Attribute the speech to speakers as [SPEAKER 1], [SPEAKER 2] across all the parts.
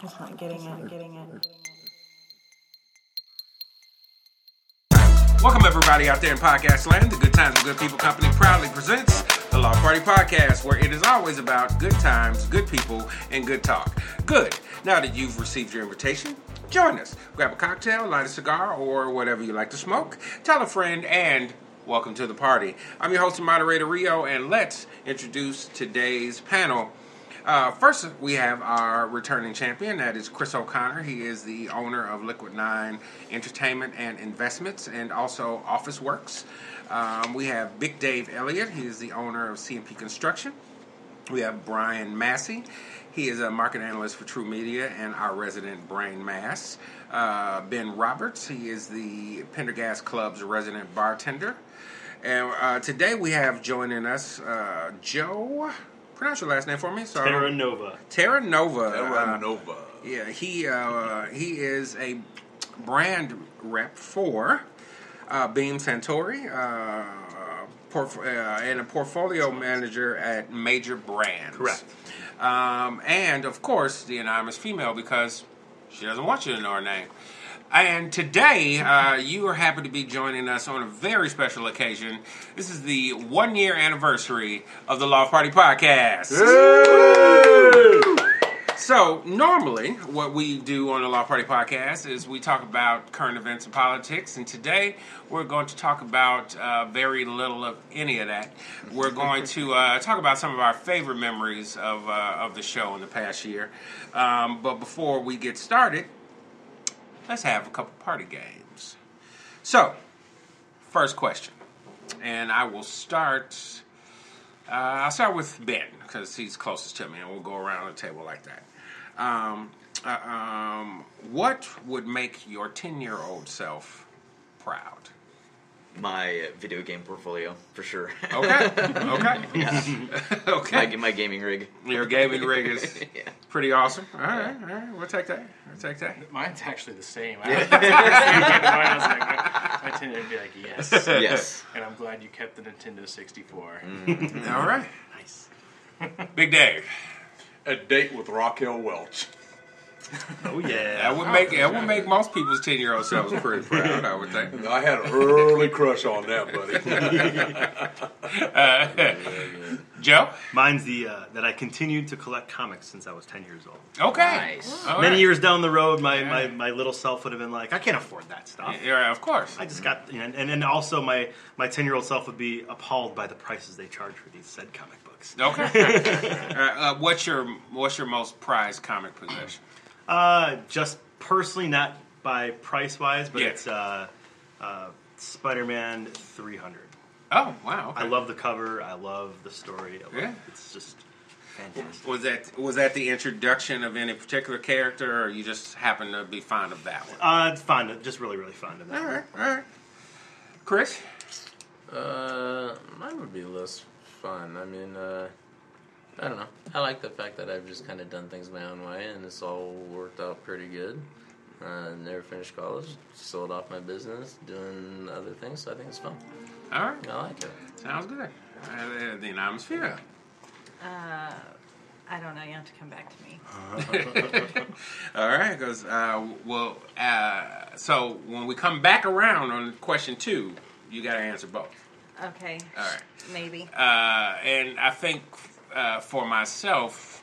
[SPEAKER 1] He's not getting it, getting it.
[SPEAKER 2] Welcome everybody out there in podcast land. The Good Times and Good People Company proudly presents the Law Party Podcast, where it is always about good times, good people, and good talk. Good. Now that you've received your invitation, join us. Grab a cocktail, light a cigar, or whatever you like to smoke. Tell a friend, and welcome to the party. I'm your host and moderator Rio, and let's introduce today's panel. Uh, first, we have our returning champion. That is Chris O'Connor. He is the owner of Liquid Nine Entertainment and Investments, and also Office Works. Um, we have Big Dave Elliott. He is the owner of CMP Construction. We have Brian Massey. He is a market analyst for True Media and our resident brain mass. Uh, ben Roberts. He is the Pendergast Club's resident bartender. And uh, today we have joining us uh, Joe. Pronounce your last name for me. Sorry.
[SPEAKER 3] Terra Nova.
[SPEAKER 2] Terra Nova.
[SPEAKER 4] Terra
[SPEAKER 2] Uh,
[SPEAKER 4] Nova.
[SPEAKER 2] yeah, he uh, he is a brand rep for uh, Beam Santori, uh, porf- uh, and a portfolio manager at Major Brands.
[SPEAKER 3] Correct.
[SPEAKER 2] Um, and of course, the anonymous female because she doesn't want you to know her name. And today, uh, you are happy to be joining us on a very special occasion. This is the one year anniversary of the Law Party Podcast. So normally, what we do on the Law Party Podcast is we talk about current events and politics, and today we're going to talk about uh, very little of any of that. We're going to uh, talk about some of our favorite memories of uh, of the show in the past year. Um, but before we get started, let's have a couple party games. So, first question, and I will start. Uh, I'll start with Ben because he's closest to me, and we'll go around the table like that. Um, uh, um, what would make your ten-year-old self proud?
[SPEAKER 4] My uh, video game portfolio, for sure.
[SPEAKER 2] Okay, okay,
[SPEAKER 4] my,
[SPEAKER 2] okay.
[SPEAKER 4] my gaming rig.
[SPEAKER 2] Your gaming rig is
[SPEAKER 4] Yeah.
[SPEAKER 2] pretty awesome. All right, all right. We'll take that. We'll take that.
[SPEAKER 3] Mine's actually the same. I, was like, I was like, I tend to be like, yes.
[SPEAKER 4] Yes.
[SPEAKER 3] And I'm glad you kept the Nintendo 64.
[SPEAKER 2] Mm. All right.
[SPEAKER 3] Nice.
[SPEAKER 2] Big Dave.
[SPEAKER 5] A date with Raquel Welch.
[SPEAKER 3] Oh, yeah.
[SPEAKER 2] That would make that would make most people's ten-year-old selves pretty proud. I would think.
[SPEAKER 5] I had an early crush on that, buddy.
[SPEAKER 2] Joe.
[SPEAKER 6] Mine's the uh, that I continued to collect comics since I was ten years old.
[SPEAKER 2] Okay.
[SPEAKER 4] Nice.
[SPEAKER 2] All
[SPEAKER 6] Many
[SPEAKER 2] right.
[SPEAKER 6] years down the road, my, my, my little self would have been like, I can't afford that stuff.
[SPEAKER 2] Yeah, of course.
[SPEAKER 6] I just got, you know, and and also my my ten year old self would be appalled by the prices they charge for these said comic books.
[SPEAKER 2] Okay. uh, uh, what's your What's your most prized comic possession?
[SPEAKER 6] Uh, just personally, not by price wise, but
[SPEAKER 2] Yeah.
[SPEAKER 6] it's uh, uh, Spider Man three hundred.
[SPEAKER 2] Oh wow!
[SPEAKER 6] I
[SPEAKER 2] okay.
[SPEAKER 6] love the cover. I love the story. I love,
[SPEAKER 2] Yeah.
[SPEAKER 6] it's just fantastic.
[SPEAKER 2] Was that was that the introduction of any particular character, or you just happen to be fond of that one?
[SPEAKER 6] Uh, it's fond of, just really really fond of that.
[SPEAKER 2] All right, all right. Chris,
[SPEAKER 7] Uh, mine would be less fun. I mean, uh, I don't know. I like the fact that I've just kind of done things my own way, and it's all worked out pretty good. Uh, never finished college, sold off my business, doing other things. So I think it's fun.
[SPEAKER 2] all right,
[SPEAKER 7] I like it.
[SPEAKER 2] sounds good. Uh, the anonymous female.
[SPEAKER 1] Uh, I don't know. You have to come back to me.
[SPEAKER 2] All right, because uh, well, uh, so when we come back around on question two, you got to answer both.
[SPEAKER 1] Okay.
[SPEAKER 2] All right.
[SPEAKER 1] Maybe.
[SPEAKER 2] uh, and I think uh, for myself,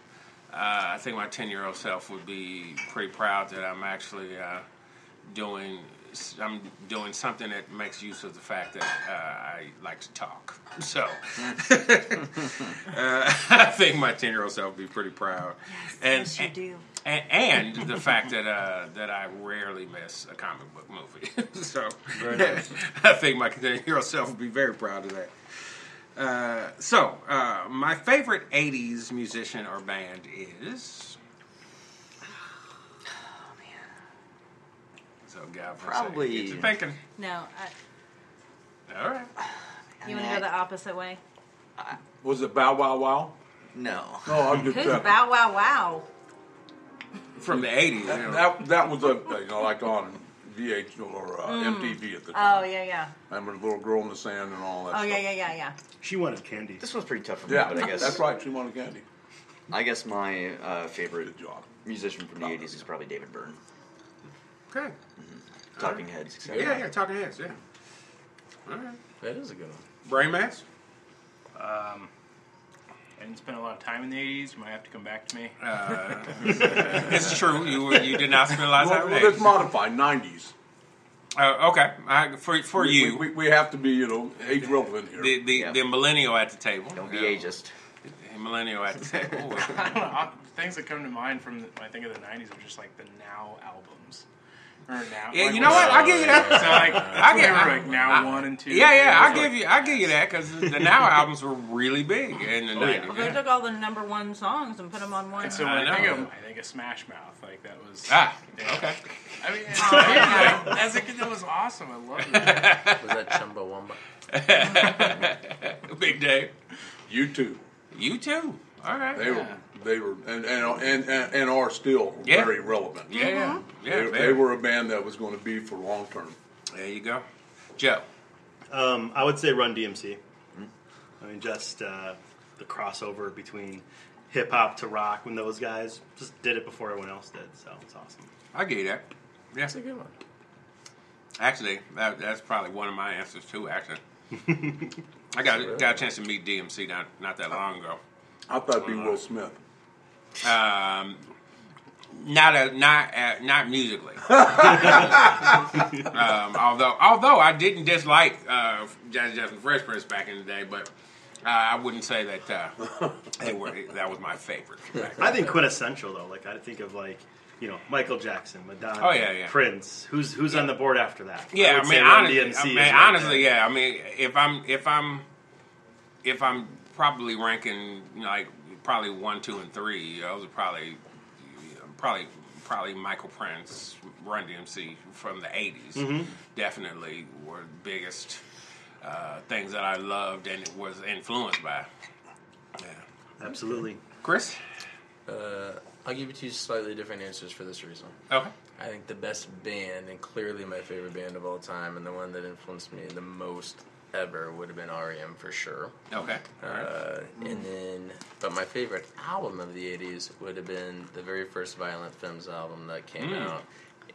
[SPEAKER 2] uh, I think my ten-year-old self would be pretty proud that I'm actually uh, doing. I'm doing something that makes use of the fact that uh, I like to talk. So uh, I think my ten-year-old self would be pretty proud.
[SPEAKER 1] Yes, you
[SPEAKER 2] and,
[SPEAKER 1] do.
[SPEAKER 2] and, and the fact that uh, that I rarely miss a comic book movie. so I think my hero self would be very proud of that. Uh, so uh, my favorite '80s musician or band is. So God, for a second,
[SPEAKER 4] Probably-
[SPEAKER 2] get to thinking.
[SPEAKER 1] No. I,
[SPEAKER 2] All right.
[SPEAKER 1] you want to go the opposite way?
[SPEAKER 5] Was it Bow Wow Wow?
[SPEAKER 4] No.
[SPEAKER 5] No, I'm just
[SPEAKER 1] Who's
[SPEAKER 5] that-
[SPEAKER 1] Bow Wow Wow?
[SPEAKER 2] From the '80s. you know.
[SPEAKER 5] That that was a you know like on VH or uh, MTV at the
[SPEAKER 1] Oh
[SPEAKER 5] time.
[SPEAKER 1] yeah, yeah.
[SPEAKER 5] I remember the little girl in the sand and all that.
[SPEAKER 1] Oh yeah,
[SPEAKER 5] stuff.
[SPEAKER 1] yeah, yeah, yeah.
[SPEAKER 6] She wanted candy.
[SPEAKER 4] This one's pretty tough for me,
[SPEAKER 5] Yeah,
[SPEAKER 4] but I guess
[SPEAKER 5] that's right. She wanted candy.
[SPEAKER 4] I guess my uh, favorite
[SPEAKER 5] Good job.
[SPEAKER 4] musician from the '80s is probably David Byrne,
[SPEAKER 2] Okay.
[SPEAKER 4] Talking Heads, etc.
[SPEAKER 2] Yeah, yeah, talking heads, yeah. All right.
[SPEAKER 7] That is a good one.
[SPEAKER 2] Brain mass?
[SPEAKER 3] I didn't spend a lot of time in the 80s. You might have to come back to me.
[SPEAKER 2] Uh, it's true. You were, you did not spend a lot of
[SPEAKER 5] Well,
[SPEAKER 2] time
[SPEAKER 5] well,
[SPEAKER 2] with
[SPEAKER 5] let's
[SPEAKER 2] it.
[SPEAKER 5] modify '90s.
[SPEAKER 2] Uh, okay, I, for for
[SPEAKER 5] We-
[SPEAKER 2] you,
[SPEAKER 5] we, we have to be you know age relevant here.
[SPEAKER 2] the the,
[SPEAKER 4] Yeah.
[SPEAKER 2] the millennial at the table.
[SPEAKER 4] Don't be
[SPEAKER 2] Yeah.
[SPEAKER 4] ageist.
[SPEAKER 2] The Millennial at the table.
[SPEAKER 3] I don't know. I- Uh, Things that come to mind from the, when I think of the 90s are just like the now albums. Or now.
[SPEAKER 2] Yeah,
[SPEAKER 3] like,
[SPEAKER 2] you know what? I'll
[SPEAKER 3] uh,
[SPEAKER 2] give you that.
[SPEAKER 3] So like, I
[SPEAKER 2] give-
[SPEAKER 3] get like now
[SPEAKER 2] I-
[SPEAKER 3] one and two.
[SPEAKER 2] Yeah, yeah, I'll
[SPEAKER 3] It's like-
[SPEAKER 2] give you, I'll give you that because the Now albums were really big in the
[SPEAKER 4] yeah.
[SPEAKER 1] Well, they
[SPEAKER 2] nineties.
[SPEAKER 1] took all the number one songs and put them on one.
[SPEAKER 3] So
[SPEAKER 2] I
[SPEAKER 3] when I, think
[SPEAKER 2] know.
[SPEAKER 3] of, I think of Smash Mouth. Like that was.
[SPEAKER 2] Ah,
[SPEAKER 3] Yeah.
[SPEAKER 2] okay.
[SPEAKER 3] I mean, it's weird, like, as a kid, that was awesome. I loved it.
[SPEAKER 7] Was that Chumbawamba?
[SPEAKER 2] Big Dave,
[SPEAKER 5] You too.
[SPEAKER 2] you too. All right.
[SPEAKER 5] They were they were and and and, and, and are still
[SPEAKER 2] Yeah.
[SPEAKER 5] very relevant.
[SPEAKER 2] yeah, yeah, yeah.
[SPEAKER 5] They,
[SPEAKER 2] very-
[SPEAKER 5] they were a band that was going to be for long term.
[SPEAKER 2] There you go, Joe.
[SPEAKER 6] Um, I would say Run DMC. I mean, just uh, the crossover between hip hop to rock when those guys just did it before everyone else did. So it's awesome.
[SPEAKER 2] I'll give you that. Yeah.
[SPEAKER 7] That's a good one.
[SPEAKER 2] Actually, that, that's probably one of my answers too. Actually, I got got a chance to meet DMC not not that long ago.
[SPEAKER 5] I thought it'd be Will Smith.
[SPEAKER 2] Um, not a, not a, not musically. um, although although I didn't dislike uh, Jazzy Jeff and Fresh Prince back in the day, but uh, I wouldn't say that uh, they were that was my favorite. back then.
[SPEAKER 6] I think quintessential though. Like I think of like you know Michael Jackson, Madonna,
[SPEAKER 2] Oh, yeah, yeah.
[SPEAKER 6] Prince. Who's who's on the board after that?
[SPEAKER 2] Yeah, I,
[SPEAKER 6] would say
[SPEAKER 2] mean,
[SPEAKER 6] Run
[SPEAKER 2] honestly,
[SPEAKER 6] DMC
[SPEAKER 2] I
[SPEAKER 6] is
[SPEAKER 2] mean,
[SPEAKER 6] right
[SPEAKER 2] honestly,
[SPEAKER 6] there.
[SPEAKER 2] yeah. I mean, if I'm if I'm if I'm probably ranking you know, like probably one, two, and three, those are probably probably probably Michael Prince, Run DMC from the '80s.
[SPEAKER 6] Mm-hmm.
[SPEAKER 2] Definitely were the biggest uh, things that I loved and was influenced by. Yeah,
[SPEAKER 6] absolutely.
[SPEAKER 2] Chris.
[SPEAKER 7] Uh, I'll give you two slightly different answers for this reason.
[SPEAKER 2] Okay.
[SPEAKER 7] I think the best band, and clearly my favorite band of all time, and the one that influenced me the most ever would have been REM for sure.
[SPEAKER 2] Okay. All right.
[SPEAKER 7] Uh, and then, but my favorite album of the 80s would have been the very first Violent Femmes album that
[SPEAKER 6] Hmm.
[SPEAKER 7] came out.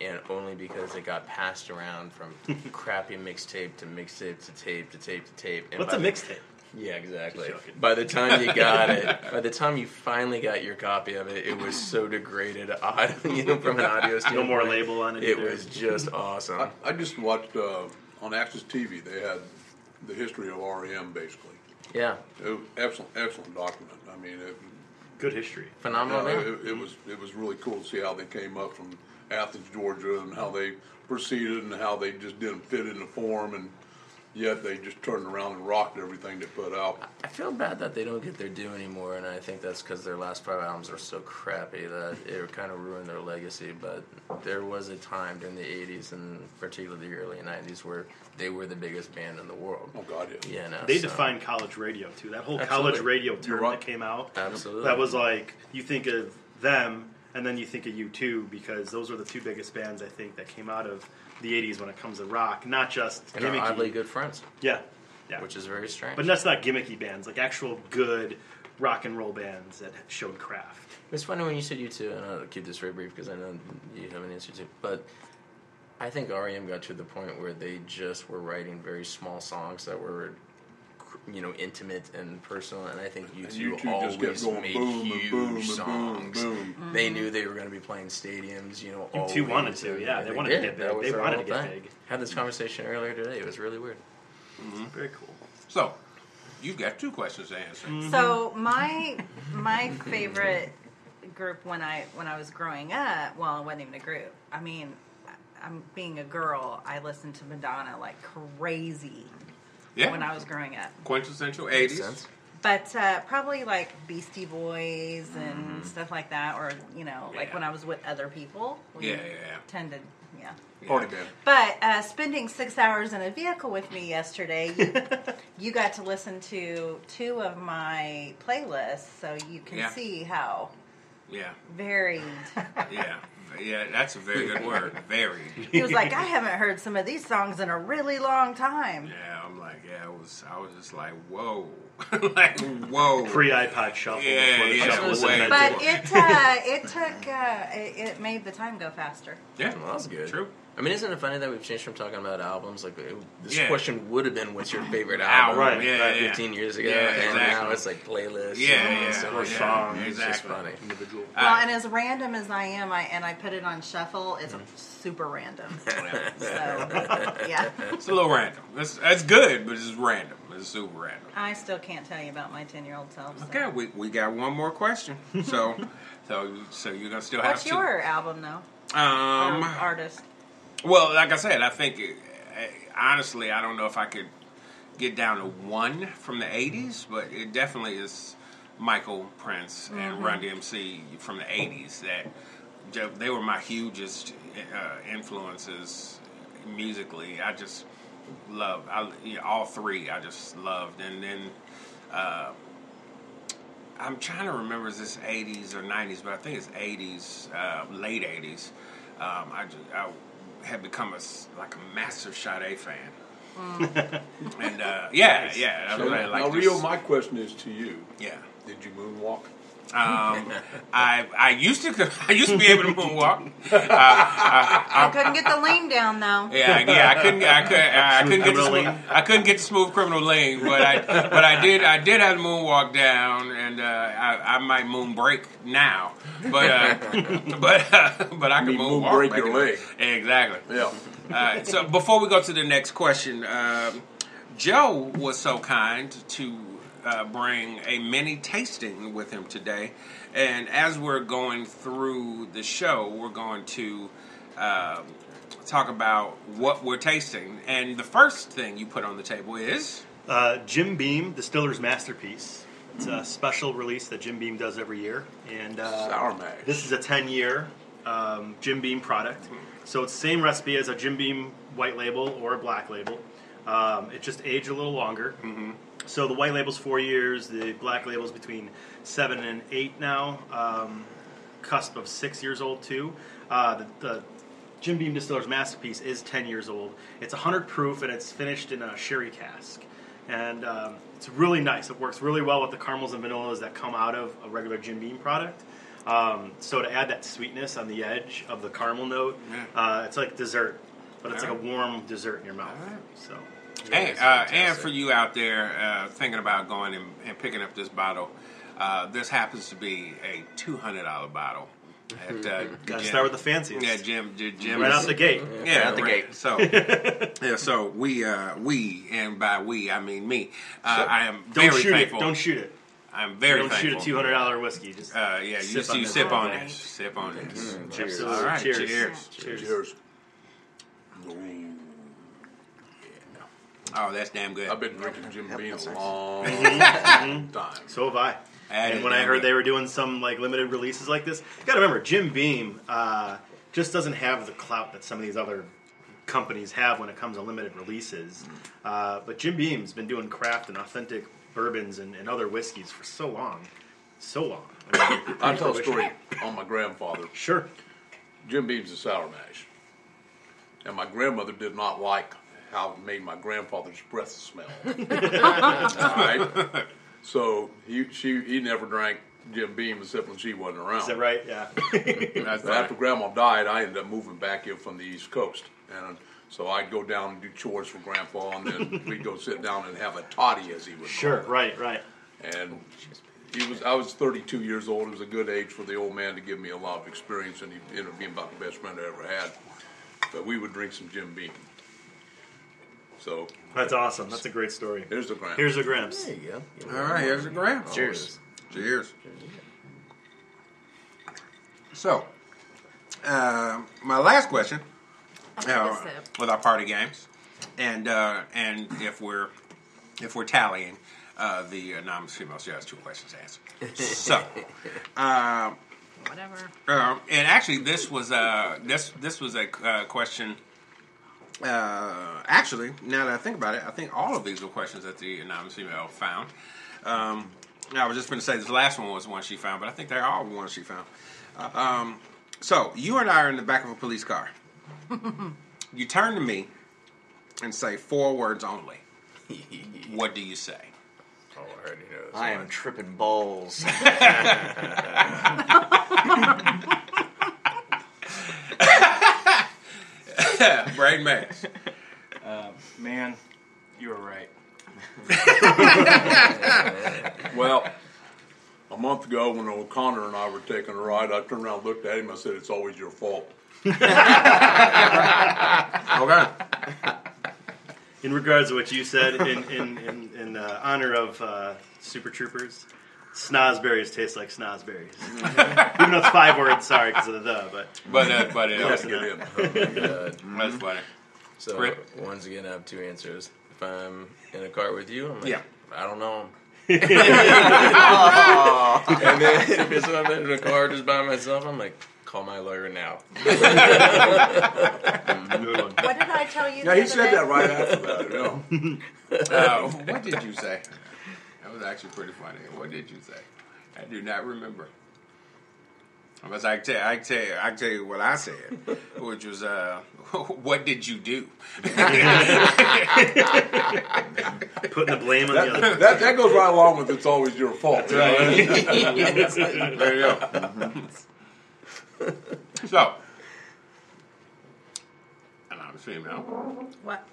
[SPEAKER 7] And only because it got passed around from crappy mixtape to mixtape to tape to tape to tape. And
[SPEAKER 6] What's
[SPEAKER 7] by
[SPEAKER 6] a
[SPEAKER 7] the-
[SPEAKER 6] mixtape?
[SPEAKER 7] Yeah, exactly.
[SPEAKER 6] Just joking.
[SPEAKER 7] By the time you got it, by the time you finally got your copy of it, it was so degraded, odd, you know, from an audio
[SPEAKER 6] No
[SPEAKER 7] standpoint.
[SPEAKER 6] more label on it.
[SPEAKER 7] It
[SPEAKER 6] either.
[SPEAKER 7] was just awesome.
[SPEAKER 5] I, I just watched uh, on Access TV. They had the history of REM basically.
[SPEAKER 7] Yeah,
[SPEAKER 5] It was excellent, excellent document. I mean, it,
[SPEAKER 6] good history.
[SPEAKER 7] phenomenal.
[SPEAKER 5] Yeah,
[SPEAKER 7] band.
[SPEAKER 5] it, it was it was really cool to see how they came up from Athens, Georgia, and how they proceeded and how they just didn't fit in the form, and yet they just turned around and rocked everything they put out.
[SPEAKER 7] I feel bad that they don't get their due anymore, and I think that's because their last five albums are so crappy that it kind of ruined their legacy. But there was a time during the 80s and particularly the early 90s where they were the biggest band in the world.
[SPEAKER 5] Oh God, yeah.
[SPEAKER 7] You know,
[SPEAKER 6] They
[SPEAKER 7] so-
[SPEAKER 6] defined college radio too. That whole college
[SPEAKER 7] Absolutely.
[SPEAKER 6] radio term
[SPEAKER 5] right.
[SPEAKER 6] that came out.
[SPEAKER 7] Absolutely.
[SPEAKER 6] That was like you think of them and then you think of you two because those were the two biggest bands I think that came out of the 80s when it comes to rock, not just
[SPEAKER 7] And are
[SPEAKER 6] gimmicky.
[SPEAKER 7] oddly good friends,
[SPEAKER 6] Yeah. Yeah.
[SPEAKER 7] which is very strange.
[SPEAKER 6] but that's not gimmicky bands, like actual good rock and roll bands that showed craft.
[SPEAKER 7] It's funny when you said you two, and I'll keep this very brief because I know you have an answer to. But I think REM got to the point where they just were writing very small songs that were, you know, intimate and personal. And I think you
[SPEAKER 5] And U2
[SPEAKER 7] two
[SPEAKER 5] just kept
[SPEAKER 7] always
[SPEAKER 5] going
[SPEAKER 7] made
[SPEAKER 5] boom and
[SPEAKER 7] huge
[SPEAKER 5] boom and boom
[SPEAKER 7] songs.
[SPEAKER 5] boom.
[SPEAKER 7] They knew they were going to be playing stadiums. You know,
[SPEAKER 6] U2
[SPEAKER 7] always,
[SPEAKER 6] wanted to,
[SPEAKER 7] and
[SPEAKER 6] yeah, they wanted to get
[SPEAKER 7] That
[SPEAKER 6] big.
[SPEAKER 7] was
[SPEAKER 6] They
[SPEAKER 7] their
[SPEAKER 6] wanted
[SPEAKER 7] whole
[SPEAKER 6] to get
[SPEAKER 7] thing.
[SPEAKER 6] big.
[SPEAKER 7] Had this conversation earlier today. It was really weird.
[SPEAKER 6] Very cool.
[SPEAKER 2] So you've got two questions to answer.
[SPEAKER 1] So my my favorite group when I when I was growing up, well, it wasn't even a group. I mean, I- I'm being a girl. I listened to Madonna like crazy
[SPEAKER 2] Yeah.
[SPEAKER 1] when I was growing up.
[SPEAKER 2] Quintessential
[SPEAKER 7] Makes
[SPEAKER 2] '80s.
[SPEAKER 7] sense.
[SPEAKER 1] But uh, probably like Beastie Boys and stuff like that, or you know, like
[SPEAKER 2] Mm-hmm. Yeah.
[SPEAKER 1] when I was with other people, we
[SPEAKER 2] Yeah, yeah, yeah.
[SPEAKER 1] tended, yeah.
[SPEAKER 5] Party band.
[SPEAKER 1] But uh, spending six hours in a vehicle with me yesterday, you, you got to listen to two of my playlists, so you can
[SPEAKER 2] Yeah.
[SPEAKER 1] see how
[SPEAKER 2] Yeah,
[SPEAKER 1] varied.
[SPEAKER 2] yeah, yeah. That's a very good word. Varied.
[SPEAKER 1] He was like, I haven't heard some of these songs in a really long time.
[SPEAKER 2] Yeah, I'm like, yeah, I was, I was just like, whoa, like whoa.
[SPEAKER 6] Pre iPod shuffle.
[SPEAKER 2] Yeah,
[SPEAKER 6] before the
[SPEAKER 2] yeah,
[SPEAKER 6] shuffle was
[SPEAKER 2] way.
[SPEAKER 6] invented.
[SPEAKER 1] But it uh, it took uh, it, it made the time go faster.
[SPEAKER 2] yeah,
[SPEAKER 7] Well, that's good.
[SPEAKER 2] True.
[SPEAKER 7] I mean, isn't it funny that we've changed from talking about albums? Like it- this
[SPEAKER 2] Yeah.
[SPEAKER 7] question would have been, "What's your favorite album?"
[SPEAKER 6] right,
[SPEAKER 2] Yeah,
[SPEAKER 6] right,
[SPEAKER 2] yeah.
[SPEAKER 7] 15 years ago,
[SPEAKER 2] Yeah,
[SPEAKER 7] and now
[SPEAKER 2] exactly.
[SPEAKER 7] it's like playlists.
[SPEAKER 2] Yeah,
[SPEAKER 7] and all
[SPEAKER 2] yeah,
[SPEAKER 7] this stuff.
[SPEAKER 2] or
[SPEAKER 7] Yeah,
[SPEAKER 6] songs.
[SPEAKER 7] It's just
[SPEAKER 2] Exactly.
[SPEAKER 7] funny.
[SPEAKER 6] individual.
[SPEAKER 2] I-
[SPEAKER 1] well, and as random as I am, I and I put it on shuffle. It's
[SPEAKER 6] Mm-hmm.
[SPEAKER 1] super random. So yeah,
[SPEAKER 2] It's a little random. That's that's good, but it's random. It's super random.
[SPEAKER 1] I still can't tell you about my ten year old self. so.
[SPEAKER 2] Okay, we, we got one more question. So, so so you're gonna still have
[SPEAKER 1] What's
[SPEAKER 2] to.
[SPEAKER 1] your album though?
[SPEAKER 2] um?
[SPEAKER 1] or artist.
[SPEAKER 2] Well, like I said, I think eh, honestly, I don't know if I could get down to one from the '80s, but it definitely is Michael Prince and Run DMC from the '80s that ju- they were my hugest uh, influences musically. I just love I, yeah, all three. I just loved, and then. Uh, I'm trying to remember is this 80s or 90s, but I think it's 80s, uh, late 80s. Um, I, ju- I had become a s- like a massive Sade fan. and uh, yeah, yeah, I
[SPEAKER 5] So,
[SPEAKER 2] was like,
[SPEAKER 5] now,
[SPEAKER 2] like this-
[SPEAKER 5] Rio, my question is to you:
[SPEAKER 2] yeah.
[SPEAKER 5] Did you moonwalk?
[SPEAKER 2] Um, I I used to I used to be able to moonwalk. Uh, I,
[SPEAKER 1] I couldn't get the lean down though.
[SPEAKER 2] Yeah, I- yeah, I couldn't, I could, I
[SPEAKER 6] Smooth
[SPEAKER 2] couldn't get the
[SPEAKER 6] criminal
[SPEAKER 2] smooth,
[SPEAKER 6] lane.
[SPEAKER 2] I couldn't get the smooth criminal lane, but I, but I did, I did have the moonwalk down, and uh, I, I might moon break now, but, uh, but, uh, but I can
[SPEAKER 5] mean moon
[SPEAKER 2] moonwalk.
[SPEAKER 5] break
[SPEAKER 2] back
[SPEAKER 5] your
[SPEAKER 2] in-
[SPEAKER 5] leg.
[SPEAKER 2] exactly.
[SPEAKER 5] Yeah.
[SPEAKER 2] All right. So before we go to the next question, um, Joe was so kind to uh, bring a mini tasting with him today, and as we're going through the show, we're going to um talk about what we're tasting. And the first thing you put on the table is
[SPEAKER 6] Uh, Jim Beam, Distiller's Masterpiece. It's a special release that Jim Beam does every year. And uh,
[SPEAKER 5] Sour mash.
[SPEAKER 6] This is a 10 year um, Jim Beam product. So it's the same recipe as a Jim Beam white label or a black label. Um, it just aged a little longer. Mm-hmm. So the white label's four years, the black label's between seven and eight now. Um, cusp of six years old too. Uh, the, the Jim Beam Distiller's masterpiece is ten years old. It's hundred proof and it's finished in a sherry cask, and um, it's really nice. It works really well with the caramels and vanillas that come out of a regular Jim Beam product. Um, so to add that sweetness on the edge of the caramel note,
[SPEAKER 2] Yeah.
[SPEAKER 6] uh, it's like dessert, but it's like
[SPEAKER 2] Alright.
[SPEAKER 6] a warm dessert in your mouth.
[SPEAKER 2] Alright.
[SPEAKER 6] So
[SPEAKER 2] Hey,
[SPEAKER 7] It's
[SPEAKER 2] uh,
[SPEAKER 7] fantastic.
[SPEAKER 2] and for you out there uh, thinking about going and, and picking up this bottle, uh, this happens to be a two hundred dollar bottle. At, uh, Jim-
[SPEAKER 6] gotta start with the fanciest.
[SPEAKER 2] Yeah, Jim. Jim, Jim
[SPEAKER 6] right
[SPEAKER 2] is-
[SPEAKER 6] out the gate.
[SPEAKER 2] Yeah,
[SPEAKER 4] Right out the gate.
[SPEAKER 2] So, yeah, so we, uh, we, and by we, I mean me. Uh, I am
[SPEAKER 6] Don't
[SPEAKER 2] very
[SPEAKER 6] shoot
[SPEAKER 2] thankful.
[SPEAKER 6] it. Don't shoot it.
[SPEAKER 2] I'm very
[SPEAKER 6] don't
[SPEAKER 2] thankful.
[SPEAKER 6] shoot a two hundred dollar whiskey. Just
[SPEAKER 2] Uh, yeah, you
[SPEAKER 6] Sip
[SPEAKER 2] just
[SPEAKER 6] on
[SPEAKER 2] you
[SPEAKER 6] this.
[SPEAKER 2] sip on
[SPEAKER 1] Alright.
[SPEAKER 2] this. Sip on this.
[SPEAKER 4] Cheers.
[SPEAKER 6] Absolutely.
[SPEAKER 2] All right,
[SPEAKER 6] Cheers.
[SPEAKER 2] cheers.
[SPEAKER 6] Cheers.
[SPEAKER 5] Cheers.
[SPEAKER 2] Oh, that's damn good.
[SPEAKER 5] I've been drinking Jim Beam a long time.
[SPEAKER 6] Mm-hmm. So have I.
[SPEAKER 2] That
[SPEAKER 6] and
[SPEAKER 2] is
[SPEAKER 6] when I
[SPEAKER 2] damn
[SPEAKER 6] heard
[SPEAKER 2] good.
[SPEAKER 6] they were doing some like limited releases like this, you got to remember Jim Beam uh, just doesn't have the clout that some of these other companies have when it comes to limited releases. Uh, but Jim Beam's been doing craft and authentic bourbons and, and other whiskeys for so long, so long. I mean,
[SPEAKER 5] I tell a story on my grandfather.
[SPEAKER 6] sure.
[SPEAKER 5] Jim Beam's a sour mash. And my grandmother did not like how it made my grandfather's breath smell. All right? So he, she, he never drank Jim Beam except when she wasn't around.
[SPEAKER 6] Is that right? Yeah.
[SPEAKER 2] That's
[SPEAKER 5] So after Grandma died, I ended up moving back here from the East Coast. And so I'd go down and do chores for Grandpa, and then we'd go sit down and have a toddy, as he would
[SPEAKER 6] sure.
[SPEAKER 5] call
[SPEAKER 6] Right. Right.
[SPEAKER 5] it. And he was, I was 32 years old. It was a good age for the old man to give me a lot of experience, and he ended up being about the best friend I ever had. But we would drink some Jim Beam. So
[SPEAKER 6] That's awesome. That's a great story.
[SPEAKER 5] here's the Grandpa.
[SPEAKER 6] Here's the Gramps.
[SPEAKER 7] There you go. You
[SPEAKER 2] All right, here's a gram.
[SPEAKER 5] Oh.
[SPEAKER 7] Cheers.
[SPEAKER 2] Cheers. So, um my last question uh, with our party games, and uh, and if we're if we're tallying uh, the anonymous female, she has two questions to answer. So, uh,
[SPEAKER 1] Whatever.
[SPEAKER 2] um, and actually, this was uh, this this was a uh, question. Uh, actually, now that I think about it, I think all of these were questions that the anonymous email found. Um, I was just going to say this last one was one she found, but I think they're all ones she found. Uh, Um, so you and I are in the back of a police car. you turn to me and say four words only. What do you say?
[SPEAKER 7] Oh, I already know this
[SPEAKER 4] I am
[SPEAKER 7] one.
[SPEAKER 4] tripping balls.
[SPEAKER 2] Brain mass.
[SPEAKER 3] Man, you were right.
[SPEAKER 5] Well, a month ago when O'Connor and I were taking a ride, I turned around, looked at him, I said, "It's always your fault."
[SPEAKER 2] Okay.
[SPEAKER 6] In regards to what you said, in in in, in uh, honor of uh, Super Troopers, snozberries taste like snozberries. Even though it's five words, sorry, because of the the. But
[SPEAKER 2] But uh, but uh,
[SPEAKER 5] Yes,
[SPEAKER 2] that's
[SPEAKER 5] it is.
[SPEAKER 7] God.
[SPEAKER 2] funny.
[SPEAKER 7] So
[SPEAKER 2] Rip.
[SPEAKER 7] once again, I have two answers. If I'm in a car with you, I'm like,
[SPEAKER 2] Yeah.
[SPEAKER 7] I don't know. and then if it's if I'm in a car just by myself, I'm like, call my lawyer now.
[SPEAKER 6] good one.
[SPEAKER 1] What did I tell you? the
[SPEAKER 5] Yeah, he
[SPEAKER 1] other day?
[SPEAKER 5] said that right after that. You know.
[SPEAKER 1] Oh.
[SPEAKER 2] Uh, what did you say? That was actually pretty funny. What did you say? I do not remember. Unless I can tell, I can tell, I can tell you what I said, which was, uh, "What did you do?"
[SPEAKER 6] Putting the blame on the other.
[SPEAKER 5] That, that, that goes right along with "It's always your fault." you know?
[SPEAKER 2] There you go. so, and I'm female.
[SPEAKER 1] What?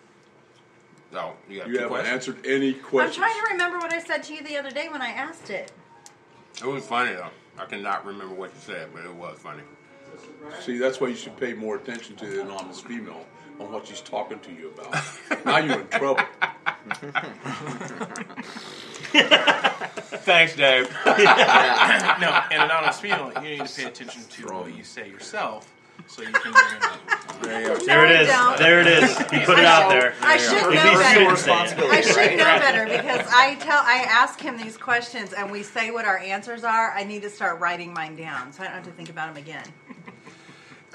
[SPEAKER 2] So you got
[SPEAKER 5] You
[SPEAKER 2] two
[SPEAKER 5] haven't
[SPEAKER 2] questions.
[SPEAKER 5] answered any
[SPEAKER 1] I'm
[SPEAKER 5] questions.
[SPEAKER 1] trying to remember what I said to you the other day when I asked it.
[SPEAKER 2] It was funny though. I cannot remember what you said, but it was funny.
[SPEAKER 5] See, that's why you should pay more attention to the anonymous female on what she's talking to you about. now you're in trouble.
[SPEAKER 2] Thanks, Dave.
[SPEAKER 3] No, and anonymous female, you need to pay attention to what you say yourself, so you can. bring it up.
[SPEAKER 2] There you go.
[SPEAKER 6] There it
[SPEAKER 1] No, I
[SPEAKER 6] is.
[SPEAKER 1] don't.
[SPEAKER 6] There it is. You put it out there.
[SPEAKER 1] I should know
[SPEAKER 6] At least you
[SPEAKER 1] better.
[SPEAKER 6] didn't say it.
[SPEAKER 1] I should know better because I tell I ask him these questions and we say what our answers are. I need to start writing mine down so I don't have to think about them again.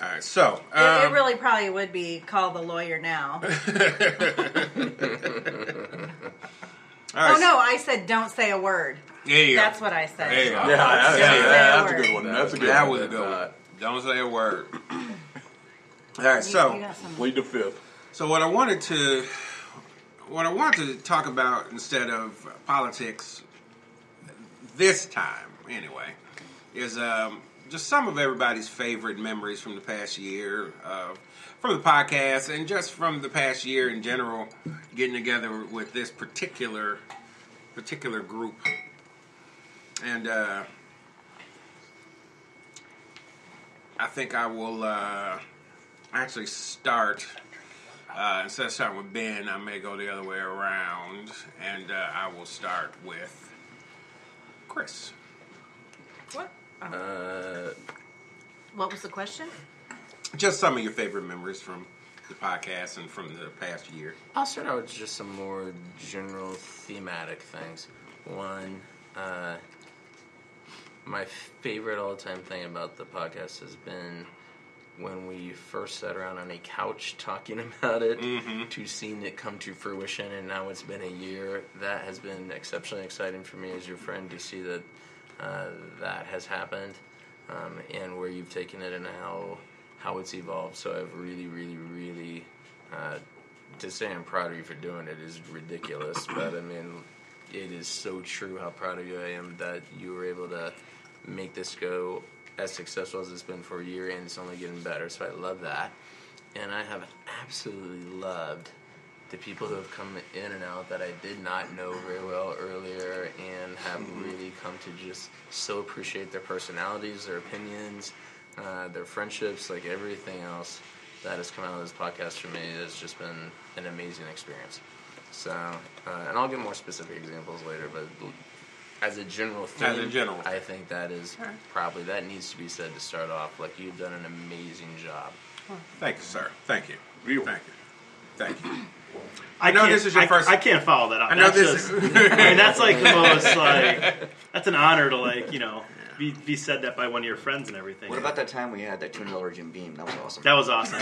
[SPEAKER 2] All right. So,
[SPEAKER 1] It,
[SPEAKER 2] um,
[SPEAKER 1] it really probably would be call the lawyer now.
[SPEAKER 2] all right,
[SPEAKER 1] Oh no, I said don't say a word.
[SPEAKER 2] There you go.
[SPEAKER 1] That's what I said.
[SPEAKER 2] There you go.
[SPEAKER 5] Yeah, that's,
[SPEAKER 1] Yeah, yeah,
[SPEAKER 5] that's a good one. That's a good
[SPEAKER 2] That
[SPEAKER 5] one.
[SPEAKER 2] was a good one. Don't say a word. All right,
[SPEAKER 1] You-
[SPEAKER 2] so
[SPEAKER 1] you got some-
[SPEAKER 5] Plead the uh, fifth.
[SPEAKER 2] so what I wanted to what I wanted to talk about instead of politics this time, anyway, is um, just some of everybody's favorite memories from the past year, uh, from the podcast, and just from the past year in general. Getting together with this particular particular group, and uh, I think I will uh, actually start. Uh, instead of starting with Ben, I may go the other way around, and uh, I will start with Chris.
[SPEAKER 1] What? Oh,
[SPEAKER 7] Uh,
[SPEAKER 1] what was the question?
[SPEAKER 2] Just some of your favorite memories from the podcast and from the past year.
[SPEAKER 7] I'll start out with just some more general thematic things. One, uh, my favorite all time thing about the podcast has been when we first sat around on a couch talking about it to seeing it come to fruition, and now it's been a year. That has been exceptionally exciting for me as your friend to see that uh, that has happened um, and where you've taken it and how how it's evolved. So I've really, really, really. Uh, to say I'm proud of you for doing it is ridiculous, but I mean, it is so true how proud of you I am that you were able to make this go as successful as it's been for a year, and it's only getting better. So I love that, and I have absolutely loved the people who have come in and out that I did not know very well earlier, and have
[SPEAKER 2] Mm-hmm.
[SPEAKER 7] really come to just so appreciate their personalities, their opinions, uh, their friendships, like everything else that has come out of this podcast for me has just been an amazing experience. So, uh, and I'll give more specific examples later, but l- as a general thing,
[SPEAKER 2] a general
[SPEAKER 7] I think that is probably that needs to be said to start off. Like you've done an amazing job.
[SPEAKER 2] Thank you, sir. Thank you.
[SPEAKER 5] Real.
[SPEAKER 2] Thank you. Thank you.
[SPEAKER 6] I
[SPEAKER 2] know
[SPEAKER 6] can't-
[SPEAKER 2] this is your
[SPEAKER 6] I-
[SPEAKER 2] first-
[SPEAKER 6] I can't follow that up.
[SPEAKER 2] I know this.
[SPEAKER 6] That's just- I mean, that's like the most like that's an honor to like you know be, be said that by one of your friends and everything.
[SPEAKER 4] what about that time we had that two dollar Jim Beam? That was awesome.
[SPEAKER 6] That was awesome.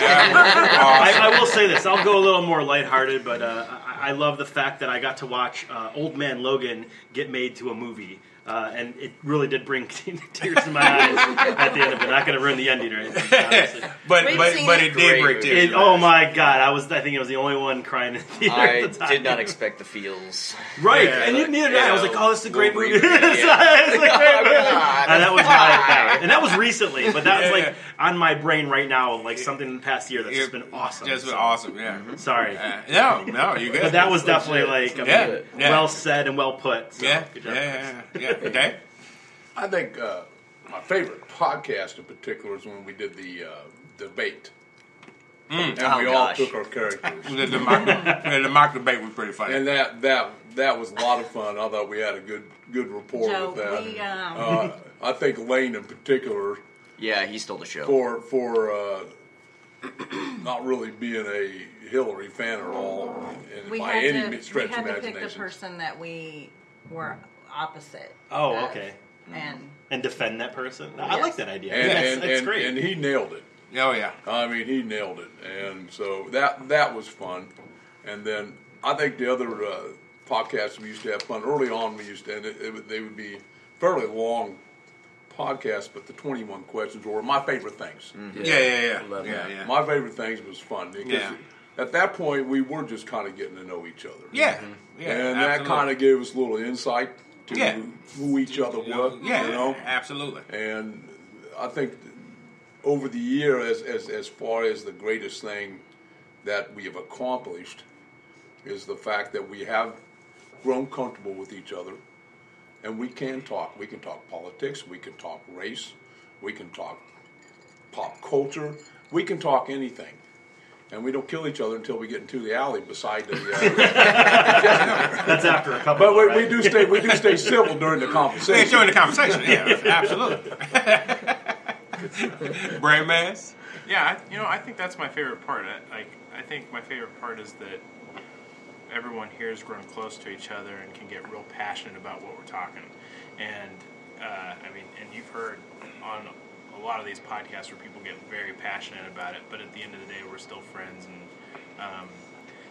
[SPEAKER 6] I, I will say this. I'll go a little more lighthearted, but uh, I, I love the fact that I got to watch uh, Old Man Logan get made to a movie. Uh, and it really did bring tears to my eyes at the end of it. Not going to ruin the ending or anything. Obviously.
[SPEAKER 2] But
[SPEAKER 1] We've
[SPEAKER 2] but
[SPEAKER 1] seen
[SPEAKER 2] but
[SPEAKER 1] it.
[SPEAKER 2] it did
[SPEAKER 4] Great
[SPEAKER 2] break
[SPEAKER 4] movie.
[SPEAKER 2] tears.
[SPEAKER 6] It, oh my god! I was. I think I was the only one crying in the theater.
[SPEAKER 4] I
[SPEAKER 6] at the time.
[SPEAKER 4] did not expect the feels.
[SPEAKER 6] Right,
[SPEAKER 2] Yeah,
[SPEAKER 6] and you
[SPEAKER 4] like,
[SPEAKER 6] neither
[SPEAKER 4] you
[SPEAKER 6] did I. I was
[SPEAKER 4] know,
[SPEAKER 6] like, "Oh, this is a great
[SPEAKER 4] we'll
[SPEAKER 6] movie." It's
[SPEAKER 4] reread
[SPEAKER 6] a-
[SPEAKER 4] it,
[SPEAKER 6] it's
[SPEAKER 4] yeah.
[SPEAKER 6] a great movie.
[SPEAKER 4] Ah,
[SPEAKER 6] And that was
[SPEAKER 4] Why?
[SPEAKER 6] my, and that was recently, but that was
[SPEAKER 2] Yeah.
[SPEAKER 6] like on my brain right now, like something in the past year that's just been awesome.
[SPEAKER 2] Just been
[SPEAKER 6] So,
[SPEAKER 2] awesome. Yeah.
[SPEAKER 6] Sorry,
[SPEAKER 2] Uh, no, no, you're good.
[SPEAKER 6] but that was definitely like I
[SPEAKER 2] yeah,
[SPEAKER 6] mean,
[SPEAKER 2] yeah.
[SPEAKER 6] well said and well put. So,
[SPEAKER 2] yeah,
[SPEAKER 6] good
[SPEAKER 2] yeah,
[SPEAKER 6] job,
[SPEAKER 2] yeah, yeah. yeah. Okay.
[SPEAKER 5] I think uh, my favorite podcast in particular is when we did the uh, debate. And
[SPEAKER 4] Oh,
[SPEAKER 5] we all
[SPEAKER 4] gosh.
[SPEAKER 5] took our characters.
[SPEAKER 2] The, the, mock, the, the mock debate was pretty funny.
[SPEAKER 5] and that, that that was a lot of fun. I thought we had a good good rapport
[SPEAKER 1] Joe,
[SPEAKER 5] with that.
[SPEAKER 1] we, um,
[SPEAKER 5] uh, I think Lane in particular
[SPEAKER 4] Yeah, he stole the show.
[SPEAKER 5] for for uh, not really being a Hillary fan at all and
[SPEAKER 1] we
[SPEAKER 5] by
[SPEAKER 1] had
[SPEAKER 5] any
[SPEAKER 1] to,
[SPEAKER 5] stretch
[SPEAKER 1] we had
[SPEAKER 5] of
[SPEAKER 1] to pick the
[SPEAKER 5] imagination.
[SPEAKER 1] person that we were opposite.
[SPEAKER 6] Oh,
[SPEAKER 1] of,
[SPEAKER 6] okay.
[SPEAKER 1] And
[SPEAKER 6] And defend that person. I
[SPEAKER 1] Yes.
[SPEAKER 6] like that idea.
[SPEAKER 5] And,
[SPEAKER 6] that's
[SPEAKER 5] and,
[SPEAKER 6] that's
[SPEAKER 5] and,
[SPEAKER 6] great.
[SPEAKER 5] and he nailed it.
[SPEAKER 2] oh yeah.
[SPEAKER 5] I mean, he nailed it, and so that that was fun. And then I think the other uh, podcasts we used to have fun early on. We used to, and it, it, would- they would be fairly long podcasts, but the twenty-one questions were my favorite things.
[SPEAKER 2] Yeah, yeah, yeah. Yeah,
[SPEAKER 7] Love
[SPEAKER 2] yeah.
[SPEAKER 7] that.
[SPEAKER 2] Yeah.
[SPEAKER 5] My favorite things was fun because
[SPEAKER 2] Mm-hmm. Yeah.
[SPEAKER 5] at that point we were just kind of getting to know each other.
[SPEAKER 2] yeah.
[SPEAKER 5] and that kind of gave us a little insight to
[SPEAKER 2] Yeah.
[SPEAKER 5] who each other were.
[SPEAKER 2] Yeah,
[SPEAKER 5] you know,
[SPEAKER 2] absolutely.
[SPEAKER 5] and I think over the year, as, as, as far as the greatest thing that we have accomplished is the fact that we have grown comfortable with each other and we can talk. We can talk politics, we can talk race, we can talk pop culture, we can talk anything. And we don't kill each other until we get into the alley beside the. Uh,
[SPEAKER 6] that's after a couple.
[SPEAKER 5] but we,
[SPEAKER 6] right?
[SPEAKER 5] we do stay we do stay civil during the
[SPEAKER 2] Hey,
[SPEAKER 5] conversation.
[SPEAKER 2] join the conversation. Yeah, absolutely. Brain mass.
[SPEAKER 3] Yeah, I, you know, I think that's my favorite part. I, like, I think my favorite part is that everyone here has grown close to each other and can get real passionate about what we're talking. And uh, I mean, and you've heard on a lot of these podcasts where people get very passionate about it, but at the end of the day, we're still friends. And um,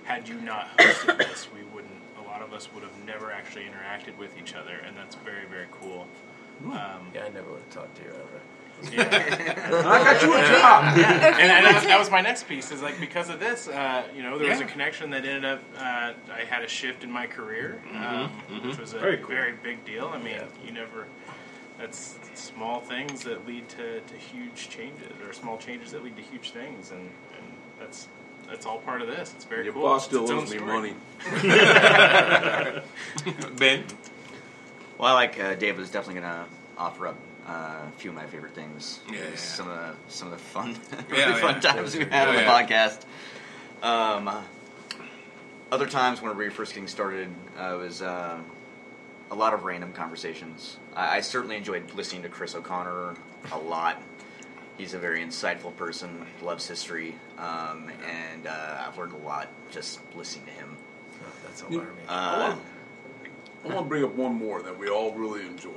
[SPEAKER 3] had you not hosted this, we wouldn't. A lot of us would have never actually interacted with each other, and that's very, very cool.
[SPEAKER 7] Yeah, I never would have talked to you ever.
[SPEAKER 3] Yeah.
[SPEAKER 5] I got you a job.
[SPEAKER 3] and, and that, that was my next piece is like because of this uh, you know there was a
[SPEAKER 2] Yeah.
[SPEAKER 3] connection that ended up uh, i had a shift in my career
[SPEAKER 5] Mm-hmm,
[SPEAKER 3] um, which was a
[SPEAKER 6] Very
[SPEAKER 3] very,
[SPEAKER 6] cool.
[SPEAKER 3] big deal i mean you never that's small things that lead to, to huge changes or small changes that lead to huge things and, and that's that's all part of this it's very
[SPEAKER 5] Your
[SPEAKER 3] cool It's
[SPEAKER 5] boss still
[SPEAKER 3] its own
[SPEAKER 5] owes me
[SPEAKER 3] story.
[SPEAKER 5] money.
[SPEAKER 2] Ben.
[SPEAKER 4] Well, I like uh, Dave was definitely gonna offer up uh, a few of my favorite things.
[SPEAKER 2] Yeah,
[SPEAKER 4] It was
[SPEAKER 2] yeah.
[SPEAKER 4] Some of the some of the fun, really
[SPEAKER 2] Yeah,
[SPEAKER 4] fun
[SPEAKER 2] yeah.
[SPEAKER 4] times we had on
[SPEAKER 2] Oh,
[SPEAKER 4] the
[SPEAKER 2] yeah.
[SPEAKER 4] podcast. Um, other times when we were first getting started, uh, it was uh, a lot of random conversations. I, I certainly enjoyed listening to Chris O'Connor a lot. He's a very insightful person, loves history, um, and uh, I've learned a lot just listening to him.
[SPEAKER 7] Oh, that's alarming.
[SPEAKER 4] Uh,
[SPEAKER 5] I want to bring up one more that we all really enjoyed.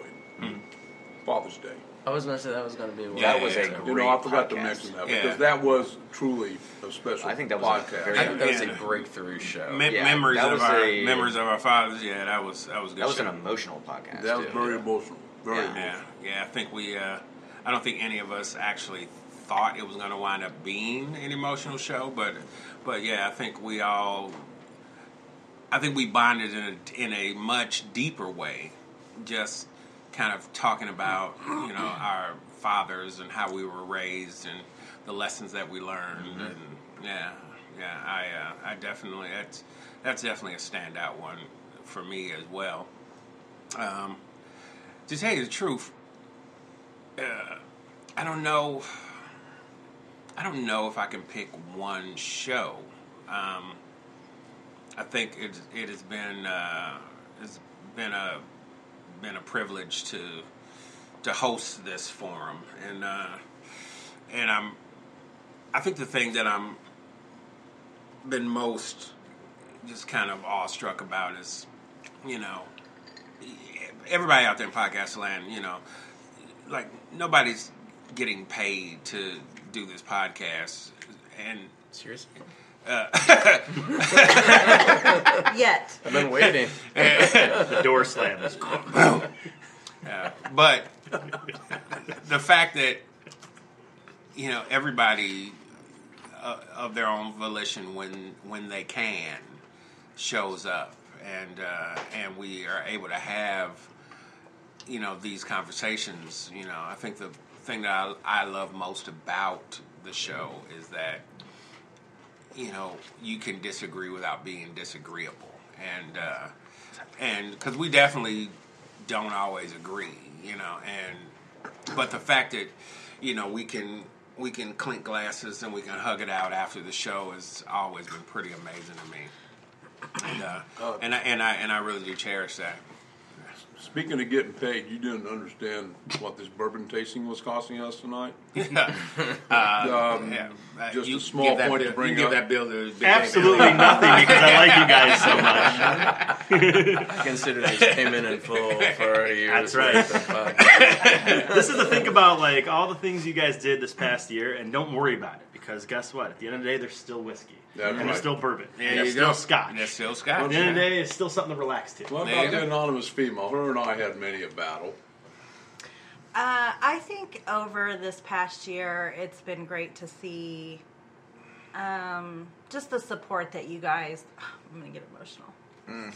[SPEAKER 5] Father's Day.
[SPEAKER 7] I was gonna say that was gonna be one.
[SPEAKER 2] Yeah,
[SPEAKER 4] that was
[SPEAKER 2] yeah,
[SPEAKER 4] a
[SPEAKER 2] yeah.
[SPEAKER 4] great
[SPEAKER 5] You know, I forgot to
[SPEAKER 4] podcast.
[SPEAKER 5] mention that
[SPEAKER 2] Yeah.
[SPEAKER 5] because that was truly a special.
[SPEAKER 4] I think that was a
[SPEAKER 5] podcast.
[SPEAKER 4] very
[SPEAKER 7] I think that was
[SPEAKER 2] Yeah.
[SPEAKER 7] a breakthrough show.
[SPEAKER 2] Me-
[SPEAKER 4] Yeah,
[SPEAKER 2] memories
[SPEAKER 4] that
[SPEAKER 2] of
[SPEAKER 4] was
[SPEAKER 2] our
[SPEAKER 4] a-
[SPEAKER 2] memories of our fathers. Yeah, that was that was a good.
[SPEAKER 4] that was
[SPEAKER 2] show.
[SPEAKER 4] an emotional podcast.
[SPEAKER 5] that was
[SPEAKER 4] too.
[SPEAKER 5] very emotional. Very
[SPEAKER 4] Yeah.
[SPEAKER 5] emotional.
[SPEAKER 2] Yeah, yeah. I think we. Uh, I don't think any of us actually thought it was going to wind up being an emotional show, but but yeah, I think we all. I think we bonded in a, in a much deeper way, just kind of talking about you know our fathers and how we were raised and the lessons that we learned and yeah yeah I uh, I definitely that's that's definitely a standout one for me as well. Um, to tell you the truth, uh, I don't know. I don't know if I can pick one show. Um, I think it it has been uh, it's been a been a privilege to to host this forum, and uh, and I'm I think the thing that I'm been most just kind of awestruck about is you know everybody out there in podcast land, you know, like nobody's getting paid to do this podcast, and
[SPEAKER 7] Seriously,
[SPEAKER 1] yet
[SPEAKER 7] I've been waiting.
[SPEAKER 6] door slams.
[SPEAKER 2] But the fact that you know everybody uh, of their own volition when when they can shows up and uh, and we are able to have you know these conversations you know i think the thing that i, I love most about the show is that you know you can disagree without being disagreeable and uh and because we definitely don't always agree you know and but the fact that you know we can we can clink glasses and we can hug it out after the show has always been pretty amazing to me and uh, and, I, and i and i really do cherish that
[SPEAKER 5] Speaking of getting paid, you didn't understand what this bourbon tasting was costing us tonight. um,
[SPEAKER 2] Uh, Yeah, uh,
[SPEAKER 5] Just
[SPEAKER 2] you
[SPEAKER 5] a small
[SPEAKER 2] give that
[SPEAKER 5] point
[SPEAKER 2] bill-
[SPEAKER 5] to bring
[SPEAKER 2] you give
[SPEAKER 5] up.
[SPEAKER 2] that bill to Big
[SPEAKER 6] Absolutely nothing because I like you guys so much.
[SPEAKER 7] I consider this payment in full for our years.
[SPEAKER 6] That's right.
[SPEAKER 7] worth of podcast.
[SPEAKER 6] This is the think about like all the things you guys did this past year, and don't worry about it because guess what? At the end of the day, there's still whiskey,
[SPEAKER 5] That's
[SPEAKER 6] and
[SPEAKER 5] right.
[SPEAKER 6] there's still bourbon,
[SPEAKER 2] There
[SPEAKER 6] and
[SPEAKER 2] you
[SPEAKER 6] there's
[SPEAKER 2] go.
[SPEAKER 6] still scotch.
[SPEAKER 2] That's still Scott.
[SPEAKER 6] At the end of the day, it's still something to relax to.
[SPEAKER 5] What
[SPEAKER 2] There you
[SPEAKER 5] about the
[SPEAKER 2] go.
[SPEAKER 5] anonymous female? Her and I had many a battle.
[SPEAKER 1] Uh, I think over this past year, it's been great to see um, just the support that you guys. I'm going to get emotional. Hmm.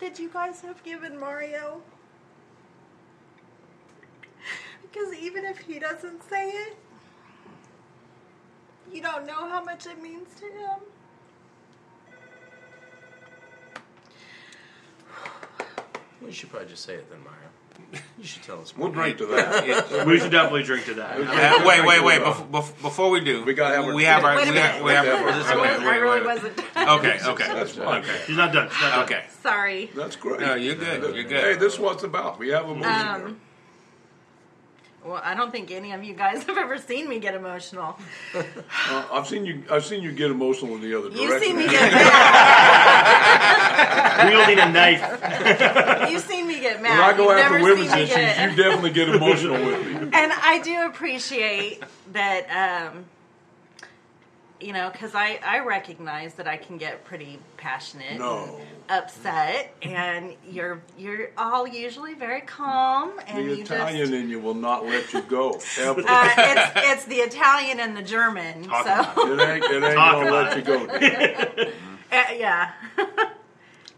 [SPEAKER 1] That you guys have given Mario. Because even if he doesn't say it, you don't know how much it means to him.
[SPEAKER 7] We should probably just say it then, Mario. You should tell us.
[SPEAKER 5] We'll drink to that.
[SPEAKER 6] We should definitely drink to that.
[SPEAKER 2] Yeah, wait, wait, wait. Before, before, before we do,
[SPEAKER 5] We gotta have our-
[SPEAKER 2] we have our
[SPEAKER 1] Wait a
[SPEAKER 2] we have,
[SPEAKER 1] minute.
[SPEAKER 2] we have
[SPEAKER 5] Wait a
[SPEAKER 2] our-
[SPEAKER 5] minute.
[SPEAKER 1] I, wasn't, I really
[SPEAKER 2] wait, wait,
[SPEAKER 1] wasn't.
[SPEAKER 2] wait. Okay, okay,
[SPEAKER 5] That's fine.
[SPEAKER 6] She's not done. She's not done.
[SPEAKER 2] okay.
[SPEAKER 1] Sorry.
[SPEAKER 5] That's great.
[SPEAKER 2] No, you're good. You're
[SPEAKER 5] Hey,
[SPEAKER 2] good.
[SPEAKER 5] this is what it's about. We have a movie
[SPEAKER 1] Um, well, I don't think any of you guys have ever seen me get emotional.
[SPEAKER 5] here. Uh, I've seen you. I've seen you get emotional in the other
[SPEAKER 1] You've
[SPEAKER 5] direction.
[SPEAKER 1] seen me get mad.
[SPEAKER 6] Wielding a knife.
[SPEAKER 1] You've seen me get
[SPEAKER 5] when
[SPEAKER 1] mad.
[SPEAKER 5] I go
[SPEAKER 1] You've
[SPEAKER 5] after
[SPEAKER 1] never
[SPEAKER 5] women's
[SPEAKER 1] seen me
[SPEAKER 5] issues,
[SPEAKER 1] get-
[SPEAKER 5] you definitely get emotional with me.
[SPEAKER 1] and I do appreciate that, um, you know, because I, I recognize that I can get pretty passionate,
[SPEAKER 5] No.
[SPEAKER 1] and upset, and you're you're all usually very calm, and
[SPEAKER 5] The
[SPEAKER 1] you
[SPEAKER 5] Italian
[SPEAKER 1] just
[SPEAKER 5] in you will not let you go ever.
[SPEAKER 1] uh, it's it's the Italian and the German,
[SPEAKER 6] Talk
[SPEAKER 1] so.
[SPEAKER 6] about
[SPEAKER 5] it ain't. It ain't
[SPEAKER 6] Talk
[SPEAKER 5] gonna
[SPEAKER 6] about
[SPEAKER 5] let you go. Dave.
[SPEAKER 1] Uh, yeah.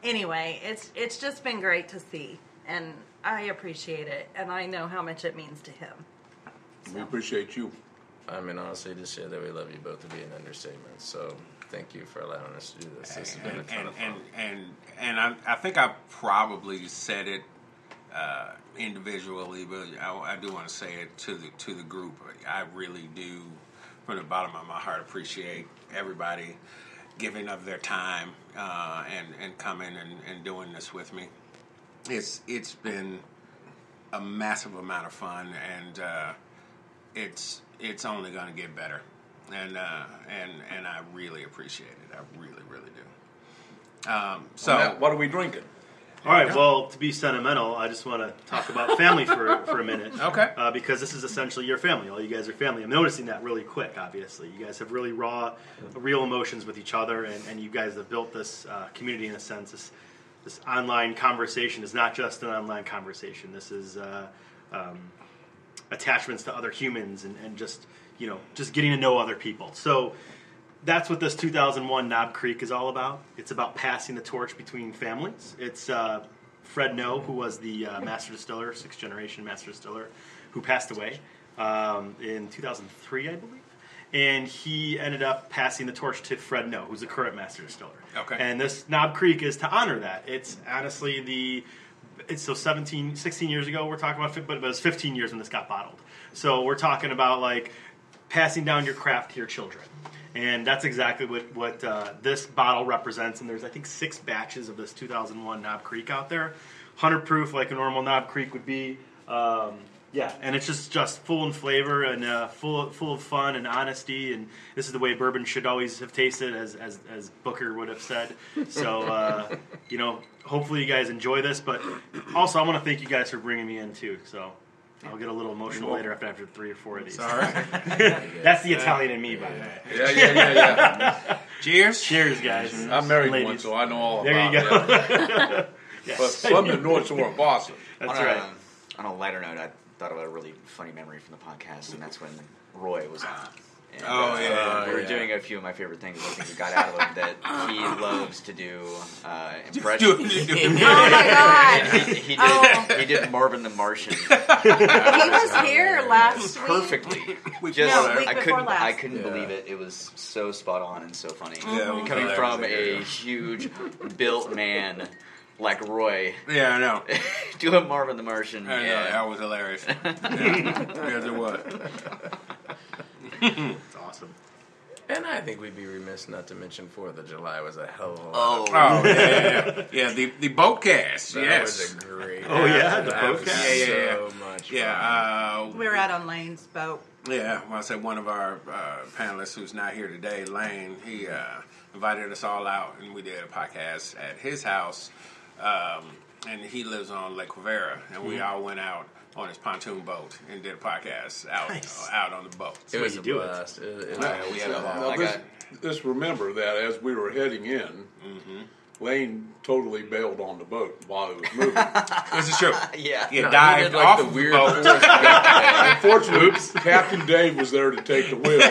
[SPEAKER 1] anyway, it's it's just been great to see, and I appreciate it, and I know how much it means to him.
[SPEAKER 5] We appreciate you.
[SPEAKER 7] I mean, honestly, to say that we love you both would be an understatement. So thank you for allowing us to do this. This has been a
[SPEAKER 2] And
[SPEAKER 7] ton
[SPEAKER 2] and
[SPEAKER 7] of fun.
[SPEAKER 2] and and, and I, I think I probably said it uh, individually, but I, I do want to say it to the to the group. I really do, from the bottom of my heart, appreciate everybody giving up their time uh, and and coming and, and doing this with me. It's it's been a massive amount of fun, and uh, it's it's only going to get better, and uh, and and I really appreciate it. I really really do. Um, so
[SPEAKER 5] Now, what are we drinking?
[SPEAKER 6] All right. Well, to be sentimental, I just want to talk about family for for a minute.
[SPEAKER 2] Okay.
[SPEAKER 6] Uh, because this is essentially your family. All you guys are family. I'm noticing that really quick. Obviously, you guys have really raw, real emotions with each other, and, and you guys have built this uh, community in a sense. This this online conversation is not just an online conversation. This is. Uh, um, attachments to other humans and, and just you know just getting to know other people so that's what this 2001 knob creek is all about it's about passing the torch between families it's uh, fred no who was the uh, master distiller sixth generation master distiller who passed away um, in 2003 i believe and he ended up passing the torch to fred no who's the current master distiller
[SPEAKER 2] Okay.
[SPEAKER 6] and this knob creek is to honor that it's honestly the it's so 17 16 years ago we're talking about fi- but it was 15 years when this got bottled so we're talking about like passing down your craft to your children and that's exactly what what uh, this bottle represents and there's i think six batches of this 2001 knob creek out there 100 proof like a normal knob creek would be um, yeah and it's just just full in flavor and uh, full full of fun and honesty and this is the way bourbon should always have tasted as as, as booker would have said so uh, you know hopefully you guys enjoy this but also i want to thank you guys for bringing me in too so i'll get a little emotional later after after three or four of these
[SPEAKER 2] all right.
[SPEAKER 6] that's the italian in me by the way
[SPEAKER 5] Yeah, yeah, yeah, yeah.
[SPEAKER 2] Cheers.
[SPEAKER 6] Cheers, guys.
[SPEAKER 5] I'm married
[SPEAKER 6] Ladies.
[SPEAKER 5] once, so I know all
[SPEAKER 6] There you go.
[SPEAKER 5] about that.
[SPEAKER 6] Yes. Oh,
[SPEAKER 5] But from the North Shore of Boston.
[SPEAKER 6] That's
[SPEAKER 4] on,
[SPEAKER 6] right.
[SPEAKER 4] A, on a lighter note, I thought of a really funny memory from the podcast, and that's when Roy was on. And, uh,
[SPEAKER 2] Oh, yeah.
[SPEAKER 4] we were
[SPEAKER 7] Yeah.
[SPEAKER 4] doing a few of my favorite things. I think we got out of it that he loves to do uh,
[SPEAKER 2] Do
[SPEAKER 4] impressions.
[SPEAKER 2] it, do it.
[SPEAKER 1] Oh my god.
[SPEAKER 4] he, he did.
[SPEAKER 1] Oh.
[SPEAKER 4] He did Marvin the Martian
[SPEAKER 1] he was here last week.
[SPEAKER 4] perfectly.
[SPEAKER 2] We
[SPEAKER 4] Just
[SPEAKER 1] No, week
[SPEAKER 4] I
[SPEAKER 1] before
[SPEAKER 4] couldn't. I
[SPEAKER 1] last. Mm-hmm.
[SPEAKER 4] couldn't
[SPEAKER 7] Yeah.
[SPEAKER 4] believe it. It was so spot on and so funny.
[SPEAKER 2] Yeah, it was
[SPEAKER 4] Coming
[SPEAKER 2] hilarious.
[SPEAKER 4] from a huge built man like Roy
[SPEAKER 2] Yeah, I know.
[SPEAKER 4] doing Marvin the Martian.
[SPEAKER 2] I know.
[SPEAKER 4] yeah.
[SPEAKER 2] That was hilarious. Yeah. Yes, it was.
[SPEAKER 6] That's awesome.
[SPEAKER 7] And I think we'd be remiss not to mention Fourth of July was a hell of a lot.
[SPEAKER 4] Oh,
[SPEAKER 2] Oh yeah, yeah, yeah. yeah the the boatcast.
[SPEAKER 7] that
[SPEAKER 2] Yes.
[SPEAKER 7] was a great.
[SPEAKER 6] Oh, yeah, the
[SPEAKER 7] that was
[SPEAKER 6] podcast.
[SPEAKER 2] Yeah, yeah, yeah.
[SPEAKER 7] so much.
[SPEAKER 2] yeah. Uh,
[SPEAKER 1] We were out on Lane's boat.
[SPEAKER 2] Yeah, well, I said one of our uh, panelists who's not here today, Lane, he uh, invited us all out, and we did a podcast at his house. Um, and he lives on Lake Rivera, and we all went out on his pontoon boat and did a podcast out
[SPEAKER 6] Nice.
[SPEAKER 2] out on the boat.
[SPEAKER 7] It was a
[SPEAKER 6] do it.
[SPEAKER 7] blast. It, it
[SPEAKER 2] Yeah,
[SPEAKER 7] was
[SPEAKER 2] we had a
[SPEAKER 7] so-
[SPEAKER 2] lot.
[SPEAKER 5] Now,
[SPEAKER 4] my
[SPEAKER 5] this,
[SPEAKER 4] God.
[SPEAKER 5] just remember that as we were heading in,
[SPEAKER 6] Mm-hmm.
[SPEAKER 5] Lane totally bailed on the boat while it was moving.
[SPEAKER 2] This is true.
[SPEAKER 4] yeah.
[SPEAKER 2] He
[SPEAKER 7] No, he
[SPEAKER 2] dived
[SPEAKER 7] did, like,
[SPEAKER 2] off
[SPEAKER 7] the
[SPEAKER 2] the
[SPEAKER 7] weird
[SPEAKER 2] boat.
[SPEAKER 5] Unfortunately, Captain Dave was there to take the wheel,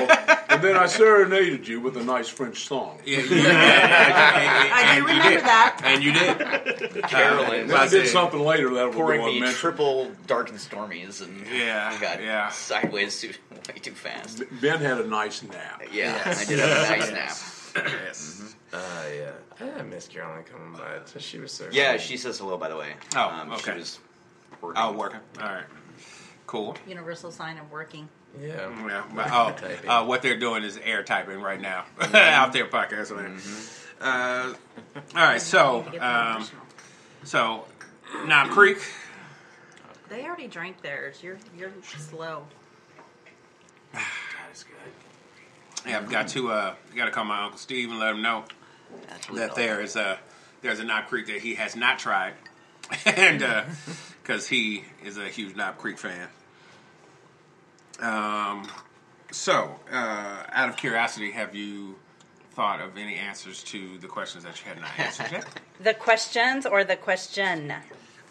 [SPEAKER 5] and then I serenaded you with a nice French song.
[SPEAKER 2] Yeah, you- yeah, yeah, yeah,
[SPEAKER 1] I
[SPEAKER 2] and
[SPEAKER 1] do
[SPEAKER 2] you
[SPEAKER 1] remember
[SPEAKER 2] did.
[SPEAKER 1] that.
[SPEAKER 2] And you did.
[SPEAKER 4] Carolyn
[SPEAKER 5] I
[SPEAKER 2] I
[SPEAKER 5] did
[SPEAKER 2] see.
[SPEAKER 5] something later that will
[SPEAKER 4] pouring
[SPEAKER 5] go
[SPEAKER 4] me
[SPEAKER 5] unmentioned.
[SPEAKER 4] triple dark and stormies, and
[SPEAKER 2] Yeah,
[SPEAKER 4] I got
[SPEAKER 2] yeah.
[SPEAKER 4] sideways too, way too fast.
[SPEAKER 5] Ben had a nice nap.
[SPEAKER 4] Yeah, I did have a nice nap.
[SPEAKER 2] Yes.
[SPEAKER 7] Uh, yeah. I miss Carolyn coming by. So she was so.
[SPEAKER 4] Yeah,
[SPEAKER 7] cool.
[SPEAKER 4] she says hello by the way. Um,
[SPEAKER 2] Oh,
[SPEAKER 4] She
[SPEAKER 2] okay.
[SPEAKER 4] was working.
[SPEAKER 2] Oh, working. All right. Cool.
[SPEAKER 1] Universal sign of working.
[SPEAKER 7] Yeah.
[SPEAKER 2] Yeah. but- oh,
[SPEAKER 7] Typing.
[SPEAKER 2] uh, what they're doing is air typing right now out there podcast land. Uh, all right, so
[SPEAKER 1] Get them
[SPEAKER 2] um,
[SPEAKER 1] emotional.
[SPEAKER 2] so Knob Creek.
[SPEAKER 1] they already drank theirs. You're you're slow.
[SPEAKER 2] Yeah, I've got to uh, got to call my uncle Steve and let him know
[SPEAKER 4] Actually,
[SPEAKER 2] that
[SPEAKER 4] no.
[SPEAKER 2] there is a there's a Knob Creek that he has not tried, and because he is a huge Knob Creek fan. Um, so uh, out of curiosity, have you thought of any answers to the questions that you had not answered yet?
[SPEAKER 1] The questions or the question?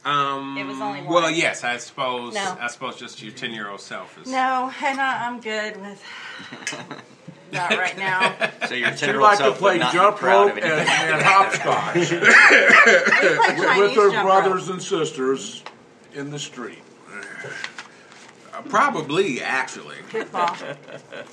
[SPEAKER 2] Um,
[SPEAKER 1] It was only one.
[SPEAKER 2] Well, yes, I suppose.
[SPEAKER 1] No.
[SPEAKER 2] I suppose just your ten-year-old self is.
[SPEAKER 1] No, and I, I'm good with that right now.
[SPEAKER 4] So your
[SPEAKER 5] She
[SPEAKER 4] ten year old
[SPEAKER 5] liked to
[SPEAKER 4] self
[SPEAKER 5] play
[SPEAKER 4] would not be
[SPEAKER 5] jump
[SPEAKER 4] proud
[SPEAKER 5] rope
[SPEAKER 4] of
[SPEAKER 5] and,
[SPEAKER 4] anything.
[SPEAKER 5] and hopscotch
[SPEAKER 1] We play
[SPEAKER 5] with
[SPEAKER 1] Chinese
[SPEAKER 5] her
[SPEAKER 1] jump
[SPEAKER 5] brothers
[SPEAKER 1] rope.
[SPEAKER 5] and sisters in the street.
[SPEAKER 2] Uh, probably, actually,
[SPEAKER 1] Kickball.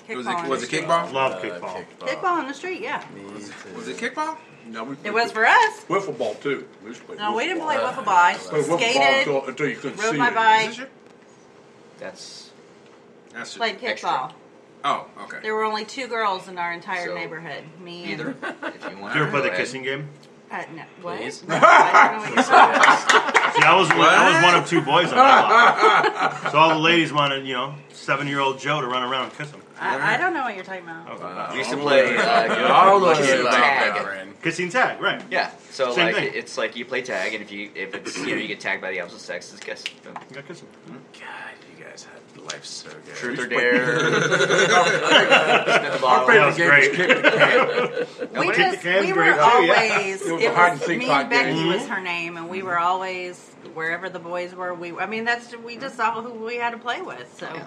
[SPEAKER 2] it was
[SPEAKER 1] Kickball
[SPEAKER 2] it
[SPEAKER 1] in
[SPEAKER 2] was
[SPEAKER 1] the
[SPEAKER 2] it
[SPEAKER 1] street.
[SPEAKER 2] kickball?
[SPEAKER 6] Love
[SPEAKER 7] Uh,
[SPEAKER 6] kickball.
[SPEAKER 1] Kickball on the street, yeah.
[SPEAKER 7] kickball.
[SPEAKER 2] Was it kickball?
[SPEAKER 5] No, we,
[SPEAKER 1] It was for us.
[SPEAKER 5] wiffle ball too. We used to play
[SPEAKER 1] No, we didn't
[SPEAKER 5] wiffle
[SPEAKER 1] play
[SPEAKER 5] ball.
[SPEAKER 1] wiffle ball. I
[SPEAKER 5] Played wiffle ball
[SPEAKER 1] skated,
[SPEAKER 5] until, until you couldn't
[SPEAKER 1] rode
[SPEAKER 5] see
[SPEAKER 1] my
[SPEAKER 5] it.
[SPEAKER 2] Is
[SPEAKER 1] bike,
[SPEAKER 2] this your-
[SPEAKER 4] That's
[SPEAKER 2] That's your-
[SPEAKER 1] played kickball.
[SPEAKER 2] Oh, okay.
[SPEAKER 1] There were only two girls in our entire
[SPEAKER 4] So,
[SPEAKER 1] neighborhood. Me and
[SPEAKER 4] either. If you want,
[SPEAKER 6] You ever play
[SPEAKER 4] go
[SPEAKER 6] the
[SPEAKER 4] ahead.
[SPEAKER 6] kissing game?
[SPEAKER 1] Uh, no, what?
[SPEAKER 7] Please?
[SPEAKER 1] No, I don't know what you're talking about.
[SPEAKER 6] See, I was I was one of two boys on that lot. So all the ladies wanted, you know, seven year old Joe to run around and kiss him.
[SPEAKER 1] I, I don't know what you're talking about.
[SPEAKER 6] Oh,
[SPEAKER 4] You used to play uh,
[SPEAKER 5] I'll let
[SPEAKER 4] kissing
[SPEAKER 5] you
[SPEAKER 4] tag.
[SPEAKER 6] Kissing tag, right?
[SPEAKER 4] Yeah. So
[SPEAKER 6] Same
[SPEAKER 4] like
[SPEAKER 6] thing.
[SPEAKER 4] it's like you play tag, and if you if it's you know you get tagged by the opposite sex, it's guess
[SPEAKER 6] You got kissing.
[SPEAKER 7] God, you guys had life so good.
[SPEAKER 4] truth or dare. Spin the bottle.
[SPEAKER 6] That was great.
[SPEAKER 1] we
[SPEAKER 6] kick
[SPEAKER 1] just,
[SPEAKER 6] the can
[SPEAKER 1] we
[SPEAKER 6] great,
[SPEAKER 1] were
[SPEAKER 6] too, yeah.
[SPEAKER 1] always
[SPEAKER 5] It was a
[SPEAKER 1] it
[SPEAKER 5] hide and
[SPEAKER 1] was,
[SPEAKER 5] seek
[SPEAKER 1] me
[SPEAKER 5] type
[SPEAKER 1] and Becky
[SPEAKER 5] game.
[SPEAKER 1] was her name, and we were always wherever the boys were. We I mean that's we just saw who we had to play with. So
[SPEAKER 4] Yeah.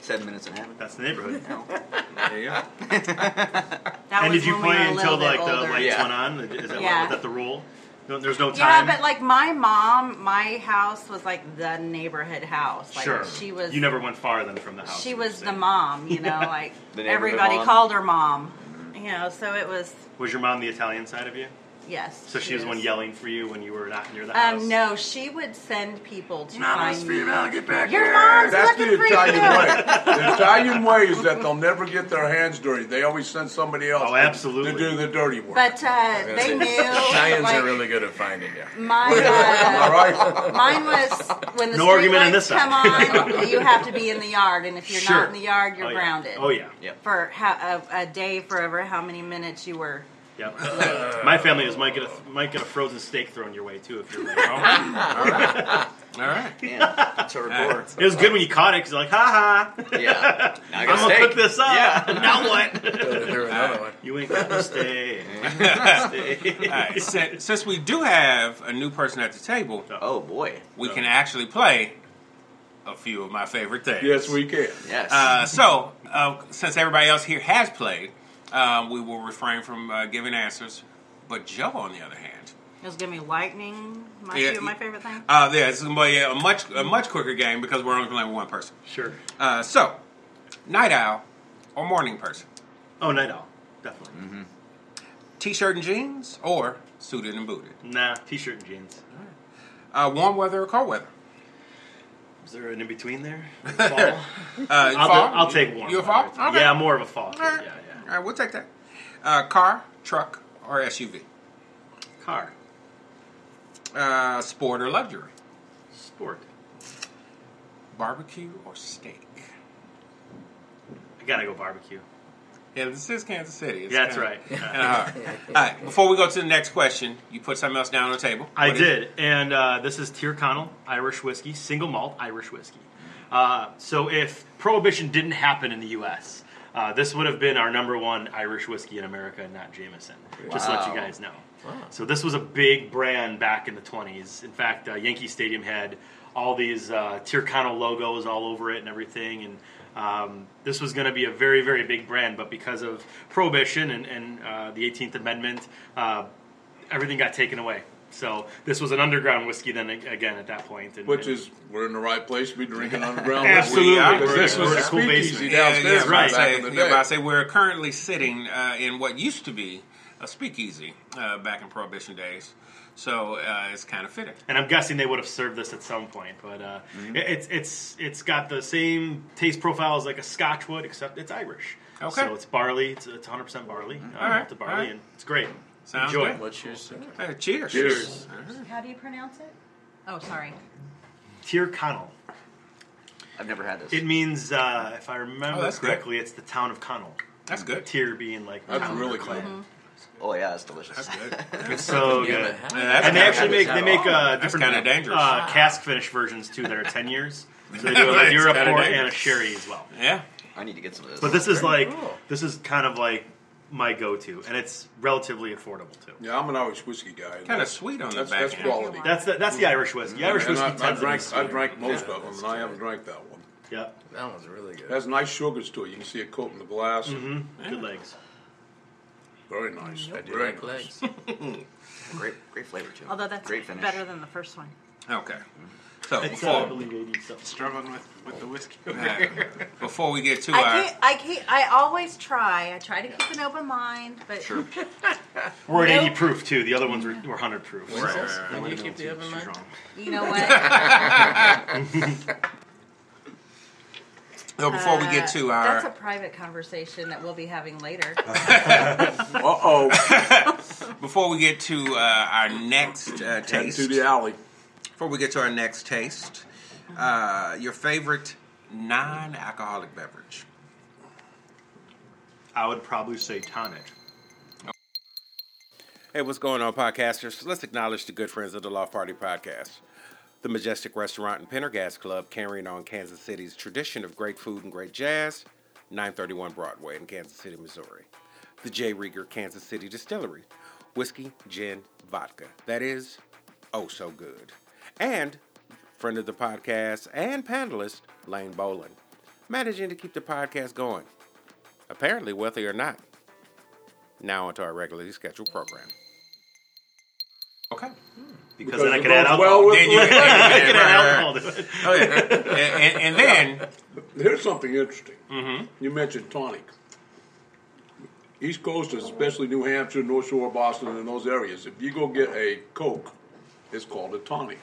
[SPEAKER 4] Seven minutes in heaven.
[SPEAKER 6] That's the neighborhood.
[SPEAKER 2] There you go.
[SPEAKER 1] that
[SPEAKER 6] and
[SPEAKER 1] was
[SPEAKER 6] did you
[SPEAKER 1] when
[SPEAKER 6] play
[SPEAKER 1] we were a little
[SPEAKER 6] until
[SPEAKER 1] bit
[SPEAKER 6] like the
[SPEAKER 1] older.
[SPEAKER 6] lights
[SPEAKER 4] Yeah.
[SPEAKER 6] went on? Is that,
[SPEAKER 1] Yeah.
[SPEAKER 6] was that the rule? No, there's no
[SPEAKER 1] Yeah,
[SPEAKER 6] time.
[SPEAKER 1] but like my mom, my house was like the neighborhood house. Like
[SPEAKER 6] sure.
[SPEAKER 1] she was
[SPEAKER 6] You never went far then from the house.
[SPEAKER 1] she
[SPEAKER 6] you were
[SPEAKER 1] was the
[SPEAKER 6] saying.
[SPEAKER 1] mom, you know, like
[SPEAKER 4] The neighborhood
[SPEAKER 1] everybody
[SPEAKER 4] mom.
[SPEAKER 1] called her mom. You know, so it was
[SPEAKER 6] Was your mom the Italian side of you?
[SPEAKER 1] yes.
[SPEAKER 6] So she was the one yelling for you when you were not near the house.
[SPEAKER 1] Um, no, she would send people to find me.
[SPEAKER 5] get back
[SPEAKER 1] Your here. mom's
[SPEAKER 5] That's the
[SPEAKER 1] looking for
[SPEAKER 5] Italian
[SPEAKER 1] you.
[SPEAKER 5] way. The Italian way is that they'll never get their hands dirty. They always send somebody else
[SPEAKER 6] Oh,
[SPEAKER 5] to-
[SPEAKER 6] absolutely.
[SPEAKER 5] to do the dirty work.
[SPEAKER 1] But uh, they knew.
[SPEAKER 7] Italians
[SPEAKER 1] like,
[SPEAKER 7] are really good at finding you.
[SPEAKER 1] My,
[SPEAKER 5] All
[SPEAKER 1] uh,
[SPEAKER 5] right?
[SPEAKER 1] mine was when the
[SPEAKER 6] No
[SPEAKER 1] street
[SPEAKER 6] argument on
[SPEAKER 1] lights
[SPEAKER 6] this
[SPEAKER 1] come on, you have to be in the yard, and if you're
[SPEAKER 6] Sure.
[SPEAKER 1] not in the yard, you're
[SPEAKER 6] Oh, yeah.
[SPEAKER 1] grounded.
[SPEAKER 6] Oh yeah.
[SPEAKER 4] Yep.
[SPEAKER 1] For how, a, a day, forever, how many minutes you were.
[SPEAKER 6] Yep. My family is might get a might get a frozen steak thrown your way too if you're late.
[SPEAKER 2] All right.
[SPEAKER 4] Yeah, that's our core.
[SPEAKER 6] It was good when you caught it because you're like, ha ha.
[SPEAKER 4] Yeah, now I
[SPEAKER 6] I'm
[SPEAKER 4] got
[SPEAKER 6] gonna
[SPEAKER 4] steak.
[SPEAKER 6] cook this up.
[SPEAKER 4] Yeah.
[SPEAKER 6] Now what?
[SPEAKER 7] There was another one.
[SPEAKER 6] you ain't eh? got no steak.
[SPEAKER 2] All right. Since, since we do have a new person at the table,
[SPEAKER 4] Oh boy.
[SPEAKER 2] we can actually play a few of my favorite things.
[SPEAKER 5] Yes, we can.
[SPEAKER 4] Yes.
[SPEAKER 2] Uh, so, uh, since everybody else here has played, uh, we will refrain from uh, giving answers. But Joe, on the other hand,
[SPEAKER 1] It was gonna be lightning. My
[SPEAKER 2] Yeah.
[SPEAKER 1] few of my favorite things.
[SPEAKER 2] uh, yeah, this is gonna be a much a much quicker game because we're only playing with one person.
[SPEAKER 6] sure.
[SPEAKER 2] Uh, so, night owl or morning person,
[SPEAKER 6] Oh, night owl. Definitely.
[SPEAKER 2] Mm-hmm. t-shirt and jeans or suited and booted,
[SPEAKER 6] Nah, t-shirt and jeans.
[SPEAKER 2] uh, warm weather or cold weather.
[SPEAKER 6] Is there an in between there? Fall?
[SPEAKER 2] Uh,
[SPEAKER 6] I'll, do-
[SPEAKER 2] fall?
[SPEAKER 6] I'll take warm.
[SPEAKER 2] You a fall?
[SPEAKER 6] weather.
[SPEAKER 2] Okay.
[SPEAKER 6] Yeah, more of a fall.
[SPEAKER 2] All right.
[SPEAKER 6] Yeah, yeah.
[SPEAKER 2] All right, we'll take that. Uh, car, truck, or SUV.
[SPEAKER 6] Car.
[SPEAKER 2] Uh, sport or luxury.
[SPEAKER 6] Sport.
[SPEAKER 2] Barbecue or steak.
[SPEAKER 6] I gotta go barbecue.
[SPEAKER 2] Yeah, this is Kansas City. It's
[SPEAKER 6] Yeah, that's
[SPEAKER 2] kinda-
[SPEAKER 6] right.
[SPEAKER 2] All right. All right. Before we go to the next question, you put something else down on the table.
[SPEAKER 6] I
[SPEAKER 2] What is it?
[SPEAKER 6] did, and uh, this is Tyrconnell Irish whiskey, single malt Irish whiskey. Uh, so if prohibition didn't happen in the U.S., uh, this would have been our number one Irish whiskey in America, not Jameson. Just to let you
[SPEAKER 4] Wow.
[SPEAKER 6] guys know. So this was a big brand back in the 20s. In fact, uh, Yankee Stadium had all these uh, Tyrconnell logos all over it and everything, and um, this was going to be a very, very big brand. But because of prohibition and, and uh, the 18th Amendment, uh, everything got taken away. So this was an underground whiskey then a- again at that point, and,
[SPEAKER 5] Which
[SPEAKER 6] and-
[SPEAKER 5] is, we're in the right place to be drinking underground.
[SPEAKER 6] Absolutely.
[SPEAKER 5] whiskey, because
[SPEAKER 2] We're
[SPEAKER 5] This
[SPEAKER 2] in a
[SPEAKER 5] was a
[SPEAKER 6] vertical
[SPEAKER 5] speakeasy
[SPEAKER 6] basement.
[SPEAKER 2] Yeah, yeah,
[SPEAKER 5] downstairs
[SPEAKER 2] right.
[SPEAKER 5] back
[SPEAKER 6] right.
[SPEAKER 2] Say,
[SPEAKER 5] in the
[SPEAKER 2] yeah, about to
[SPEAKER 5] day.
[SPEAKER 2] say we're currently sitting uh, in what used to be a speakeasy uh, back in Prohibition days, so uh, it's kind of fitting.
[SPEAKER 6] and I'm guessing they would have served this at some point. But uh,
[SPEAKER 2] Mm-hmm.
[SPEAKER 6] it, it's it's it's got the same taste profile as like a Scotch would, except it's Irish.
[SPEAKER 2] Okay. Mm-hmm.
[SPEAKER 6] So it's barley. It's, it's 100 percent barley. Uh,
[SPEAKER 2] All right,
[SPEAKER 6] malted barley,
[SPEAKER 2] all right.
[SPEAKER 6] and it's great.
[SPEAKER 2] Sounds
[SPEAKER 6] Enjoy.
[SPEAKER 2] good.
[SPEAKER 7] What's your second?
[SPEAKER 2] Uh, cheers.
[SPEAKER 5] Cheers.
[SPEAKER 2] All right.
[SPEAKER 1] How do you pronounce it? Oh, sorry.
[SPEAKER 6] Tyrconnell.
[SPEAKER 4] I've never had this.
[SPEAKER 6] It means, uh, if I remember
[SPEAKER 2] Oh, that's good.
[SPEAKER 6] correctly, it's the town of Connell.
[SPEAKER 2] That's good.
[SPEAKER 6] Tyr being like the
[SPEAKER 5] That's
[SPEAKER 6] town of
[SPEAKER 5] really
[SPEAKER 6] the
[SPEAKER 5] cool.
[SPEAKER 6] clan.
[SPEAKER 4] oh yeah, it's delicious.
[SPEAKER 2] That's good.
[SPEAKER 6] It's so
[SPEAKER 7] Yeah,
[SPEAKER 6] good.
[SPEAKER 7] but how-
[SPEAKER 2] Yeah, that's
[SPEAKER 6] And
[SPEAKER 2] kinda-
[SPEAKER 6] they actually make they make uh,
[SPEAKER 2] That's
[SPEAKER 6] different
[SPEAKER 2] kinda dangerous.
[SPEAKER 6] uh, cask finish versions too that are ten years. So they do a
[SPEAKER 2] That's
[SPEAKER 6] Madeira
[SPEAKER 2] kinda
[SPEAKER 6] port and a
[SPEAKER 2] dangerous.
[SPEAKER 6] sherry as well.
[SPEAKER 2] yeah.
[SPEAKER 4] I need to get some of this.
[SPEAKER 6] But this is
[SPEAKER 7] Very
[SPEAKER 6] like
[SPEAKER 7] cool.
[SPEAKER 6] this is kind of like my go-to, and it's relatively affordable too.
[SPEAKER 5] Yeah, I'm an Irish whiskey guy.
[SPEAKER 2] Kind of sweet on the
[SPEAKER 5] That's,
[SPEAKER 2] back
[SPEAKER 5] that's
[SPEAKER 2] end.
[SPEAKER 5] quality.
[SPEAKER 6] That's the, that's the
[SPEAKER 2] Hmm.
[SPEAKER 6] Irish whiskey. Irish
[SPEAKER 5] And
[SPEAKER 6] whiskey
[SPEAKER 5] I, I,
[SPEAKER 6] tends to be
[SPEAKER 5] drank, I
[SPEAKER 6] sweeter.
[SPEAKER 5] drank most
[SPEAKER 6] Yeah.
[SPEAKER 5] of them, and I haven't drank that one.
[SPEAKER 6] Yep,
[SPEAKER 7] That one's really good.
[SPEAKER 5] It has nice sugars to it. You can see it coating the glass.
[SPEAKER 2] Mm-hmm.
[SPEAKER 6] good legs.
[SPEAKER 5] Very nice.
[SPEAKER 7] I do
[SPEAKER 5] Very
[SPEAKER 7] like
[SPEAKER 5] nice.
[SPEAKER 7] legs.
[SPEAKER 4] great, great flavor too.
[SPEAKER 1] Although that's
[SPEAKER 4] great finish.
[SPEAKER 1] better than the first one.
[SPEAKER 2] Okay. So
[SPEAKER 6] It's uh, I
[SPEAKER 2] before,
[SPEAKER 6] believe eighty something.
[SPEAKER 3] Struggling with, with the whiskey.
[SPEAKER 2] uh, before we get to
[SPEAKER 1] I
[SPEAKER 2] our
[SPEAKER 1] can't. I can't. I always try. I try to keep an open mind, but
[SPEAKER 4] Sure.
[SPEAKER 6] We're
[SPEAKER 1] Nope.
[SPEAKER 6] at eighty proof too. The other ones were, were hundred proof.
[SPEAKER 2] Right, right, right.
[SPEAKER 7] Can you keep the open mind?
[SPEAKER 1] you know what?
[SPEAKER 2] So before we get
[SPEAKER 1] Uh,
[SPEAKER 2] to our
[SPEAKER 1] that's a private conversation that we'll be having later.
[SPEAKER 5] Uh oh,
[SPEAKER 2] before we get to uh, our next uh,
[SPEAKER 5] heading
[SPEAKER 2] taste,
[SPEAKER 5] to the alley.
[SPEAKER 2] before we get to our next taste, uh, your favorite non-alcoholic beverage.
[SPEAKER 6] I would probably say tonic.
[SPEAKER 2] Hey, what's going on, podcasters? Let's acknowledge the good friends of the Loft Party Podcast. The Majestic Restaurant and Pendergast Club, carrying on Kansas City's tradition of great food and great jazz, 931 Broadway in Kansas City, Missouri. The J. Rieger Kansas City Distillery, whiskey, gin, vodka. That is oh so good. And friend of the podcast and panelist, Lane Boland, managing to keep the podcast going. Apparently, wealthy or not. Now onto our regularly scheduled program. Okay.
[SPEAKER 6] Because,
[SPEAKER 5] Because
[SPEAKER 6] then I
[SPEAKER 5] it
[SPEAKER 6] could add
[SPEAKER 5] goes
[SPEAKER 6] alcohol.
[SPEAKER 5] well with
[SPEAKER 2] Then you-
[SPEAKER 5] legs.
[SPEAKER 6] I could add alcohol to it.
[SPEAKER 2] Okay. Oh, and, and, and then
[SPEAKER 5] Here's something interesting. You mentioned tonic. East Coast, especially New Hampshire, North Shore, Boston, and those areas, if you go get a Coke, it's called a tonic.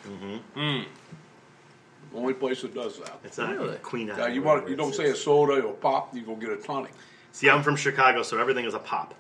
[SPEAKER 5] The only place that does that.
[SPEAKER 6] It's not
[SPEAKER 7] Really?
[SPEAKER 6] Queen Anne.
[SPEAKER 5] Now, you,
[SPEAKER 6] or
[SPEAKER 5] want,
[SPEAKER 6] whatever
[SPEAKER 5] you
[SPEAKER 6] it
[SPEAKER 5] don't say a
[SPEAKER 6] is.
[SPEAKER 5] soda or pop, you go get a tonic.
[SPEAKER 6] See, I'm from Chicago, so everything is a pop.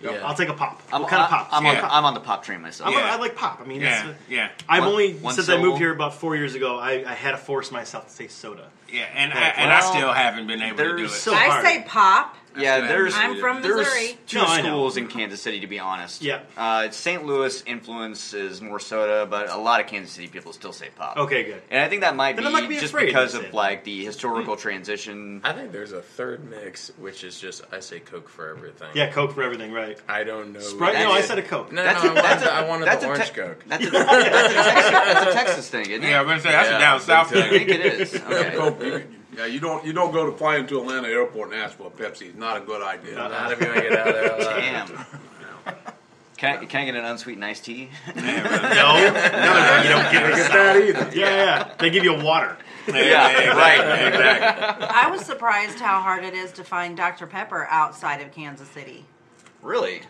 [SPEAKER 7] Yeah.
[SPEAKER 6] I'll take a pop.
[SPEAKER 4] I'm,
[SPEAKER 6] what kind
[SPEAKER 4] I,
[SPEAKER 6] of pop?
[SPEAKER 4] I'm, on,
[SPEAKER 2] Yeah.
[SPEAKER 4] I'm on the pop train myself.
[SPEAKER 6] I'm
[SPEAKER 2] Yeah.
[SPEAKER 6] a, I like pop. I mean,
[SPEAKER 2] yeah,
[SPEAKER 6] it's,
[SPEAKER 2] yeah,
[SPEAKER 6] I've
[SPEAKER 4] One-
[SPEAKER 6] only
[SPEAKER 4] one
[SPEAKER 6] since I
[SPEAKER 4] syllable?
[SPEAKER 6] moved here about four years ago. I, I had to force myself to say soda.
[SPEAKER 2] yeah, and I, and I still haven't been able to do it.
[SPEAKER 6] There's so-
[SPEAKER 1] I
[SPEAKER 6] hard.
[SPEAKER 1] say pop.
[SPEAKER 4] yeah,
[SPEAKER 2] what I
[SPEAKER 4] there's
[SPEAKER 1] I'm from
[SPEAKER 4] there's
[SPEAKER 1] Missouri.
[SPEAKER 4] two
[SPEAKER 6] No, I know.
[SPEAKER 4] schools in Kansas City to be honest.
[SPEAKER 6] Yeah.
[SPEAKER 4] uh, St. Louis influence is more soda, but a lot of Kansas City people still say pop.
[SPEAKER 6] Okay, good.
[SPEAKER 4] and I think that might
[SPEAKER 6] Then
[SPEAKER 4] be,
[SPEAKER 6] I'm not gonna be
[SPEAKER 4] just
[SPEAKER 6] afraid to
[SPEAKER 4] because
[SPEAKER 6] say
[SPEAKER 4] of
[SPEAKER 6] that.
[SPEAKER 4] like the
[SPEAKER 6] Hmm.
[SPEAKER 4] historical transition.
[SPEAKER 7] I think there's a third mix, which is just I say Coke for everything.
[SPEAKER 6] Yeah, Coke for everything, right?
[SPEAKER 7] I don't know.
[SPEAKER 6] Sprite.
[SPEAKER 4] That's
[SPEAKER 6] No, I
[SPEAKER 4] it.
[SPEAKER 6] said a Coke.
[SPEAKER 7] No,
[SPEAKER 4] That's
[SPEAKER 7] no,
[SPEAKER 4] a-
[SPEAKER 7] I wanted,
[SPEAKER 4] that's
[SPEAKER 7] the-
[SPEAKER 4] a-
[SPEAKER 7] I wanted
[SPEAKER 4] that's
[SPEAKER 7] the
[SPEAKER 4] a
[SPEAKER 7] orange
[SPEAKER 4] tech-
[SPEAKER 7] Coke.
[SPEAKER 4] That's a, that's, a Texas, that's a Texas thing, isn't it?
[SPEAKER 2] Yeah, I'm gonna say that's
[SPEAKER 7] Yeah,
[SPEAKER 2] a down
[SPEAKER 7] big
[SPEAKER 2] south
[SPEAKER 7] time.
[SPEAKER 4] I
[SPEAKER 2] thing.
[SPEAKER 4] think it is. Okay.
[SPEAKER 5] Coke, you, yeah, you don't you don't go to fly into Atlanta Airport and ask for a Pepsi. It's not a good idea.
[SPEAKER 7] Not if you make it out of there. alive.
[SPEAKER 4] Damn. Can I, can I get an unsweetened iced tea?
[SPEAKER 6] No, you don't get
[SPEAKER 5] Get that either.
[SPEAKER 6] Yeah, yeah. They give you water.
[SPEAKER 4] yeah, right.
[SPEAKER 3] Exactly.
[SPEAKER 1] I was surprised how hard it is to find Dr. Pepper outside of Kansas City.
[SPEAKER 4] Really?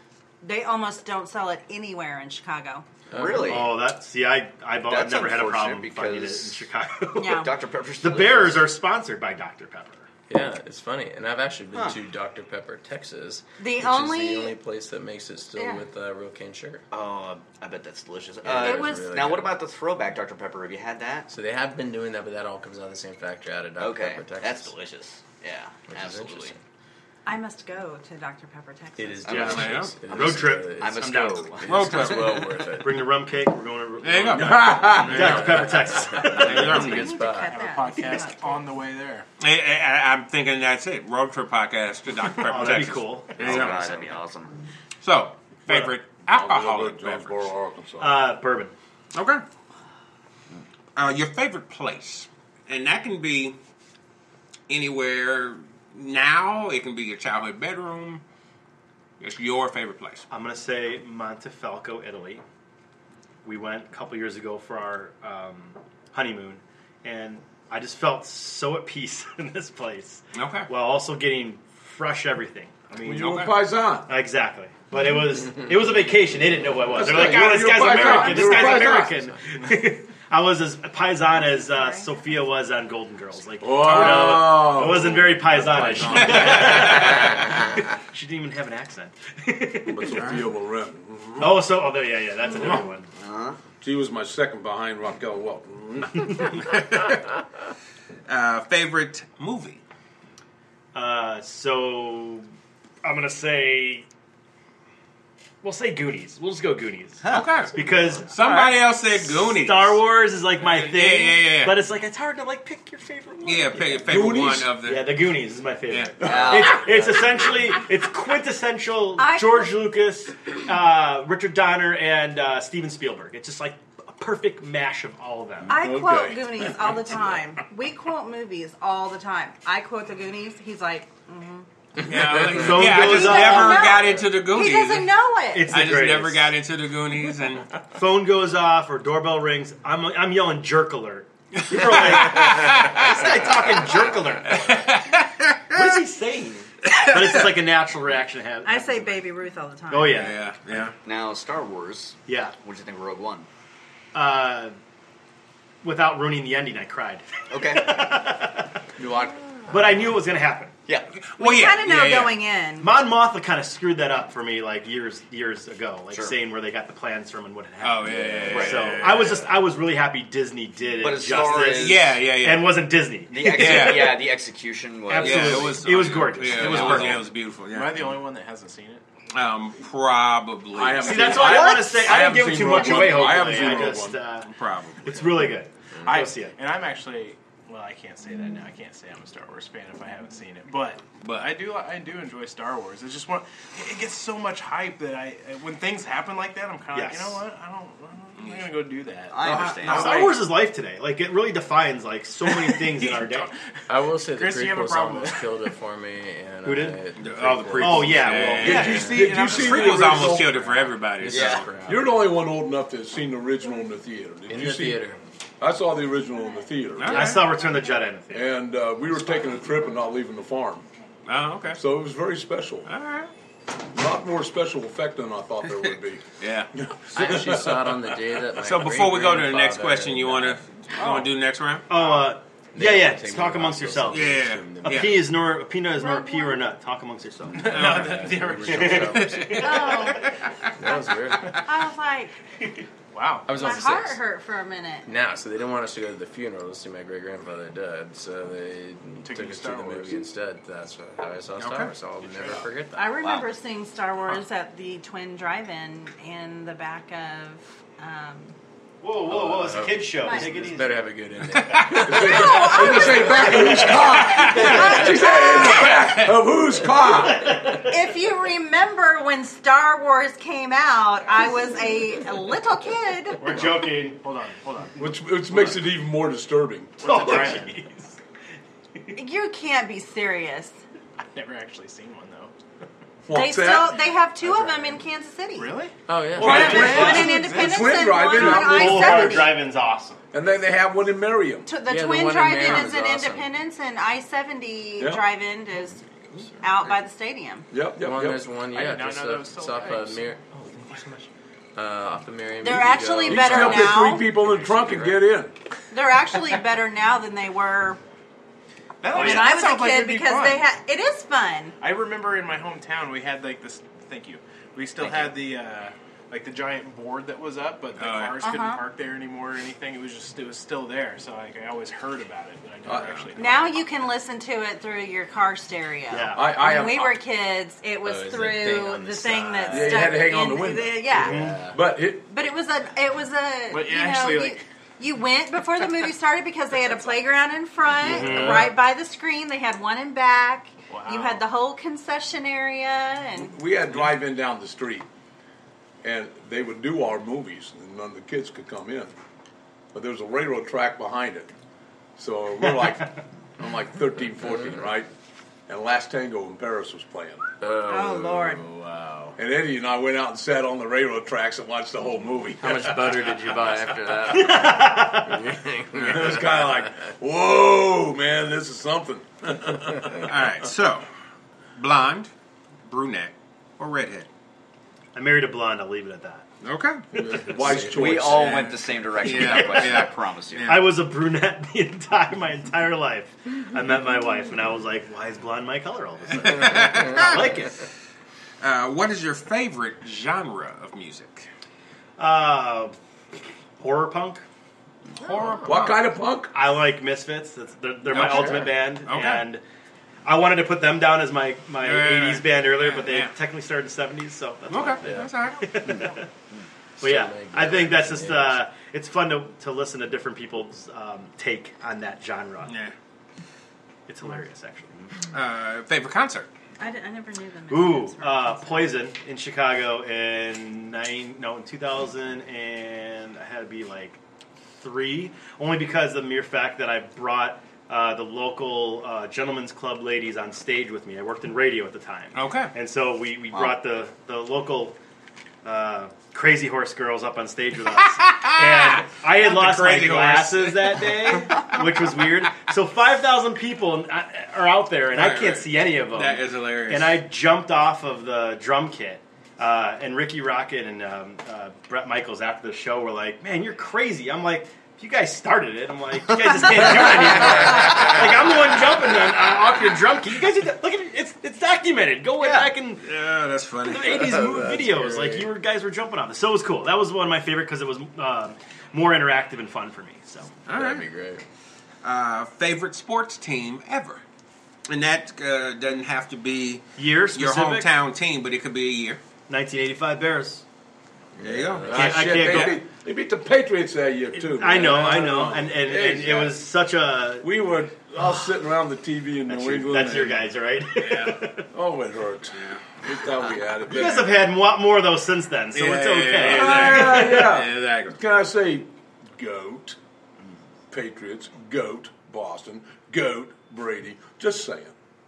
[SPEAKER 1] They almost don't sell it anywhere in Chicago.
[SPEAKER 4] Really?
[SPEAKER 6] Oh, that see, I I've
[SPEAKER 4] That's
[SPEAKER 6] never had a problem
[SPEAKER 4] unfortunate
[SPEAKER 6] finding it in
[SPEAKER 4] because-
[SPEAKER 6] Chicago.
[SPEAKER 1] Yeah.
[SPEAKER 4] Dr. Pepper's
[SPEAKER 6] the Bears are sponsored by Dr Pepper.
[SPEAKER 7] Yeah, it's funny, and I've actually been
[SPEAKER 4] Huh.
[SPEAKER 7] to Dr Pepper, Texas.
[SPEAKER 1] The
[SPEAKER 7] which is
[SPEAKER 1] only-
[SPEAKER 7] the only place that makes it still
[SPEAKER 1] Yeah.
[SPEAKER 7] with uh, real cane sugar.
[SPEAKER 4] Oh, I bet that's delicious.
[SPEAKER 7] Yeah,
[SPEAKER 4] Uh,
[SPEAKER 1] It was- really
[SPEAKER 4] now, what
[SPEAKER 7] good.
[SPEAKER 4] about the throwback Dr. Pepper? Have you had that?
[SPEAKER 7] So they have been doing that, but that all comes out of the same factory out of Dr
[SPEAKER 4] Okay,
[SPEAKER 7] Pepper, Texas.
[SPEAKER 4] that's delicious. Yeah,
[SPEAKER 7] Which is
[SPEAKER 4] absolutely.
[SPEAKER 7] interesting.
[SPEAKER 1] I must go to Dr. Pepper, Texas.
[SPEAKER 7] It is
[SPEAKER 4] I'm
[SPEAKER 7] delicious.
[SPEAKER 2] down.
[SPEAKER 7] It
[SPEAKER 6] Road
[SPEAKER 7] is,
[SPEAKER 6] trip.
[SPEAKER 7] uh, it's-
[SPEAKER 4] I'm a
[SPEAKER 6] I'm down.
[SPEAKER 4] stove.
[SPEAKER 2] Road
[SPEAKER 7] it's
[SPEAKER 2] trip.
[SPEAKER 7] well worth it.
[SPEAKER 6] Bring the rum cake. We're going to
[SPEAKER 2] There you go.
[SPEAKER 4] Oh,
[SPEAKER 6] Dr Pepper, Texas. Oh,
[SPEAKER 7] That's a
[SPEAKER 1] I
[SPEAKER 7] good
[SPEAKER 1] need to
[SPEAKER 7] spot.
[SPEAKER 1] cut that.
[SPEAKER 3] Podcast on the way there.
[SPEAKER 2] I, I, I'm thinking that's it. Road trip podcast to Dr. Pepper.
[SPEAKER 6] Oh, that'd be
[SPEAKER 2] Texas.
[SPEAKER 6] cool.
[SPEAKER 2] There
[SPEAKER 4] Oh,
[SPEAKER 2] you go.
[SPEAKER 4] God, that'd be awesome.
[SPEAKER 2] So, favorite alcoholic
[SPEAKER 5] Jonesboro,
[SPEAKER 2] beverage.
[SPEAKER 5] Arkansas.
[SPEAKER 6] Uh, bourbon.
[SPEAKER 2] Okay. Uh, your favorite place, and that can be anywhere now. It can be your childhood bedroom. It's your favorite place.
[SPEAKER 6] I'm gonna say Montefalco, Italy. We went a couple years ago for our um, honeymoon, and I just felt so at peace in this place.
[SPEAKER 2] Okay.
[SPEAKER 6] While also getting fresh everything. I mean,
[SPEAKER 5] you were
[SPEAKER 2] okay.
[SPEAKER 5] Paisan.
[SPEAKER 6] Exactly. But it was it was a vacation. They didn't know what it was. They're like,
[SPEAKER 5] That's
[SPEAKER 6] oh,
[SPEAKER 5] right.
[SPEAKER 6] this
[SPEAKER 5] You're
[SPEAKER 6] guy's
[SPEAKER 5] a
[SPEAKER 6] American. This
[SPEAKER 5] paisan.
[SPEAKER 6] guy's
[SPEAKER 5] You're a
[SPEAKER 6] American. I was as paisan as uh, Sophia was on Golden Girls. Like,
[SPEAKER 5] Wow.
[SPEAKER 6] I wasn't very paisanish. she didn't even have an accent.
[SPEAKER 5] But Sophia will rent.
[SPEAKER 6] Oh, so oh, there, yeah, yeah, that's a different one.
[SPEAKER 5] She was my second behind Raquel Mm-hmm. Welton.
[SPEAKER 2] Uh, favorite movie.
[SPEAKER 6] Uh, so I'm gonna say, we'll say Goonies. We'll just go Goonies
[SPEAKER 2] Okay.
[SPEAKER 6] because
[SPEAKER 2] Somebody else said Goonies.
[SPEAKER 6] Star Wars is like my
[SPEAKER 2] Yeah,
[SPEAKER 6] thing.
[SPEAKER 2] yeah, yeah.
[SPEAKER 6] But it's like it's hard to like pick your favorite one.
[SPEAKER 2] Yeah, pick your favorite
[SPEAKER 5] Goonies?
[SPEAKER 2] one of the.
[SPEAKER 6] Yeah, the Goonies is my favorite.
[SPEAKER 4] Yeah.
[SPEAKER 6] It's, it's essentially it's quintessential
[SPEAKER 1] I-
[SPEAKER 6] George Lucas, uh, Richard Donner, and uh, Steven Spielberg. It's just like a perfect mash of all of them.
[SPEAKER 1] I quote
[SPEAKER 5] Okay.
[SPEAKER 1] Goonies all the time. We quote movies all the time. I quote the Goonies. He's like,
[SPEAKER 2] Yeah, like-
[SPEAKER 6] So
[SPEAKER 2] yeah, I
[SPEAKER 6] goes
[SPEAKER 2] just
[SPEAKER 6] on.
[SPEAKER 1] No.
[SPEAKER 2] never got into the Goonies.
[SPEAKER 1] he doesn't know it.
[SPEAKER 6] It's the
[SPEAKER 2] I just
[SPEAKER 6] greatest.
[SPEAKER 2] never got into the Goonies, and
[SPEAKER 6] phone goes off or doorbell rings. I'm I'm yelling jerk alert. People are like, this guy talking jerk alert. What is he saying? But it's just like a natural reaction to have.
[SPEAKER 1] I say Baby Ruth all the time.
[SPEAKER 6] Oh yeah,
[SPEAKER 2] yeah, yeah.
[SPEAKER 4] Now, Star Wars.
[SPEAKER 6] yeah.
[SPEAKER 4] What do you think of Rogue One?
[SPEAKER 6] Uh, without ruining the ending, I cried.
[SPEAKER 4] Okay.
[SPEAKER 5] You like?
[SPEAKER 6] But I knew it was gonna happen.
[SPEAKER 4] Yeah.
[SPEAKER 1] We
[SPEAKER 2] Well, Oh, yeah,
[SPEAKER 1] kind of know
[SPEAKER 2] yeah, yeah.
[SPEAKER 1] going in.
[SPEAKER 6] Mon Mothma kind of screwed that up for me, like years years ago, like
[SPEAKER 4] Sure.
[SPEAKER 6] saying where they got the plans from and what had
[SPEAKER 2] Oh
[SPEAKER 6] happened.
[SPEAKER 2] yeah, yeah, yeah.
[SPEAKER 4] Right.
[SPEAKER 6] So
[SPEAKER 2] yeah, yeah,
[SPEAKER 6] I was just I was really happy Disney did it
[SPEAKER 4] But as far
[SPEAKER 6] justice
[SPEAKER 4] as-
[SPEAKER 2] yeah, yeah, yeah.
[SPEAKER 6] and wasn't Disney.
[SPEAKER 4] The ex-
[SPEAKER 2] Yeah.
[SPEAKER 4] yeah. the execution was.
[SPEAKER 6] Absolutely.
[SPEAKER 2] yeah, uh,
[SPEAKER 6] it was- it was gorgeous.
[SPEAKER 2] Yeah,
[SPEAKER 6] It was
[SPEAKER 2] yeah,
[SPEAKER 6] perfect.
[SPEAKER 2] it was beautiful.
[SPEAKER 3] Am I the
[SPEAKER 2] Yeah,
[SPEAKER 3] only one that hasn't seen it?
[SPEAKER 2] um, probably.
[SPEAKER 5] I haven't
[SPEAKER 6] See,
[SPEAKER 5] seen
[SPEAKER 6] that's
[SPEAKER 5] it.
[SPEAKER 6] why I
[SPEAKER 5] What?
[SPEAKER 6] want to say I,
[SPEAKER 5] haven't
[SPEAKER 6] didn't give too
[SPEAKER 5] seen Rogue
[SPEAKER 6] much
[SPEAKER 5] One.
[SPEAKER 6] away. Hopefully,
[SPEAKER 5] I
[SPEAKER 6] I,
[SPEAKER 5] haven't seen Rogue
[SPEAKER 6] just
[SPEAKER 5] One.
[SPEAKER 6] uh,
[SPEAKER 2] probably.
[SPEAKER 6] it's really good.
[SPEAKER 3] I
[SPEAKER 6] Go see it.
[SPEAKER 3] And I'm actually, well, I can't say that now. I can't say I'm a Star Wars fan if I haven't seen it. But
[SPEAKER 2] But-
[SPEAKER 3] but I do I do enjoy Star Wars. It's just one. it- It gets so much hype that I when things happen like that, I'm kind of
[SPEAKER 6] Yes.
[SPEAKER 3] like, you know what? I don't. I'm not gonna go do that.
[SPEAKER 4] I
[SPEAKER 3] Not-
[SPEAKER 4] understand.
[SPEAKER 3] not
[SPEAKER 6] Star
[SPEAKER 3] like-
[SPEAKER 6] Wars is life today. Like it really defines like so many things in our day.
[SPEAKER 7] I will say the
[SPEAKER 3] Chris, you have a
[SPEAKER 7] prequels
[SPEAKER 3] problem.
[SPEAKER 7] almost killed it for me. And
[SPEAKER 6] Who did?
[SPEAKER 7] I,
[SPEAKER 2] Oh, the
[SPEAKER 6] Oh
[SPEAKER 2] prequels. Yeah.
[SPEAKER 6] yeah, well,
[SPEAKER 5] Did
[SPEAKER 6] yeah.
[SPEAKER 5] you
[SPEAKER 3] Yeah.
[SPEAKER 5] see?
[SPEAKER 3] Did
[SPEAKER 5] Did
[SPEAKER 3] you
[SPEAKER 5] you see the
[SPEAKER 2] Prequels
[SPEAKER 5] original?
[SPEAKER 2] almost killed it for everybody. so-
[SPEAKER 4] Yeah.
[SPEAKER 5] You're the only one old enough to have seen the original in the theater. Did
[SPEAKER 7] In
[SPEAKER 5] you
[SPEAKER 7] the
[SPEAKER 5] see?
[SPEAKER 7] theater.
[SPEAKER 5] I saw the original in the theater,
[SPEAKER 2] Yeah.
[SPEAKER 6] I saw Return of the Jedi in the theater.
[SPEAKER 5] and uh, we were taking a trip and not leaving the farm,
[SPEAKER 2] Oh, okay.
[SPEAKER 5] so it was very special.
[SPEAKER 2] All right.
[SPEAKER 5] A lot more special effect than I thought there would be.
[SPEAKER 2] Yeah.
[SPEAKER 7] I actually saw it on the day that my
[SPEAKER 2] So before we go to the next
[SPEAKER 7] great-grandfather-
[SPEAKER 2] question, you want to you want to do the next round?
[SPEAKER 6] Oh uh,
[SPEAKER 7] They
[SPEAKER 6] yeah,
[SPEAKER 7] all
[SPEAKER 6] yeah.
[SPEAKER 7] take me
[SPEAKER 6] talk
[SPEAKER 7] to
[SPEAKER 6] amongst
[SPEAKER 7] hospital.
[SPEAKER 6] yourselves.
[SPEAKER 2] Yeah.
[SPEAKER 6] A
[SPEAKER 2] Yeah.
[SPEAKER 6] pea is nor a peanut is nor a pea or a nut. Talk amongst yourselves.
[SPEAKER 3] No, the, the
[SPEAKER 7] They
[SPEAKER 3] original.
[SPEAKER 7] were so-
[SPEAKER 1] Oh,
[SPEAKER 7] That was weird.
[SPEAKER 1] I was like,
[SPEAKER 3] Wow.
[SPEAKER 7] I was
[SPEAKER 1] My
[SPEAKER 7] only six.
[SPEAKER 1] heart hurt for a minute.
[SPEAKER 7] Now, so they didn't want us to go to the funeral to see my great grandfather dead, so they
[SPEAKER 3] Took
[SPEAKER 7] took,
[SPEAKER 3] you to
[SPEAKER 7] us
[SPEAKER 3] Star
[SPEAKER 7] to the
[SPEAKER 3] Wars.
[SPEAKER 7] movie instead. That's how I saw Star
[SPEAKER 3] Okay.
[SPEAKER 7] Wars. so I'll
[SPEAKER 3] Good
[SPEAKER 7] never
[SPEAKER 3] trade-off.
[SPEAKER 7] forget that.
[SPEAKER 1] I remember seeing Star Wars at the Twin Drive-In in the back of. Um,
[SPEAKER 6] Whoa, whoa, whoa! It's a
[SPEAKER 7] Uh,
[SPEAKER 6] kids show.
[SPEAKER 1] Nice.
[SPEAKER 6] Take it
[SPEAKER 7] This
[SPEAKER 6] easy.
[SPEAKER 7] better have a good ending.
[SPEAKER 5] They say back of whose car? She said in the back of whose car?
[SPEAKER 1] if you remember when Star Wars came out, I was a little kid.
[SPEAKER 6] We're joking.
[SPEAKER 3] Hold on, hold on.
[SPEAKER 5] Which which makes it even more disturbing.
[SPEAKER 3] What's a
[SPEAKER 6] Oh,
[SPEAKER 3] drive-in?
[SPEAKER 6] jeez.
[SPEAKER 1] You can't be serious.
[SPEAKER 3] I've never actually seen one though.
[SPEAKER 1] They
[SPEAKER 5] What's
[SPEAKER 1] still
[SPEAKER 5] that?
[SPEAKER 1] they have two of them in Kansas City.
[SPEAKER 7] Oh yeah.
[SPEAKER 1] One,
[SPEAKER 5] Well,
[SPEAKER 1] of them-
[SPEAKER 5] yeah.
[SPEAKER 1] one in Independence
[SPEAKER 5] Twin
[SPEAKER 1] and
[SPEAKER 5] Drive-In
[SPEAKER 1] one on
[SPEAKER 5] on
[SPEAKER 1] I
[SPEAKER 6] Boulevard
[SPEAKER 1] seventy.
[SPEAKER 6] Drive-In's awesome.
[SPEAKER 5] And then they have one in Merriam.
[SPEAKER 1] Tw- The
[SPEAKER 7] Yeah, the
[SPEAKER 1] Twin
[SPEAKER 7] one in
[SPEAKER 1] Drive-In is
[SPEAKER 7] Merriam is
[SPEAKER 1] in
[SPEAKER 7] awesome.
[SPEAKER 1] Independence, and I seventy
[SPEAKER 5] Yeah.
[SPEAKER 1] Drive-In is out by the stadium.
[SPEAKER 5] Yep, yep,
[SPEAKER 7] one,
[SPEAKER 5] yep.
[SPEAKER 7] there's one.
[SPEAKER 3] I did
[SPEAKER 7] Yeah,
[SPEAKER 3] not
[SPEAKER 7] just
[SPEAKER 3] know that
[SPEAKER 7] uh,
[SPEAKER 3] was still
[SPEAKER 7] it's off
[SPEAKER 3] alive.
[SPEAKER 7] of Mir- oh, thank you so much. Uh, off of Miriam.
[SPEAKER 1] They're
[SPEAKER 7] you can
[SPEAKER 1] actually
[SPEAKER 7] go-
[SPEAKER 5] You
[SPEAKER 1] better
[SPEAKER 5] still
[SPEAKER 1] now.
[SPEAKER 5] get three people in the trunk and get in.
[SPEAKER 1] They're actually better now than they were
[SPEAKER 5] Oh,
[SPEAKER 3] That,
[SPEAKER 1] when
[SPEAKER 3] actually-
[SPEAKER 1] I
[SPEAKER 3] that
[SPEAKER 1] was a
[SPEAKER 3] sounds like
[SPEAKER 1] kid
[SPEAKER 3] it'd be
[SPEAKER 1] because
[SPEAKER 3] fun.
[SPEAKER 1] they had. It is fun.
[SPEAKER 3] I remember in my hometown we had like this. Thank you. We still had the uh, like the giant board that was up, but the
[SPEAKER 2] Oh, yeah.
[SPEAKER 3] cars
[SPEAKER 1] Uh-huh.
[SPEAKER 3] couldn't park there anymore or anything. It was just it was still there, so like, I always heard about it, but I never
[SPEAKER 5] Uh,
[SPEAKER 3] actually.
[SPEAKER 1] Now you can listen to it through your car stereo.
[SPEAKER 6] Yeah.
[SPEAKER 5] I, I
[SPEAKER 1] when
[SPEAKER 5] have,
[SPEAKER 1] we were kids, it was
[SPEAKER 7] Oh, it's that
[SPEAKER 1] through
[SPEAKER 7] thing on
[SPEAKER 1] the,
[SPEAKER 7] the
[SPEAKER 1] thing that
[SPEAKER 7] side.
[SPEAKER 5] Yeah, you
[SPEAKER 1] stuck
[SPEAKER 5] had to hang on
[SPEAKER 1] in
[SPEAKER 5] the window.
[SPEAKER 1] yeah.
[SPEAKER 5] but it,
[SPEAKER 1] But it was a it was a
[SPEAKER 3] But
[SPEAKER 1] you
[SPEAKER 3] actually,
[SPEAKER 1] know
[SPEAKER 3] like-
[SPEAKER 1] you, you went before the movie started because they had a playground in front,
[SPEAKER 6] Mm-hmm.
[SPEAKER 1] right by the screen. They had one in back. You
[SPEAKER 3] Wow.
[SPEAKER 1] had the whole concession area, and
[SPEAKER 5] we had drive-in down the street, and they would do our movies, and none of the kids could come in. But there was a railroad track behind it, so we're like, I'm like 13, 14, right? And Last Tango in Paris was playing,
[SPEAKER 1] oh lord,
[SPEAKER 7] Wow.
[SPEAKER 5] and Eddie and I went out and sat on the railroad tracks and watched the whole movie.
[SPEAKER 7] How much butter did you buy after that?
[SPEAKER 5] it was kind of like, whoa, man, this is something.
[SPEAKER 2] All right, so blonde, brunette, or redhead.
[SPEAKER 6] I married a blonde. I'll leave it at that.
[SPEAKER 2] Okay.
[SPEAKER 5] Wise choice.
[SPEAKER 4] We all went the same direction.
[SPEAKER 2] Yeah,
[SPEAKER 4] without question,
[SPEAKER 2] yeah.
[SPEAKER 4] I promise you.
[SPEAKER 2] Yeah.
[SPEAKER 6] I was a brunette the entire my entire life. I met my wife, and I was like, "Why is blonde my color all of a sudden?" I like it.
[SPEAKER 2] Uh, what is your favorite genre of music?
[SPEAKER 6] Uh, horror punk.
[SPEAKER 2] Horror.
[SPEAKER 5] What kind of punk?
[SPEAKER 6] I like Misfits. That's, they're they're my
[SPEAKER 2] Okay.
[SPEAKER 6] ultimate band,
[SPEAKER 2] Oh, Okay.
[SPEAKER 6] and I wanted to put them down as my my
[SPEAKER 2] Yeah, yeah, yeah.
[SPEAKER 6] '80s band earlier, but they
[SPEAKER 2] Yeah.
[SPEAKER 6] technically started in the '70s, so that's
[SPEAKER 2] Okay,
[SPEAKER 6] why they-
[SPEAKER 2] that's all right.
[SPEAKER 6] But yeah,
[SPEAKER 7] Still make
[SPEAKER 6] I think
[SPEAKER 7] that
[SPEAKER 6] that's just uh, it's fun to, to listen to different people's um, take on that genre.
[SPEAKER 2] Yeah.
[SPEAKER 6] It's hilarious, actually.
[SPEAKER 2] Uh, favorite concert?
[SPEAKER 1] I, d- I never knew them.
[SPEAKER 6] Ooh, uh, Poison in Chicago in nine no in two thousand and I had to be like three, only because of the mere fact that I brought uh, the local uh, gentlemen's club ladies on stage with me. I worked in radio at the time.
[SPEAKER 2] Okay.
[SPEAKER 6] And so we, we brought the, the local uh, crazy horse girls up on stage with us. and I had lost my
[SPEAKER 2] Crazy Horse.
[SPEAKER 6] glasses that day, which was weird. So 5,000 people uh, are out there, and I
[SPEAKER 2] Right,
[SPEAKER 6] can't
[SPEAKER 2] right.
[SPEAKER 6] see any of them.
[SPEAKER 2] That is hilarious.
[SPEAKER 6] And I jumped off of the drum kit. Uh, and Ricky Rocket and um, uh, Brett Michaels after the show were like, "Man, you're crazy." I'm like, "If you guys started it, I'm like, you guys just can't do it anymore." like I'm the one jumping on, uh, off your drum kit. You guys, did that- look at it. It's it's documented. Go way back and
[SPEAKER 2] Yeah, that's funny.
[SPEAKER 6] the 80s move
[SPEAKER 7] That's
[SPEAKER 6] videos.
[SPEAKER 7] great.
[SPEAKER 6] Like you were, guys were jumping on this. So it was cool. That was one of my favorite because it was um more interactive and fun for me. So
[SPEAKER 2] All
[SPEAKER 7] That'd be
[SPEAKER 2] right.
[SPEAKER 7] great.
[SPEAKER 2] Uh, favorite sports team ever? And that uh, doesn't have to be
[SPEAKER 6] year
[SPEAKER 2] your
[SPEAKER 6] specific,
[SPEAKER 2] hometown team, but it could be a year.
[SPEAKER 6] 1985 Bears.
[SPEAKER 2] There you go.
[SPEAKER 6] I can't
[SPEAKER 5] Ah, they,
[SPEAKER 6] go-
[SPEAKER 5] beat, they beat the Patriots that year too.
[SPEAKER 6] I
[SPEAKER 5] man.
[SPEAKER 6] know, I know, and and, and
[SPEAKER 5] Yeah.
[SPEAKER 6] it was such a.
[SPEAKER 5] We were all sitting around the TV in
[SPEAKER 6] That's
[SPEAKER 5] New
[SPEAKER 6] your,
[SPEAKER 5] England.
[SPEAKER 6] that's your
[SPEAKER 5] and-
[SPEAKER 6] guys, right?
[SPEAKER 5] Oh, it hurts. We thought we had it.
[SPEAKER 6] you guys have had a lot more of those since then, so
[SPEAKER 2] Yeah,
[SPEAKER 6] it's
[SPEAKER 2] yeah,
[SPEAKER 6] okay.
[SPEAKER 2] yeah,
[SPEAKER 5] yeah, yeah.
[SPEAKER 2] Exactly.
[SPEAKER 5] Can I say goat? Patriots, goat, Boston, goat, Brady. Just saying.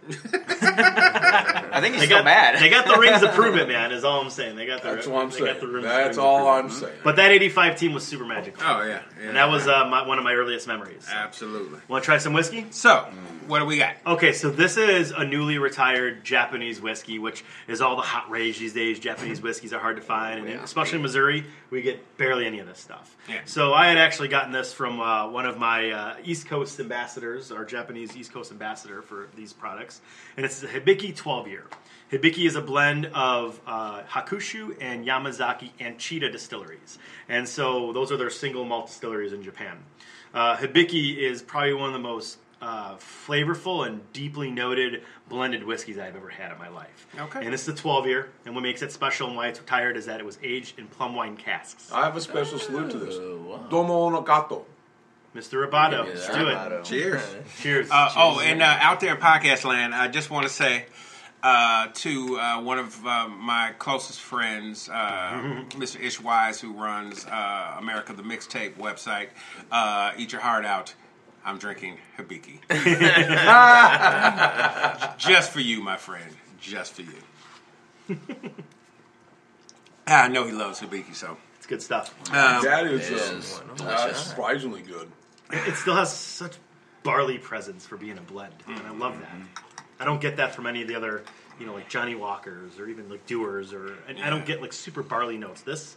[SPEAKER 4] I think he's
[SPEAKER 6] They
[SPEAKER 4] still
[SPEAKER 6] got,
[SPEAKER 4] mad.
[SPEAKER 6] they got the rings to prove it, man. Is all I'm saying. They got the.
[SPEAKER 5] That's what I'm
[SPEAKER 6] they
[SPEAKER 5] saying.
[SPEAKER 6] Got the rings to prove
[SPEAKER 5] That's
[SPEAKER 6] it.
[SPEAKER 5] all I'm saying.
[SPEAKER 6] But that '85 team was super magical,
[SPEAKER 2] Oh yeah, yeah.
[SPEAKER 6] and that was uh, my, one of my earliest memories.
[SPEAKER 2] absolutely.
[SPEAKER 6] Want to try some whiskey?
[SPEAKER 2] So, what do we got?
[SPEAKER 6] Okay, so this is a newly retired Japanese whiskey, which is all the hot rage these days. Japanese whiskeys are hard to find, and especially in Missouri, we get barely any of this stuff.
[SPEAKER 2] Yeah.
[SPEAKER 6] So I had actually gotten this from uh, one of my uh, East Coast ambassadors, our Japanese East Coast ambassador for these products, Yes, and it's a Hibiki 12 year. Hibiki is a blend of uh, Hakushu and Yamazaki and Cheetah distilleries, and so those are their single malt distilleries in Japan. Uh, Hibiki is probably one of the most uh, flavorful and deeply noted blended whiskeys I've ever had in my life.
[SPEAKER 2] Okay.
[SPEAKER 6] and it's a 12 year, and what makes it special and why it's retired is that it was aged in plum wine casks.
[SPEAKER 5] I have a special salute to this.
[SPEAKER 7] Oh, wow.
[SPEAKER 5] Domo no gato.
[SPEAKER 6] Mr. Roboto,
[SPEAKER 7] Yeah,
[SPEAKER 6] let's do it.
[SPEAKER 4] Colorado.
[SPEAKER 2] Cheers.
[SPEAKER 6] Cheers.
[SPEAKER 2] Uh, oh, and uh, out there in podcast land, I just want to say uh, to uh, one of uh, my closest friends, uh, Mr. Ish Wise, who runs uh, America the Mixtape website, uh, Eat Your Heart Out. I'm drinking Hibiki. just for you, my friend. Just for you. I know he loves Hibiki, so.
[SPEAKER 6] It's good stuff.
[SPEAKER 2] Um,
[SPEAKER 5] that is,
[SPEAKER 7] is
[SPEAKER 6] Oh,
[SPEAKER 5] uh,
[SPEAKER 7] delicious.
[SPEAKER 5] surprisingly good.
[SPEAKER 6] It still has such barley presence for being a blend, and I love that. I don't get that from any of the other, you know, like Johnny Walkers or even like Doers, or and I don't get like super barley notes. This,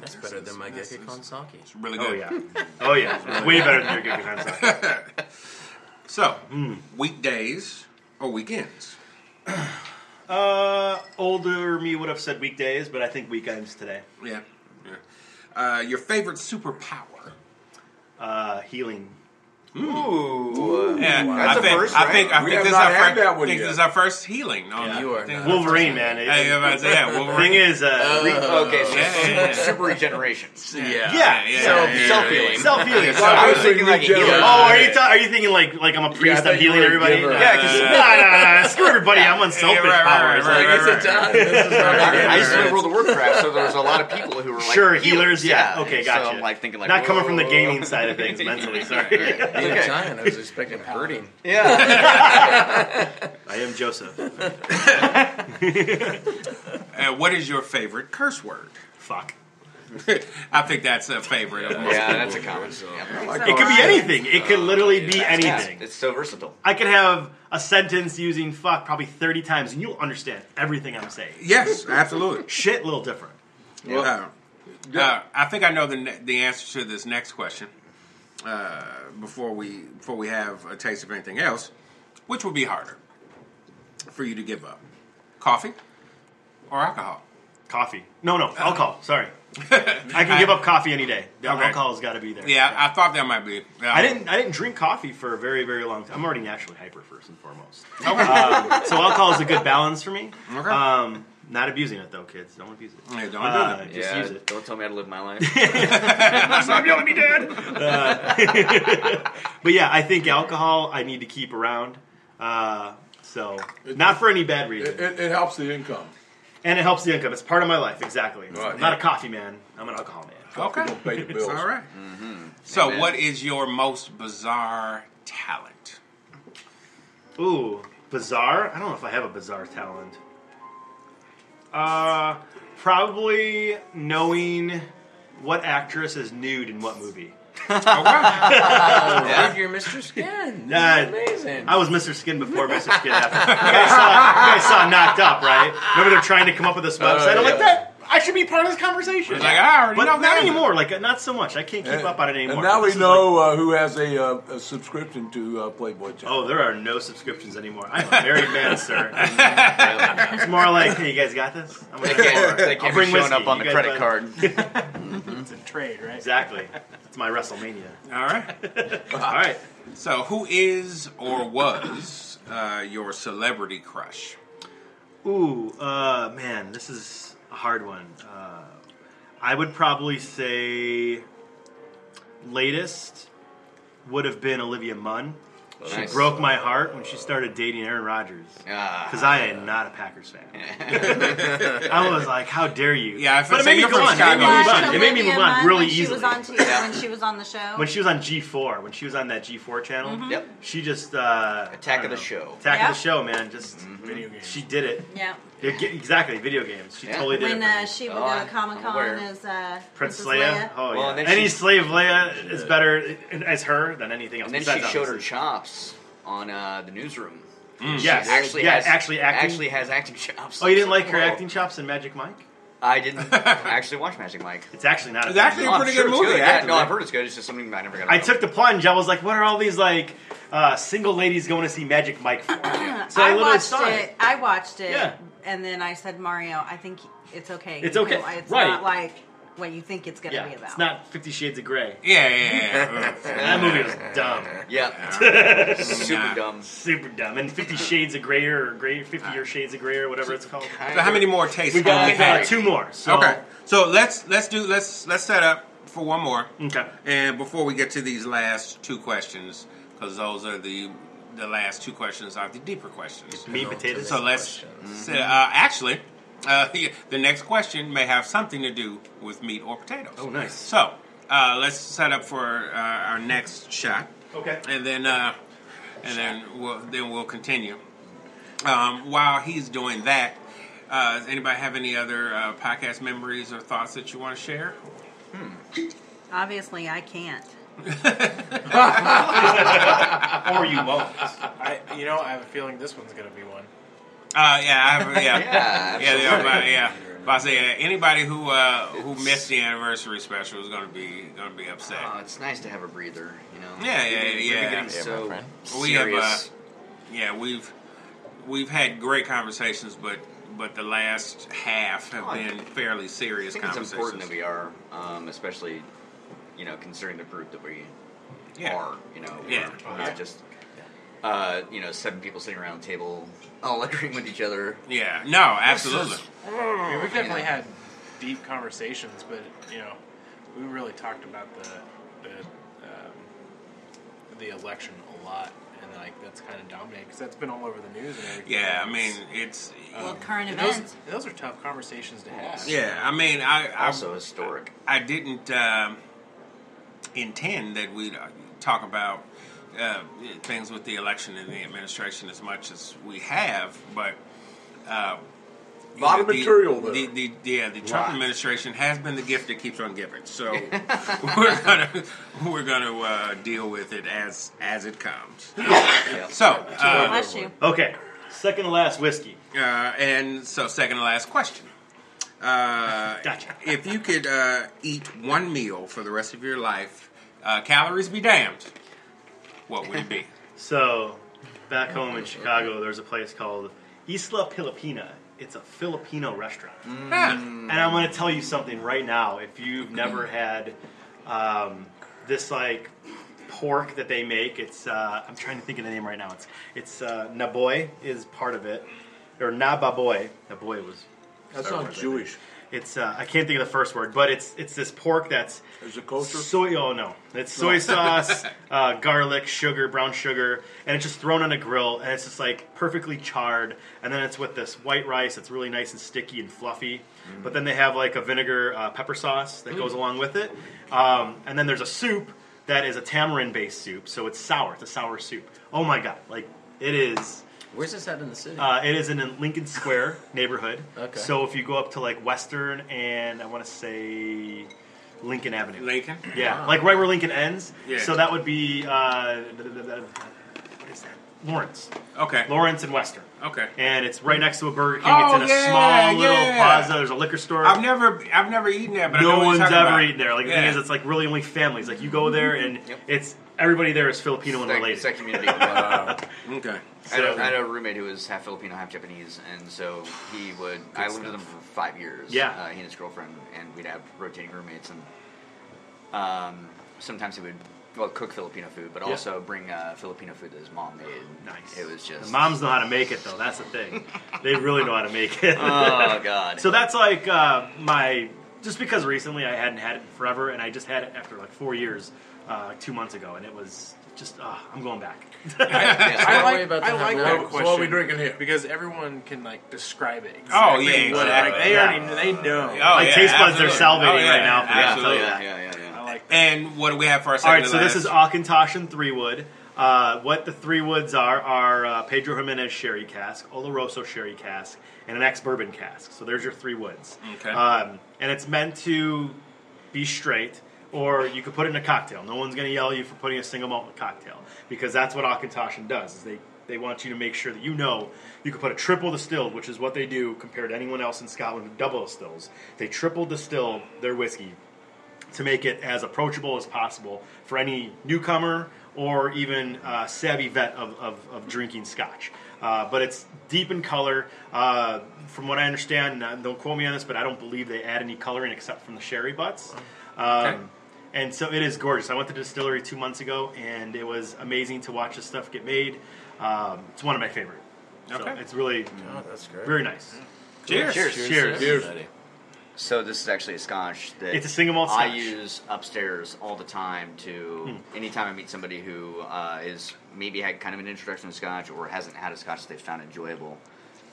[SPEAKER 7] That's better than my Gekko Sake.
[SPEAKER 2] really good.
[SPEAKER 6] oh yeah, oh yeah, it's way better than your good times. Out.
[SPEAKER 2] So, weekdays or weekends?
[SPEAKER 6] Uh, older me would have said weekdays, but I think weekends today.
[SPEAKER 2] Yeah. yeah. Uh, your favorite superpower?
[SPEAKER 6] Uh, healing.
[SPEAKER 2] Ooh, yeah,
[SPEAKER 4] That's
[SPEAKER 2] I
[SPEAKER 4] a
[SPEAKER 2] think,
[SPEAKER 4] first,
[SPEAKER 2] I think, I
[SPEAKER 5] We
[SPEAKER 2] think
[SPEAKER 5] have
[SPEAKER 2] this is
[SPEAKER 5] not
[SPEAKER 2] our
[SPEAKER 5] had
[SPEAKER 2] first,
[SPEAKER 5] that one
[SPEAKER 2] think
[SPEAKER 5] yet.
[SPEAKER 2] this is our first healing. No,
[SPEAKER 7] You are not.
[SPEAKER 6] Wolverine, man. it-
[SPEAKER 2] Hey, everybody's- yeah,
[SPEAKER 6] the thing
[SPEAKER 2] Wolverine.
[SPEAKER 6] is, uh,
[SPEAKER 4] Re- okay, so
[SPEAKER 2] Yeah, yeah, yeah.
[SPEAKER 4] super, super regeneration.
[SPEAKER 7] Yeah.
[SPEAKER 6] yeah,
[SPEAKER 2] yeah,
[SPEAKER 4] Self-
[SPEAKER 2] yeah,
[SPEAKER 4] self-healing.
[SPEAKER 6] self healing.
[SPEAKER 2] Yeah,
[SPEAKER 4] I was
[SPEAKER 5] Obviously
[SPEAKER 4] thinking like a
[SPEAKER 5] regeneration.
[SPEAKER 4] healer.
[SPEAKER 6] Oh, are you ta- are you thinking like like I'm a priest? I'm
[SPEAKER 7] thought you
[SPEAKER 6] healing
[SPEAKER 7] were a
[SPEAKER 6] everybody.
[SPEAKER 7] giver.
[SPEAKER 6] Yeah, because nah, nah, nah, screw everybody. I'm on selfish
[SPEAKER 2] right, right,
[SPEAKER 6] powers.
[SPEAKER 2] right,
[SPEAKER 6] Like,
[SPEAKER 2] right, right.
[SPEAKER 7] It's a time. This is not
[SPEAKER 4] I, I used to play
[SPEAKER 7] It's-
[SPEAKER 4] World of Warcraft, so there was a lot of people who were like
[SPEAKER 6] sure, healers. Yeah. Okay, gotcha.
[SPEAKER 4] So I'm like thinking like
[SPEAKER 6] not coming from the
[SPEAKER 4] whoa.
[SPEAKER 6] gaming side of things mentally. Sorry.
[SPEAKER 7] Being
[SPEAKER 4] Okay.
[SPEAKER 7] a giant, I was expecting hurting.
[SPEAKER 4] Yeah.
[SPEAKER 6] I am Joseph.
[SPEAKER 2] Uh, what is your favorite curse word?
[SPEAKER 6] Fuck.
[SPEAKER 2] I think that's a favorite. Of most
[SPEAKER 4] yeah,
[SPEAKER 2] people.
[SPEAKER 4] that's a common. Yeah.
[SPEAKER 6] It could be anything. It could literally be anything.
[SPEAKER 4] Yeah, it's so versatile.
[SPEAKER 6] I could have a sentence using fuck probably 30 times, and you'll understand everything I'm saying.
[SPEAKER 2] Yes, absolutely.
[SPEAKER 6] Shit, little different.
[SPEAKER 2] Uh, uh, I think I know the ne- the answer to this next question. Uh, before we before we have a taste of anything else, which would be harder for you to give up, coffee or alcohol?
[SPEAKER 6] Coffee. No, no, alcohol. Sorry. I can give up coffee any day. The
[SPEAKER 2] Uh. Okay.
[SPEAKER 6] alcohol's got to be there.
[SPEAKER 2] Yeah, I thought that might be. Yeah.
[SPEAKER 6] I didn't. I didn't drink coffee for a very, very long time. I'm already naturally hyper, first and foremost.
[SPEAKER 2] Okay.
[SPEAKER 6] Um, so alcohol is a good balance for me.
[SPEAKER 2] Okay.
[SPEAKER 6] Um, not abusing it though, kids. Don't abuse it.
[SPEAKER 2] Yeah, don't do
[SPEAKER 6] Uh,
[SPEAKER 2] that.
[SPEAKER 6] just
[SPEAKER 4] yeah,
[SPEAKER 6] use it.
[SPEAKER 4] Don't tell me how to live my life.
[SPEAKER 6] Stop yelling at me, Dad. Uh, but yeah, I think alcohol I need to keep around. Uh, so not for any bad
[SPEAKER 5] It,
[SPEAKER 6] reason,
[SPEAKER 5] it, it helps the income.
[SPEAKER 6] and it helps the income. It's part of my life. Exactly.
[SPEAKER 5] Right.
[SPEAKER 6] I'm not a coffee man. I'm an alcohol man.
[SPEAKER 2] Okay.
[SPEAKER 5] People pay the bills.
[SPEAKER 2] All right. So,
[SPEAKER 4] Amen.
[SPEAKER 2] what is your most bizarre talent?
[SPEAKER 6] Ooh, bizarre. I don't know if I have a bizarre talent. Uh, probably knowing what actress is nude in what movie.
[SPEAKER 2] Okay.
[SPEAKER 7] Love your Mr. Skin. This
[SPEAKER 6] Nah,
[SPEAKER 7] is amazing.
[SPEAKER 6] I was Mr. Skin before Mr. Skin happened. You guys, saw, you guys saw Knocked Up, right? Remember they're trying to come up with this website. I'm like,
[SPEAKER 5] Oh, yeah.
[SPEAKER 6] that I should be part of this conversation.
[SPEAKER 2] It's like, I already
[SPEAKER 6] but
[SPEAKER 2] know
[SPEAKER 6] not
[SPEAKER 2] that.
[SPEAKER 6] anymore. Like, not so much. I can't keep up on it anymore.
[SPEAKER 5] And now
[SPEAKER 6] This
[SPEAKER 5] we
[SPEAKER 6] is
[SPEAKER 5] know
[SPEAKER 6] like-
[SPEAKER 5] uh, who has a, uh, a subscription to uh, Playboy Channel.
[SPEAKER 6] oh, there are no subscriptions anymore. I'm a married man, sir. It's more like, hey, you guys got this? I'm gonna
[SPEAKER 4] They
[SPEAKER 6] go
[SPEAKER 4] can't,
[SPEAKER 6] over.
[SPEAKER 4] they
[SPEAKER 6] I'll
[SPEAKER 4] can't be
[SPEAKER 6] bring
[SPEAKER 4] showing
[SPEAKER 6] whiskey.
[SPEAKER 4] up on
[SPEAKER 6] You
[SPEAKER 4] the
[SPEAKER 6] guys
[SPEAKER 4] credit
[SPEAKER 6] buy-
[SPEAKER 4] card.
[SPEAKER 3] It's a trade, right?
[SPEAKER 6] Exactly. It's my WrestleMania.
[SPEAKER 2] All right.
[SPEAKER 6] All right.
[SPEAKER 2] So, who is or was uh, your celebrity crush?
[SPEAKER 6] Ooh, uh, man, this is a hard one. Uh, I would probably say latest would have been Olivia Munn. She
[SPEAKER 4] Nice.
[SPEAKER 6] broke my heart when she started dating Aaron Rodgers
[SPEAKER 4] Ah.
[SPEAKER 6] because I am not a Packers fan. I was like, "How dare you?"
[SPEAKER 2] Yeah, I
[SPEAKER 6] but it
[SPEAKER 2] say
[SPEAKER 6] made me
[SPEAKER 2] you're
[SPEAKER 6] go
[SPEAKER 2] from
[SPEAKER 6] on. It made me
[SPEAKER 2] Chicago.
[SPEAKER 6] move
[SPEAKER 2] Watch
[SPEAKER 6] on. It made me
[SPEAKER 1] Olivia
[SPEAKER 6] move on
[SPEAKER 1] Munn
[SPEAKER 6] really
[SPEAKER 1] when She was
[SPEAKER 6] easily.
[SPEAKER 1] on t- when she was on the show.
[SPEAKER 6] When she was on G4, when she was on that G4 channel,
[SPEAKER 1] Mm-hmm.
[SPEAKER 4] Yep.
[SPEAKER 6] she just uh,
[SPEAKER 4] Attack
[SPEAKER 6] I
[SPEAKER 4] of
[SPEAKER 6] don't know.
[SPEAKER 4] the show. Mm-hmm.
[SPEAKER 6] Attack
[SPEAKER 1] Yeah.
[SPEAKER 6] of the show, man. Just
[SPEAKER 3] Video games.
[SPEAKER 6] she did it.
[SPEAKER 1] yeah.
[SPEAKER 6] Yeah, ge- exactly, video games. She
[SPEAKER 4] Yeah.
[SPEAKER 6] totally did
[SPEAKER 1] When
[SPEAKER 6] it. for me.
[SPEAKER 1] uh, she would
[SPEAKER 4] Oh,
[SPEAKER 1] go
[SPEAKER 4] I-
[SPEAKER 1] to Comic
[SPEAKER 4] I'm
[SPEAKER 1] Con
[SPEAKER 4] aware.
[SPEAKER 1] as uh,
[SPEAKER 6] Princess
[SPEAKER 1] Mrs.
[SPEAKER 6] Leia. Oh
[SPEAKER 4] Well, and
[SPEAKER 6] yeah.
[SPEAKER 4] then
[SPEAKER 6] Any
[SPEAKER 4] she-
[SPEAKER 6] slave Leia is better i- as her than anything else.
[SPEAKER 4] And then she
[SPEAKER 6] besides,
[SPEAKER 4] showed her
[SPEAKER 6] obviously.
[SPEAKER 4] chops on uh, the newsroom.
[SPEAKER 6] Yes,
[SPEAKER 4] Actually,
[SPEAKER 6] yeah,
[SPEAKER 4] has,
[SPEAKER 6] actually acting.
[SPEAKER 4] actually has acting chops.
[SPEAKER 6] oh, you didn't like her
[SPEAKER 4] Whoa.
[SPEAKER 6] acting chops in Magic Mike?
[SPEAKER 4] I didn't actually watch Magic Mike.
[SPEAKER 6] It's actually not. a
[SPEAKER 2] It's
[SPEAKER 6] bad
[SPEAKER 2] actually a
[SPEAKER 6] movie.
[SPEAKER 4] I'm
[SPEAKER 2] pretty
[SPEAKER 4] sure
[SPEAKER 2] good
[SPEAKER 4] it's
[SPEAKER 2] movie,
[SPEAKER 4] Yeah,
[SPEAKER 2] actually.
[SPEAKER 4] no, I've heard it's good. It's just something I never got.
[SPEAKER 6] I
[SPEAKER 4] around
[SPEAKER 6] took the plunge. I was like, what are all these like uh, single ladies going to see Magic Mike for? so
[SPEAKER 1] I
[SPEAKER 6] literally
[SPEAKER 1] watched
[SPEAKER 6] saw
[SPEAKER 1] it. I watched it.
[SPEAKER 6] Yeah.
[SPEAKER 1] And then I said, Mario, I think it's okay.
[SPEAKER 6] It's
[SPEAKER 1] You
[SPEAKER 6] okay.
[SPEAKER 1] know, It's
[SPEAKER 6] Right.
[SPEAKER 1] not like what you think it's going to
[SPEAKER 6] Yeah,
[SPEAKER 1] be about.
[SPEAKER 6] it's not Fifty Shades of Grey.
[SPEAKER 2] Yeah, yeah, yeah.
[SPEAKER 6] That movie was dumb,
[SPEAKER 4] it. Yeah, super dumb.
[SPEAKER 6] super dumb. And Fifty Shades of Grey or Grey, Fifty Year Shades of Grey or whatever it's called.
[SPEAKER 2] So how many more tastes?
[SPEAKER 6] We got
[SPEAKER 2] have we had?
[SPEAKER 6] uh, two more. So,
[SPEAKER 2] Okay, so let's let's do let's let's set up for one more,
[SPEAKER 6] Okay.
[SPEAKER 2] and before we get to these last two questions, because those are the the last two questions are the deeper questions.
[SPEAKER 6] Meat potatoes.
[SPEAKER 2] So let's set, uh, actually, uh, the next question may have something to do with meat or potatoes.
[SPEAKER 6] Oh, nice.
[SPEAKER 2] So uh, let's set up for uh, our next shot,
[SPEAKER 6] Okay.
[SPEAKER 2] and then uh, and then we'll then we'll continue. Um, while he's doing that, uh, does anybody have any other uh, podcast memories or thoughts that you want to share?
[SPEAKER 1] Obviously, I can't.
[SPEAKER 6] Or you won't.
[SPEAKER 3] I, you know, I have a feeling this one's gonna be one.
[SPEAKER 2] Uh, yeah, I have, yeah,
[SPEAKER 4] Yeah,
[SPEAKER 2] yeah, yeah. But, yeah. But I say uh, anybody who uh, who missed the anniversary special is going to be going to be upset.
[SPEAKER 4] Oh, it's nice to have a breather, you know.
[SPEAKER 2] Yeah, yeah,
[SPEAKER 4] We've been- we've been
[SPEAKER 2] yeah.
[SPEAKER 4] getting
[SPEAKER 2] Yeah,
[SPEAKER 4] so
[SPEAKER 7] my friend.
[SPEAKER 2] We have, uh,
[SPEAKER 4] serious.
[SPEAKER 2] Yeah, we've we've had great conversations, but but the last half have
[SPEAKER 4] Oh, I-
[SPEAKER 2] been fairly
[SPEAKER 4] I
[SPEAKER 2] serious
[SPEAKER 4] think it's
[SPEAKER 2] conversations.
[SPEAKER 4] important that we are, um, especially, you know, considering the group that we
[SPEAKER 2] yeah.
[SPEAKER 4] are. You know,
[SPEAKER 2] Yeah.
[SPEAKER 4] we're not just, uh, you know, seven people sitting around a table, all agreeing with each other.
[SPEAKER 2] Yeah, no, absolutely.
[SPEAKER 3] I mean, we've definitely
[SPEAKER 4] Yeah.
[SPEAKER 3] had deep conversations, but you know, we really talked about the the, um, the election a lot, and like that's kind of dominated because that's been all over the news and everything.
[SPEAKER 2] Yeah, I mean, it's
[SPEAKER 4] Uh,
[SPEAKER 1] well, current
[SPEAKER 3] And those,
[SPEAKER 1] events.
[SPEAKER 3] those are tough conversations to have.
[SPEAKER 2] yeah, I mean, I I,
[SPEAKER 4] Also historic.
[SPEAKER 2] I didn't um, intend that we'd uh, talk about uh, things with the election and the administration as much as we have, but. Uh, you
[SPEAKER 5] Lot
[SPEAKER 2] know,
[SPEAKER 5] of material
[SPEAKER 2] the,
[SPEAKER 5] there.
[SPEAKER 2] The, the, yeah, the Trump
[SPEAKER 5] Lots.
[SPEAKER 2] administration has been the gift that keeps on giving. So we're gonna we're gonna uh, deal with it as as it comes. So uh,
[SPEAKER 1] Bless you.
[SPEAKER 6] Okay. Second to last whiskey.
[SPEAKER 2] uh, and so second to last question. Uh,
[SPEAKER 6] Gotcha.
[SPEAKER 2] if you could uh, eat one meal for the rest of your life, uh, calories be damned, what would it be?
[SPEAKER 6] So, back home in Chicago, there's a place called Isla Filipina. It's a Filipino restaurant.
[SPEAKER 2] Huh.
[SPEAKER 6] And I'm going to tell you something right now. If you've never had um, this, like, pork that they make, it's, uh, I'm trying to think of the name right now. It's, it's uh, Naboy is part of it, or Nababoy. Naboy was.
[SPEAKER 5] That's not Jewish.
[SPEAKER 6] It's uh, I can't think of the first word, but it's it's this pork that's
[SPEAKER 5] Is it kosher?
[SPEAKER 6] soy. Oh no, it's soy sauce, uh, garlic, sugar, brown sugar, and it's just thrown on a grill, and it's just like perfectly charred. And then it's with this white rice that's really nice and sticky and fluffy. But then they have like a vinegar uh, pepper sauce that goes along with it, um, and then there's a soup that is a tamarind based soup, so it's sour. It's a sour soup. Oh my god, like it is.
[SPEAKER 7] Where's this at in the city?
[SPEAKER 6] Uh, it is in a Lincoln Square neighborhood.
[SPEAKER 7] Okay.
[SPEAKER 6] So if you go up to like Western and I want to say Lincoln Avenue.
[SPEAKER 2] Lincoln.
[SPEAKER 6] yeah, like right where Lincoln ends.
[SPEAKER 2] Ah. Yeah.
[SPEAKER 6] So that would be uh, th- th- th- what is that? Lawrence,
[SPEAKER 2] Okay.
[SPEAKER 6] Lawrence and Western.
[SPEAKER 2] Okay.
[SPEAKER 6] And it's right next to a Burger King.
[SPEAKER 2] Oh,
[SPEAKER 6] it's in a
[SPEAKER 2] yeah,
[SPEAKER 6] small little
[SPEAKER 2] yeah.
[SPEAKER 6] plaza. There's a liquor store.
[SPEAKER 2] I've never I've never eaten there, but I know
[SPEAKER 6] no
[SPEAKER 2] what
[SPEAKER 6] one's
[SPEAKER 2] you're
[SPEAKER 6] ever
[SPEAKER 2] talking about.
[SPEAKER 6] eaten there. Like the
[SPEAKER 2] Yeah.
[SPEAKER 6] thing is, it's like really only families. Like you go there and
[SPEAKER 4] Yep.
[SPEAKER 6] it's everybody there is Filipino and
[SPEAKER 4] It's that-
[SPEAKER 6] related.
[SPEAKER 4] it's that community.
[SPEAKER 2] okay.
[SPEAKER 4] I, had a,
[SPEAKER 6] So-
[SPEAKER 4] I had a roommate who was half Filipino, half Japanese, and so he would. I lived with him for five years.
[SPEAKER 6] Yeah.
[SPEAKER 4] uh, he and his girlfriend, and we'd have rotating roommates, and um, sometimes he would well cook Filipino food, but
[SPEAKER 6] Yeah.
[SPEAKER 4] also bring uh, Filipino food that his mom made.
[SPEAKER 6] nice.
[SPEAKER 4] It was just
[SPEAKER 6] The moms know how to make it though. That's the thing. they really know how to make it.
[SPEAKER 4] Oh God.
[SPEAKER 6] So that's like uh, my just because recently I hadn't had it in forever, and I just had it after like four years, uh, two months ago, and it was just uh, I'm going back.
[SPEAKER 4] Yeah.
[SPEAKER 3] I
[SPEAKER 7] Don't
[SPEAKER 3] like,
[SPEAKER 7] worry about
[SPEAKER 3] I
[SPEAKER 7] the
[SPEAKER 3] like
[SPEAKER 7] number.
[SPEAKER 3] that
[SPEAKER 5] So
[SPEAKER 3] question.
[SPEAKER 5] what are we drinking here?
[SPEAKER 3] Because everyone can like describe it.
[SPEAKER 2] Oh, yeah,
[SPEAKER 3] exactly what-
[SPEAKER 2] exactly.
[SPEAKER 3] like, they
[SPEAKER 6] Yeah.
[SPEAKER 3] already they know.
[SPEAKER 2] Oh,
[SPEAKER 6] My
[SPEAKER 2] yeah,
[SPEAKER 6] taste buds are
[SPEAKER 2] absolutely.
[SPEAKER 6] salivating
[SPEAKER 2] Oh, yeah,
[SPEAKER 6] right now for that.
[SPEAKER 4] yeah,
[SPEAKER 2] Absolutely.
[SPEAKER 4] yeah, yeah, yeah, yeah.
[SPEAKER 3] I like that.
[SPEAKER 2] And what do we have for our
[SPEAKER 6] All
[SPEAKER 2] second?
[SPEAKER 6] right,
[SPEAKER 2] to
[SPEAKER 6] so this
[SPEAKER 2] last?
[SPEAKER 6] is Aucintosh and three wood. Uh, what the three woods are are uh, Pedro Jimenez sherry cask, Oloroso sherry cask, and an ex bourbon cask. So there's your three woods.
[SPEAKER 2] Okay.
[SPEAKER 6] Um, and it's meant to be straight, or you could put it in a cocktail. No one's going to yell at you for putting a single malt in a cocktail because that's what Aucintosh does. Is they They want you to make sure that you know you can put a triple distilled, which is what they do compared to anyone else in Scotland who double distills. They triple distill their whiskey to make it as approachable as possible for any newcomer or even uh, savvy vet of, of, of drinking scotch. Uh, but it's deep in color. Uh, from what I understand, uh, don't quote me on this, but I don't believe they add any coloring except from the sherry butts. Um,
[SPEAKER 2] Okay.
[SPEAKER 6] And so it is gorgeous. I went to the distillery two months ago, and it was amazing to watch this stuff get made. Um, it's one of my favorite. So
[SPEAKER 2] Okay.
[SPEAKER 6] it's really
[SPEAKER 7] Oh, that's great.
[SPEAKER 6] very nice.
[SPEAKER 2] Cheers.
[SPEAKER 7] Cheers.
[SPEAKER 6] Cheers.
[SPEAKER 7] to everybody.
[SPEAKER 4] So this is actually a scotch that
[SPEAKER 6] It's a single malt
[SPEAKER 4] I
[SPEAKER 6] scotch. Hmm.
[SPEAKER 4] use upstairs all the time to anytime I meet somebody who uh, is maybe had kind of an introduction to scotch or hasn't had a scotch they've found enjoyable.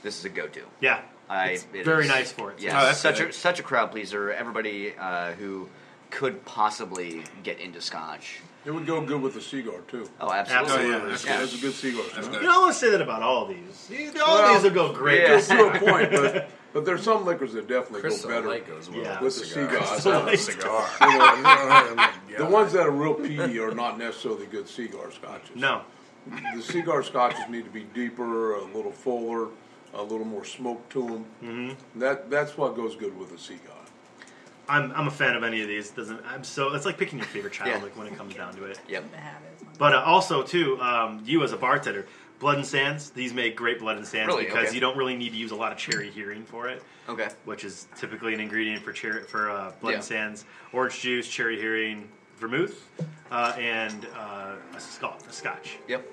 [SPEAKER 4] This is a go-to.
[SPEAKER 6] Yeah.
[SPEAKER 4] I,
[SPEAKER 6] it's
[SPEAKER 4] it
[SPEAKER 6] very
[SPEAKER 4] is-
[SPEAKER 6] nice for it.
[SPEAKER 4] Yes,
[SPEAKER 2] Oh, that's
[SPEAKER 4] such
[SPEAKER 2] good.
[SPEAKER 4] a such a crowd pleaser. Everybody uh, who could possibly get into scotch.
[SPEAKER 5] It would go good with the cigar too.
[SPEAKER 4] Oh, absolutely.
[SPEAKER 2] Oh, yeah, that's
[SPEAKER 5] Yeah, that's a good cigar.
[SPEAKER 2] That's
[SPEAKER 5] smell.
[SPEAKER 2] good.
[SPEAKER 6] You know, I want to say that about all these. These- All
[SPEAKER 5] Well,
[SPEAKER 6] these will go great.
[SPEAKER 4] yeah.
[SPEAKER 5] It's to a point, but, but there's some liquors that definitely
[SPEAKER 7] Crystal
[SPEAKER 5] go better
[SPEAKER 7] Lake goes well
[SPEAKER 6] Yeah.
[SPEAKER 5] with
[SPEAKER 7] with
[SPEAKER 5] the
[SPEAKER 7] the
[SPEAKER 5] cigar.
[SPEAKER 7] cigars.
[SPEAKER 6] Crystal Lake.
[SPEAKER 5] cigar. You know, you know, the ones that are real peaty are not necessarily good cigar scotches.
[SPEAKER 6] No.
[SPEAKER 5] the cigar scotches need to be deeper, a little fuller, a little more smoke to them. Mm-hmm. That that's what goes good with a cigar.
[SPEAKER 6] I'm, I'm a fan of any of these. Doesn't I'm so it's like picking your favorite child.
[SPEAKER 4] Yeah.
[SPEAKER 6] Like when it comes down to it.
[SPEAKER 4] Yep.
[SPEAKER 6] But uh, also too, um, you as a bartender, Blood and Sands. These make great Blood and Sands
[SPEAKER 4] Really?
[SPEAKER 6] because
[SPEAKER 4] Okay.
[SPEAKER 6] you don't really need to use a lot of cherry hearing for it,
[SPEAKER 4] Okay.
[SPEAKER 6] which is typically an ingredient for cherry for uh, Blood
[SPEAKER 4] Yeah.
[SPEAKER 6] and Sands. Orange juice, cherry hearing, vermouth, uh, and uh, a, scotch, a scotch.
[SPEAKER 4] Yep.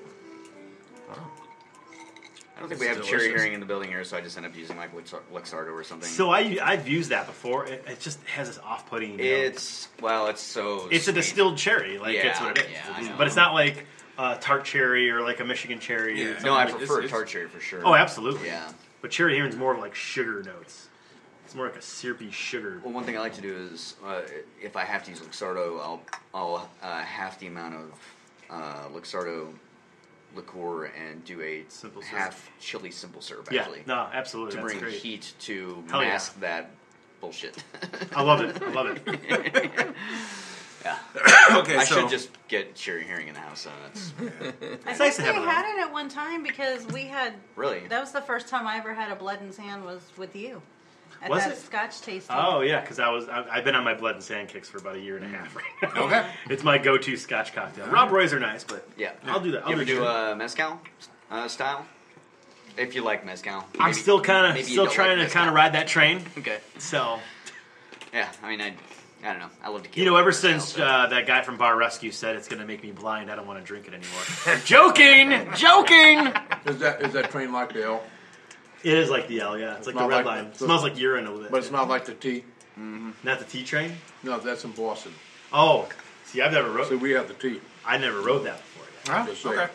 [SPEAKER 4] I don't think we
[SPEAKER 7] It's
[SPEAKER 4] have cherry
[SPEAKER 7] delicious.
[SPEAKER 4] hearing in the building here, so I just end up using like Lux- Luxardo or something.
[SPEAKER 6] So I I've used that before. It, it just has this off-putting. you know,
[SPEAKER 4] It's well, it's so.
[SPEAKER 6] it's a
[SPEAKER 4] sweet.
[SPEAKER 6] distilled cherry, like
[SPEAKER 4] Yeah,
[SPEAKER 6] that's what it is.
[SPEAKER 4] yeah, I know.
[SPEAKER 6] but it's not like a tart cherry or like a Michigan cherry.
[SPEAKER 2] Yeah.
[SPEAKER 6] It's-
[SPEAKER 4] No, I
[SPEAKER 2] It's-
[SPEAKER 4] prefer
[SPEAKER 2] it's-
[SPEAKER 4] tart cherry for sure.
[SPEAKER 6] Oh, absolutely.
[SPEAKER 4] Yeah.
[SPEAKER 6] But cherry heron's more of like sugar notes. It's more like a syrupy sugar.
[SPEAKER 4] Well, one thing I like to do is uh, if I have to use Luxardo, I'll I'll uh, half the amount of uh, Luxardo liqueur and do a
[SPEAKER 6] Simple syrup.
[SPEAKER 4] half chili simple syrup
[SPEAKER 6] yeah.
[SPEAKER 4] actually
[SPEAKER 6] No, absolutely.
[SPEAKER 4] to
[SPEAKER 6] That's
[SPEAKER 4] bring
[SPEAKER 6] great.
[SPEAKER 4] heat to
[SPEAKER 6] Hell yeah.
[SPEAKER 4] mask that bullshit.
[SPEAKER 6] I love it. I love it.
[SPEAKER 4] yeah,
[SPEAKER 2] Okay,
[SPEAKER 4] I
[SPEAKER 2] so
[SPEAKER 4] should just get cherry hearing in the house. Uh, that's
[SPEAKER 1] I
[SPEAKER 6] nice
[SPEAKER 1] think
[SPEAKER 6] to
[SPEAKER 1] we
[SPEAKER 6] have it
[SPEAKER 1] had it at one time because we had.
[SPEAKER 4] really
[SPEAKER 1] That was the first time I ever had a blood and sand was with you. At
[SPEAKER 6] Was
[SPEAKER 1] that
[SPEAKER 6] it?
[SPEAKER 1] Scotch tasting.
[SPEAKER 6] Oh yeah, because I was I, I've been on my blood and sand kicks for about a year and a
[SPEAKER 4] Mm.
[SPEAKER 6] half. Right now.
[SPEAKER 2] okay.
[SPEAKER 6] It's my go-to Scotch cocktail. Rob Roy's are nice, but
[SPEAKER 4] yeah.
[SPEAKER 6] I'll do that. I'll
[SPEAKER 4] you ever
[SPEAKER 6] do
[SPEAKER 4] do
[SPEAKER 6] that.
[SPEAKER 4] uh, mezcal uh, style? If you like mezcal,
[SPEAKER 6] I'm
[SPEAKER 4] Maybe-
[SPEAKER 6] still kind
[SPEAKER 4] maybe
[SPEAKER 6] of
[SPEAKER 4] you
[SPEAKER 6] still
[SPEAKER 4] don't
[SPEAKER 6] trying
[SPEAKER 4] like
[SPEAKER 6] to kind
[SPEAKER 4] mezcal.
[SPEAKER 6] of ride that train.
[SPEAKER 4] Okay.
[SPEAKER 6] So
[SPEAKER 4] Yeah, I mean, I, I don't know. I love to.
[SPEAKER 6] you know, ever since uh, that guy from Bar Rescue said it's gonna make me blind, I don't want to drink it anymore. I'm joking, joking.
[SPEAKER 5] Is that is that train like the L?
[SPEAKER 6] It is like the L, yeah. It's like the
[SPEAKER 5] not
[SPEAKER 6] red
[SPEAKER 5] like-
[SPEAKER 6] line. It smells like urine a little bit.
[SPEAKER 5] But it's not like the T.
[SPEAKER 6] Not the T train.
[SPEAKER 5] No, that's in Boston.
[SPEAKER 6] Oh, see, I've never
[SPEAKER 5] So
[SPEAKER 6] rode.
[SPEAKER 5] we have the T.
[SPEAKER 6] I never rode that before. yeah.
[SPEAKER 2] Huh?
[SPEAKER 5] Just saying.
[SPEAKER 2] Okay.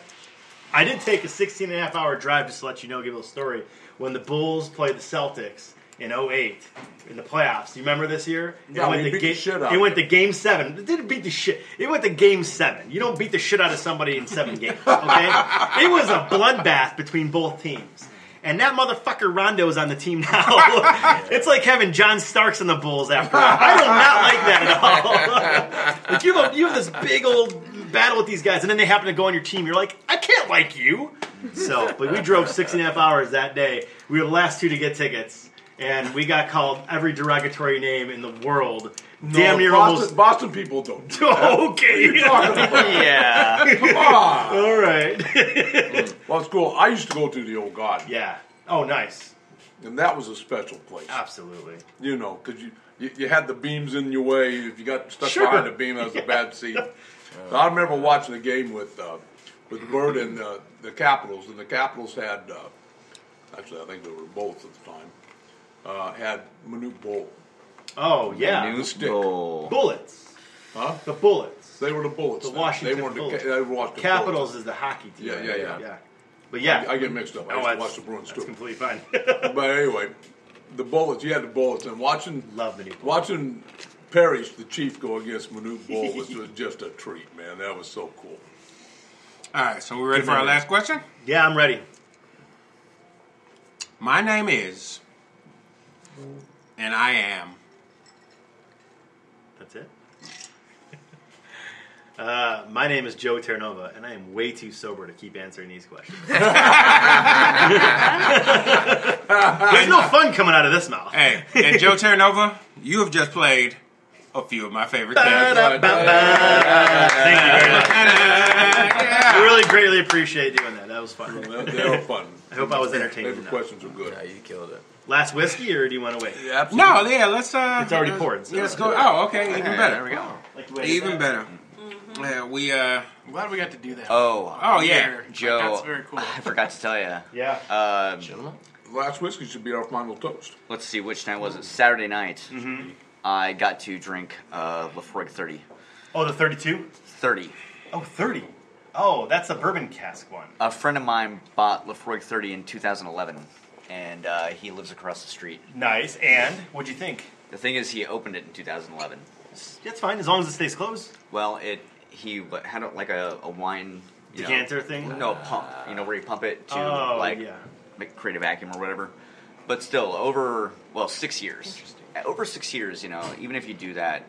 [SPEAKER 6] I did take a 16 and a half hour drive just to let you know, give a little story. When the Bulls played the Celtics in 08 in the playoffs, you remember this year? It
[SPEAKER 5] Yeah, we
[SPEAKER 6] to
[SPEAKER 5] beat the shit out
[SPEAKER 6] It
[SPEAKER 5] of
[SPEAKER 6] went to
[SPEAKER 5] them.
[SPEAKER 6] game seven. It didn't beat the shit. It went to game seven. You don't beat the shit out of somebody in seven games. Okay, it was a bloodbath between both teams. And that motherfucker Rondo is on the team now. it's like having John Starks in the Bulls after. all. I do not like that at all. like you have, a, you have this big old battle with these guys, and then they happen to go on your team. You're like, I can't like you. So, but we drove six and a half hours that day. We were the last two to get tickets, and we got called every derogatory name in the world. Damn
[SPEAKER 5] No,
[SPEAKER 6] near
[SPEAKER 5] Boston,
[SPEAKER 6] almost.
[SPEAKER 5] Boston people don't.
[SPEAKER 6] okay.
[SPEAKER 4] yeah,
[SPEAKER 5] Come on.
[SPEAKER 6] all right.
[SPEAKER 5] Well, it's cool. I used to go to the Old Garden,
[SPEAKER 6] yeah. Oh, nice.
[SPEAKER 5] and that was a special place.
[SPEAKER 6] Ah. Absolutely.
[SPEAKER 5] You know, because you, you you had the beams in your way. If you got stuck
[SPEAKER 6] Sure.
[SPEAKER 5] behind a beam, that was a bad seat. So I remember watching a game with uh, with Bird and uh, the Capitals, and the Capitals had uh, actually I think they were both at the time uh, had Manute Bull.
[SPEAKER 6] Oh yeah.
[SPEAKER 4] News
[SPEAKER 5] stick.
[SPEAKER 4] roll.
[SPEAKER 6] Bullets.
[SPEAKER 5] Huh?
[SPEAKER 6] The bullets.
[SPEAKER 5] They were the Bullets.
[SPEAKER 6] The
[SPEAKER 5] then.
[SPEAKER 6] Washington
[SPEAKER 5] They were the,
[SPEAKER 6] Bullets.
[SPEAKER 5] Ca- they were Washington
[SPEAKER 6] Capitals is the hockey team.
[SPEAKER 5] Yeah, yeah, yeah.
[SPEAKER 6] But
[SPEAKER 5] Bullets.
[SPEAKER 6] yeah,
[SPEAKER 5] I, I get mixed up. I
[SPEAKER 6] Oh,
[SPEAKER 5] used to
[SPEAKER 6] that's-
[SPEAKER 5] watch the Bruins
[SPEAKER 6] that's
[SPEAKER 5] too.
[SPEAKER 6] completely fine.
[SPEAKER 5] But anyway, the Bullets. You had the Bullets, and watching
[SPEAKER 6] Love the new Bullets.
[SPEAKER 5] watching Parrish, the Chief, go against Manute Bull was, was just a treat, man. That was so cool.
[SPEAKER 2] All right, so we're ready
[SPEAKER 6] Good
[SPEAKER 2] for our
[SPEAKER 6] memory.
[SPEAKER 2] last question.
[SPEAKER 6] Yeah, I'm ready.
[SPEAKER 2] My name is, and I am
[SPEAKER 6] That's it. Uh, my name is Joe Terranova, and I am way too sober to keep answering these questions. There's no fun coming out of this mouth.
[SPEAKER 2] Hey, and Joe Terranova, you have just played a few of my favorite games.
[SPEAKER 6] Thank you very much. I really greatly appreciate doing that. That was fun.
[SPEAKER 5] They're, they're fun.
[SPEAKER 6] I hope I was
[SPEAKER 5] Maybe
[SPEAKER 6] entertaining. enough.
[SPEAKER 5] questions are good.
[SPEAKER 7] Yeah, you killed it.
[SPEAKER 6] Last whiskey, or do you want to wait?
[SPEAKER 2] No, yeah, let's. uh
[SPEAKER 6] It's already
[SPEAKER 2] let's-
[SPEAKER 6] poured, so-
[SPEAKER 2] Let's go. Oh, okay, even
[SPEAKER 4] Hey,
[SPEAKER 2] better.
[SPEAKER 4] There we go.
[SPEAKER 6] Like, wait uh,
[SPEAKER 2] Even better. Yeah, we. uh
[SPEAKER 3] I'm glad we got to do that.
[SPEAKER 4] Oh,
[SPEAKER 2] Oh yeah.
[SPEAKER 3] Like,
[SPEAKER 4] Joe.
[SPEAKER 3] That's very cool.
[SPEAKER 4] I forgot to tell you.
[SPEAKER 6] Yeah.
[SPEAKER 4] Um,
[SPEAKER 5] Last whiskey should be our final toast.
[SPEAKER 4] let's see, which night was it? Saturday night.
[SPEAKER 6] Mm-hmm.
[SPEAKER 4] I got to drink uh, Lafroig 30.
[SPEAKER 6] Oh, the 32?
[SPEAKER 4] 30.
[SPEAKER 6] Oh, 30. Oh, that's the bourbon cask one.
[SPEAKER 4] A friend of mine bought Lafroig 30 in 2011, and uh, he lives across the street.
[SPEAKER 6] Nice. And what'd you think?
[SPEAKER 4] The thing is, he opened it in 2011.
[SPEAKER 6] That's fine as long as it stays closed.
[SPEAKER 4] Well, it he w- had a, like a, a wine you know-
[SPEAKER 6] Decanter thing.
[SPEAKER 4] no, pump. You know where you pump it to
[SPEAKER 6] Oh,
[SPEAKER 4] like
[SPEAKER 6] yeah.
[SPEAKER 4] make, create a vacuum or whatever. But still, over well six years. Uh, Over six years, you know, even if you do that,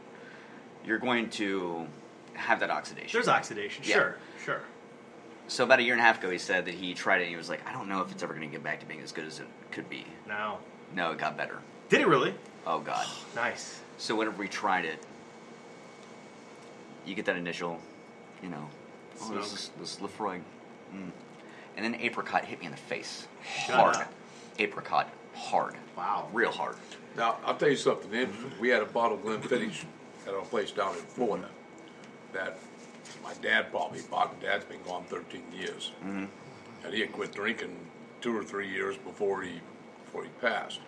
[SPEAKER 4] you're going to have that oxidation.
[SPEAKER 6] There's oxidation.
[SPEAKER 4] Yeah.
[SPEAKER 6] Sure. Sure.
[SPEAKER 4] so about a year and a half ago, he said that he tried it and he was like, I don't know if it's ever going to get back to being as good as it could be.
[SPEAKER 6] Now,
[SPEAKER 4] No, it got better.
[SPEAKER 6] did it really?
[SPEAKER 4] Oh God.
[SPEAKER 6] Nice.
[SPEAKER 4] So whenever we tried it, you get that initial, you know, oh, this is this Lefroy, mm. and then apricot hit me in the face, hard,
[SPEAKER 6] up.
[SPEAKER 4] apricot, hard,
[SPEAKER 6] Wow.
[SPEAKER 4] real hard.
[SPEAKER 5] Now, I'll tell you something interesting. We had a bottle of Glenfiddich at our place down in Florida that my dad bought me. Bob and Dad's been gone 13 years. And he had quit drinking two or three years before he before he passed.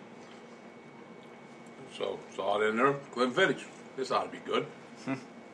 [SPEAKER 5] So, saw it in there, Glenfiddich. This ought to be good.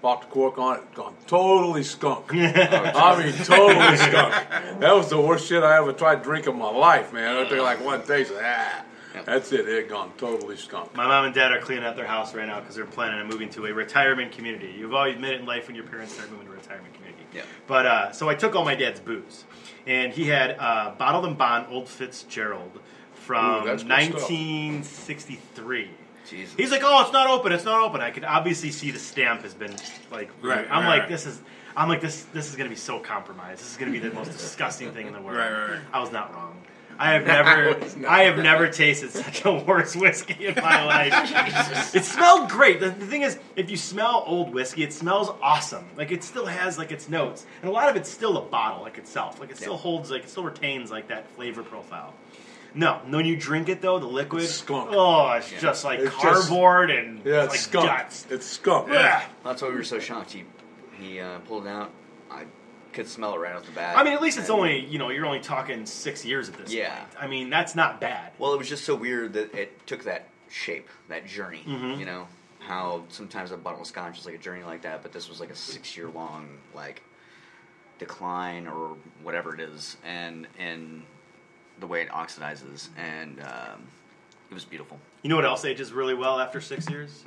[SPEAKER 5] Popped the cork on it, gone totally skunk. I mean, totally skunk. That was the worst shit I ever tried drinking in my life, man. I took like one taste, ah, that's it. It had gone totally skunk.
[SPEAKER 6] My mom and dad are cleaning out their house right now because they're planning on moving to a retirement community. You've always met it in life when your parents start moving to a retirement community.
[SPEAKER 4] Yeah.
[SPEAKER 6] But uh, so I took all my dad's booze, and he had uh, Bottled and Bond Old Fitzgerald
[SPEAKER 5] Ooh,
[SPEAKER 6] from
[SPEAKER 5] that's good stuff.
[SPEAKER 6] 1963.
[SPEAKER 4] Jesus.
[SPEAKER 6] He's like, oh, it's not open. It's not open. I could obviously see the stamp has been like.
[SPEAKER 2] Right,
[SPEAKER 6] I'm
[SPEAKER 2] right,
[SPEAKER 6] like,
[SPEAKER 2] right.
[SPEAKER 6] this is. I'm like, this. This is gonna be so compromised. This is gonna be the most disgusting thing in the world.
[SPEAKER 2] Right, right, right.
[SPEAKER 6] I was not wrong. I have never, I have never tasted such a worse whiskey in my life. it smelled great. The, the thing is, if you smell old whiskey, it smells awesome. Like it still has like its notes, and a lot of it's still a bottle like itself. Like it still
[SPEAKER 4] Yeah.
[SPEAKER 6] holds, like it still retains like that flavor profile. No, when you drink it though, the liquid,
[SPEAKER 5] It's skunk.
[SPEAKER 6] oh, it's just like
[SPEAKER 5] It's just-
[SPEAKER 6] cardboard and
[SPEAKER 5] Yeah, it's
[SPEAKER 6] like
[SPEAKER 5] skunk.
[SPEAKER 6] guts.
[SPEAKER 5] It's skunk.
[SPEAKER 6] Ugh.
[SPEAKER 4] That's why we were so shocked. He he uh, pulled it out. I could smell it right off the bat.
[SPEAKER 6] I mean, at least it's
[SPEAKER 4] And-
[SPEAKER 6] only you know you're only talking six years at this
[SPEAKER 4] Yeah.
[SPEAKER 6] point. I mean, that's not bad.
[SPEAKER 4] Well, it was just so weird that it took that shape, that journey.
[SPEAKER 6] Mm-hmm.
[SPEAKER 4] You know how sometimes a bottle of scotch is like a journey like that, but this was like a six-year-long like decline or whatever it is, and and the way it oxidizes, and um, it was beautiful.
[SPEAKER 6] You know what else ages really well after six years?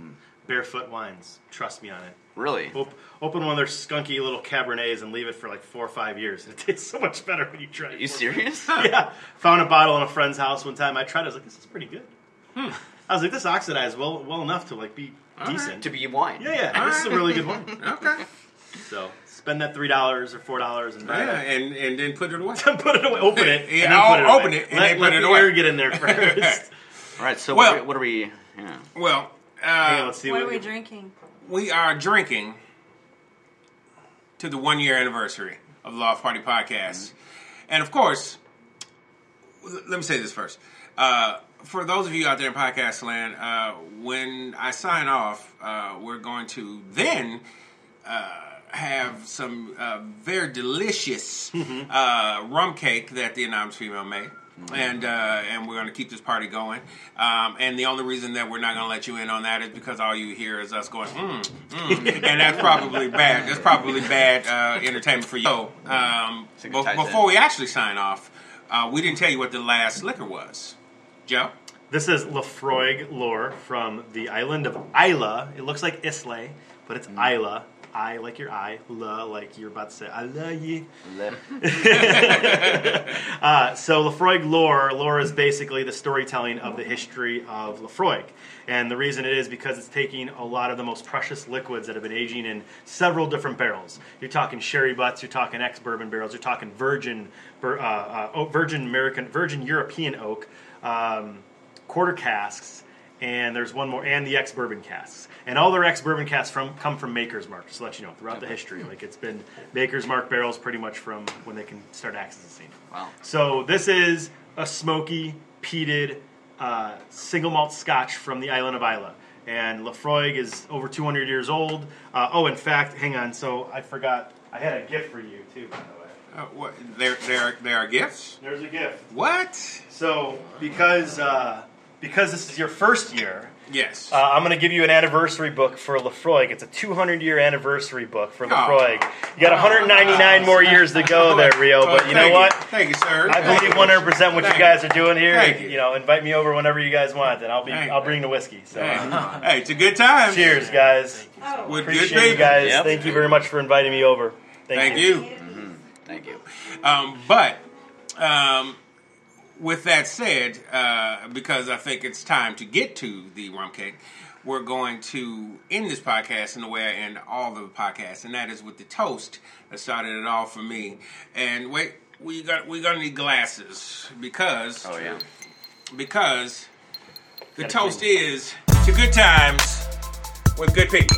[SPEAKER 6] Barefoot wines. Trust me on it.
[SPEAKER 4] Really,
[SPEAKER 6] Op- open one of their skunky little cabernets and leave it for like four or five years. It tastes so much better when you try it.
[SPEAKER 4] are you
[SPEAKER 6] for-
[SPEAKER 4] serious?
[SPEAKER 6] Yeah. Found a bottle in a friend's house one time. I tried. it. I was like, this is pretty good. I was like, this oxidized well well enough to like be decent.
[SPEAKER 4] to be wine?
[SPEAKER 6] Yeah, yeah. This is a really good one.
[SPEAKER 2] Okay.
[SPEAKER 6] So spend that three dollars or four dollars and buy
[SPEAKER 2] Yeah,
[SPEAKER 6] it.
[SPEAKER 2] and and then put it away.
[SPEAKER 6] And put it away. Open it.
[SPEAKER 2] Yeah,
[SPEAKER 6] and then
[SPEAKER 2] I'll
[SPEAKER 6] put it
[SPEAKER 2] open
[SPEAKER 6] away.
[SPEAKER 2] it and
[SPEAKER 6] let,
[SPEAKER 2] then
[SPEAKER 6] let
[SPEAKER 2] put it
[SPEAKER 6] the
[SPEAKER 2] away.
[SPEAKER 6] air get in there first.
[SPEAKER 4] All right. So
[SPEAKER 2] Well-
[SPEAKER 4] what, are we- what are we? Yeah.
[SPEAKER 2] Well,
[SPEAKER 6] Hang on,
[SPEAKER 2] uh,
[SPEAKER 6] let's see
[SPEAKER 1] what
[SPEAKER 6] what,
[SPEAKER 1] are we
[SPEAKER 6] we-
[SPEAKER 1] drinking?
[SPEAKER 2] we are drinking to the one year anniversary of the Law Party
[SPEAKER 6] Mm-hmm.
[SPEAKER 2] Podcast. And of course, l- let me say this first. Uh, for those of you out there in podcast land, uh, when I sign off, uh, we're going to then uh, have some uh, very delicious uh, rum cake that the anonymous female made. And uh, and we're going to keep this party going. Um, and the only reason that we're not going to let you in on that is because all you hear is us going, mm, mm. and that's probably bad. That's probably bad uh, entertainment for you. So, um,
[SPEAKER 4] Think it
[SPEAKER 2] be-
[SPEAKER 4] ties in.
[SPEAKER 2] before we actually sign off, uh, we didn't tell you what the last liquor was, Joe.
[SPEAKER 6] This is Lefroig lore from the island of Isla. It looks like Islay, but it's Isla. I like your eye, la like you're about to say, I love you. Uh, so Lefroy lore, lore is basically the storytelling of the history of Lefroy. And the reason it is because it's taking a lot of the most precious liquids that have been aging in several different barrels. You're talking sherry butts, you're talking ex-bourbon barrels, you're talking virgin, bur- uh, uh, oak- virgin American, virgin European oak, um, quarter casks, and there's one more, and the ex bourbon casks. And all their ex bourbon casks from come from Maker's Mark, just to let you know, throughout the history. Like it's been Maker's Mark barrels pretty much from when they can start accessing.
[SPEAKER 4] Wow.
[SPEAKER 6] So this is a smoky, peated, uh, single malt scotch from the island of Isla. And Lefroy is over 200 years old. Uh, oh, in fact, hang on. So I forgot, I had a gift for you too, by the way.
[SPEAKER 2] Uh, what, there, there, there are gifts.
[SPEAKER 6] There's a gift.
[SPEAKER 2] What?
[SPEAKER 6] So because uh, because this is your first year,
[SPEAKER 2] Yes.
[SPEAKER 6] uh, I'm going to give you an anniversary book for Lefroy. It's a 200 year anniversary book
[SPEAKER 2] Oh.
[SPEAKER 6] for Lefroy. You got 199 more years to go there, Rio.
[SPEAKER 2] Oh,
[SPEAKER 6] But you know
[SPEAKER 2] thank
[SPEAKER 6] what?
[SPEAKER 2] Thank you, sir.
[SPEAKER 6] I
[SPEAKER 2] Thank
[SPEAKER 6] believe
[SPEAKER 2] you.
[SPEAKER 6] 100 percent what you
[SPEAKER 2] Thank
[SPEAKER 6] guys are doing here.
[SPEAKER 2] Thank
[SPEAKER 6] and,
[SPEAKER 2] you.
[SPEAKER 6] you know, invite me over whenever you guys want, and I'll be
[SPEAKER 2] Thank
[SPEAKER 6] I'll
[SPEAKER 2] you.
[SPEAKER 6] bring the whiskey. So
[SPEAKER 2] Hey,
[SPEAKER 6] uh,
[SPEAKER 2] hey, it's a good time.
[SPEAKER 6] cheers, guys.
[SPEAKER 1] Oh,
[SPEAKER 2] With good
[SPEAKER 6] Appreciate
[SPEAKER 2] people.
[SPEAKER 6] you guys.
[SPEAKER 4] Yep.
[SPEAKER 6] Thank you very much for inviting me over. Thank,
[SPEAKER 2] Thank
[SPEAKER 6] you.
[SPEAKER 2] you.
[SPEAKER 4] Thank you.
[SPEAKER 2] Um, but um, with that said, uh, because I think it's time to get to the rum cake, we're going to end this podcast in the way I end all the podcasts, and that is with the toast that started it all for me. And wait, we got we gonna need glasses because
[SPEAKER 4] Oh yeah.
[SPEAKER 2] because the toast is to good times with good people.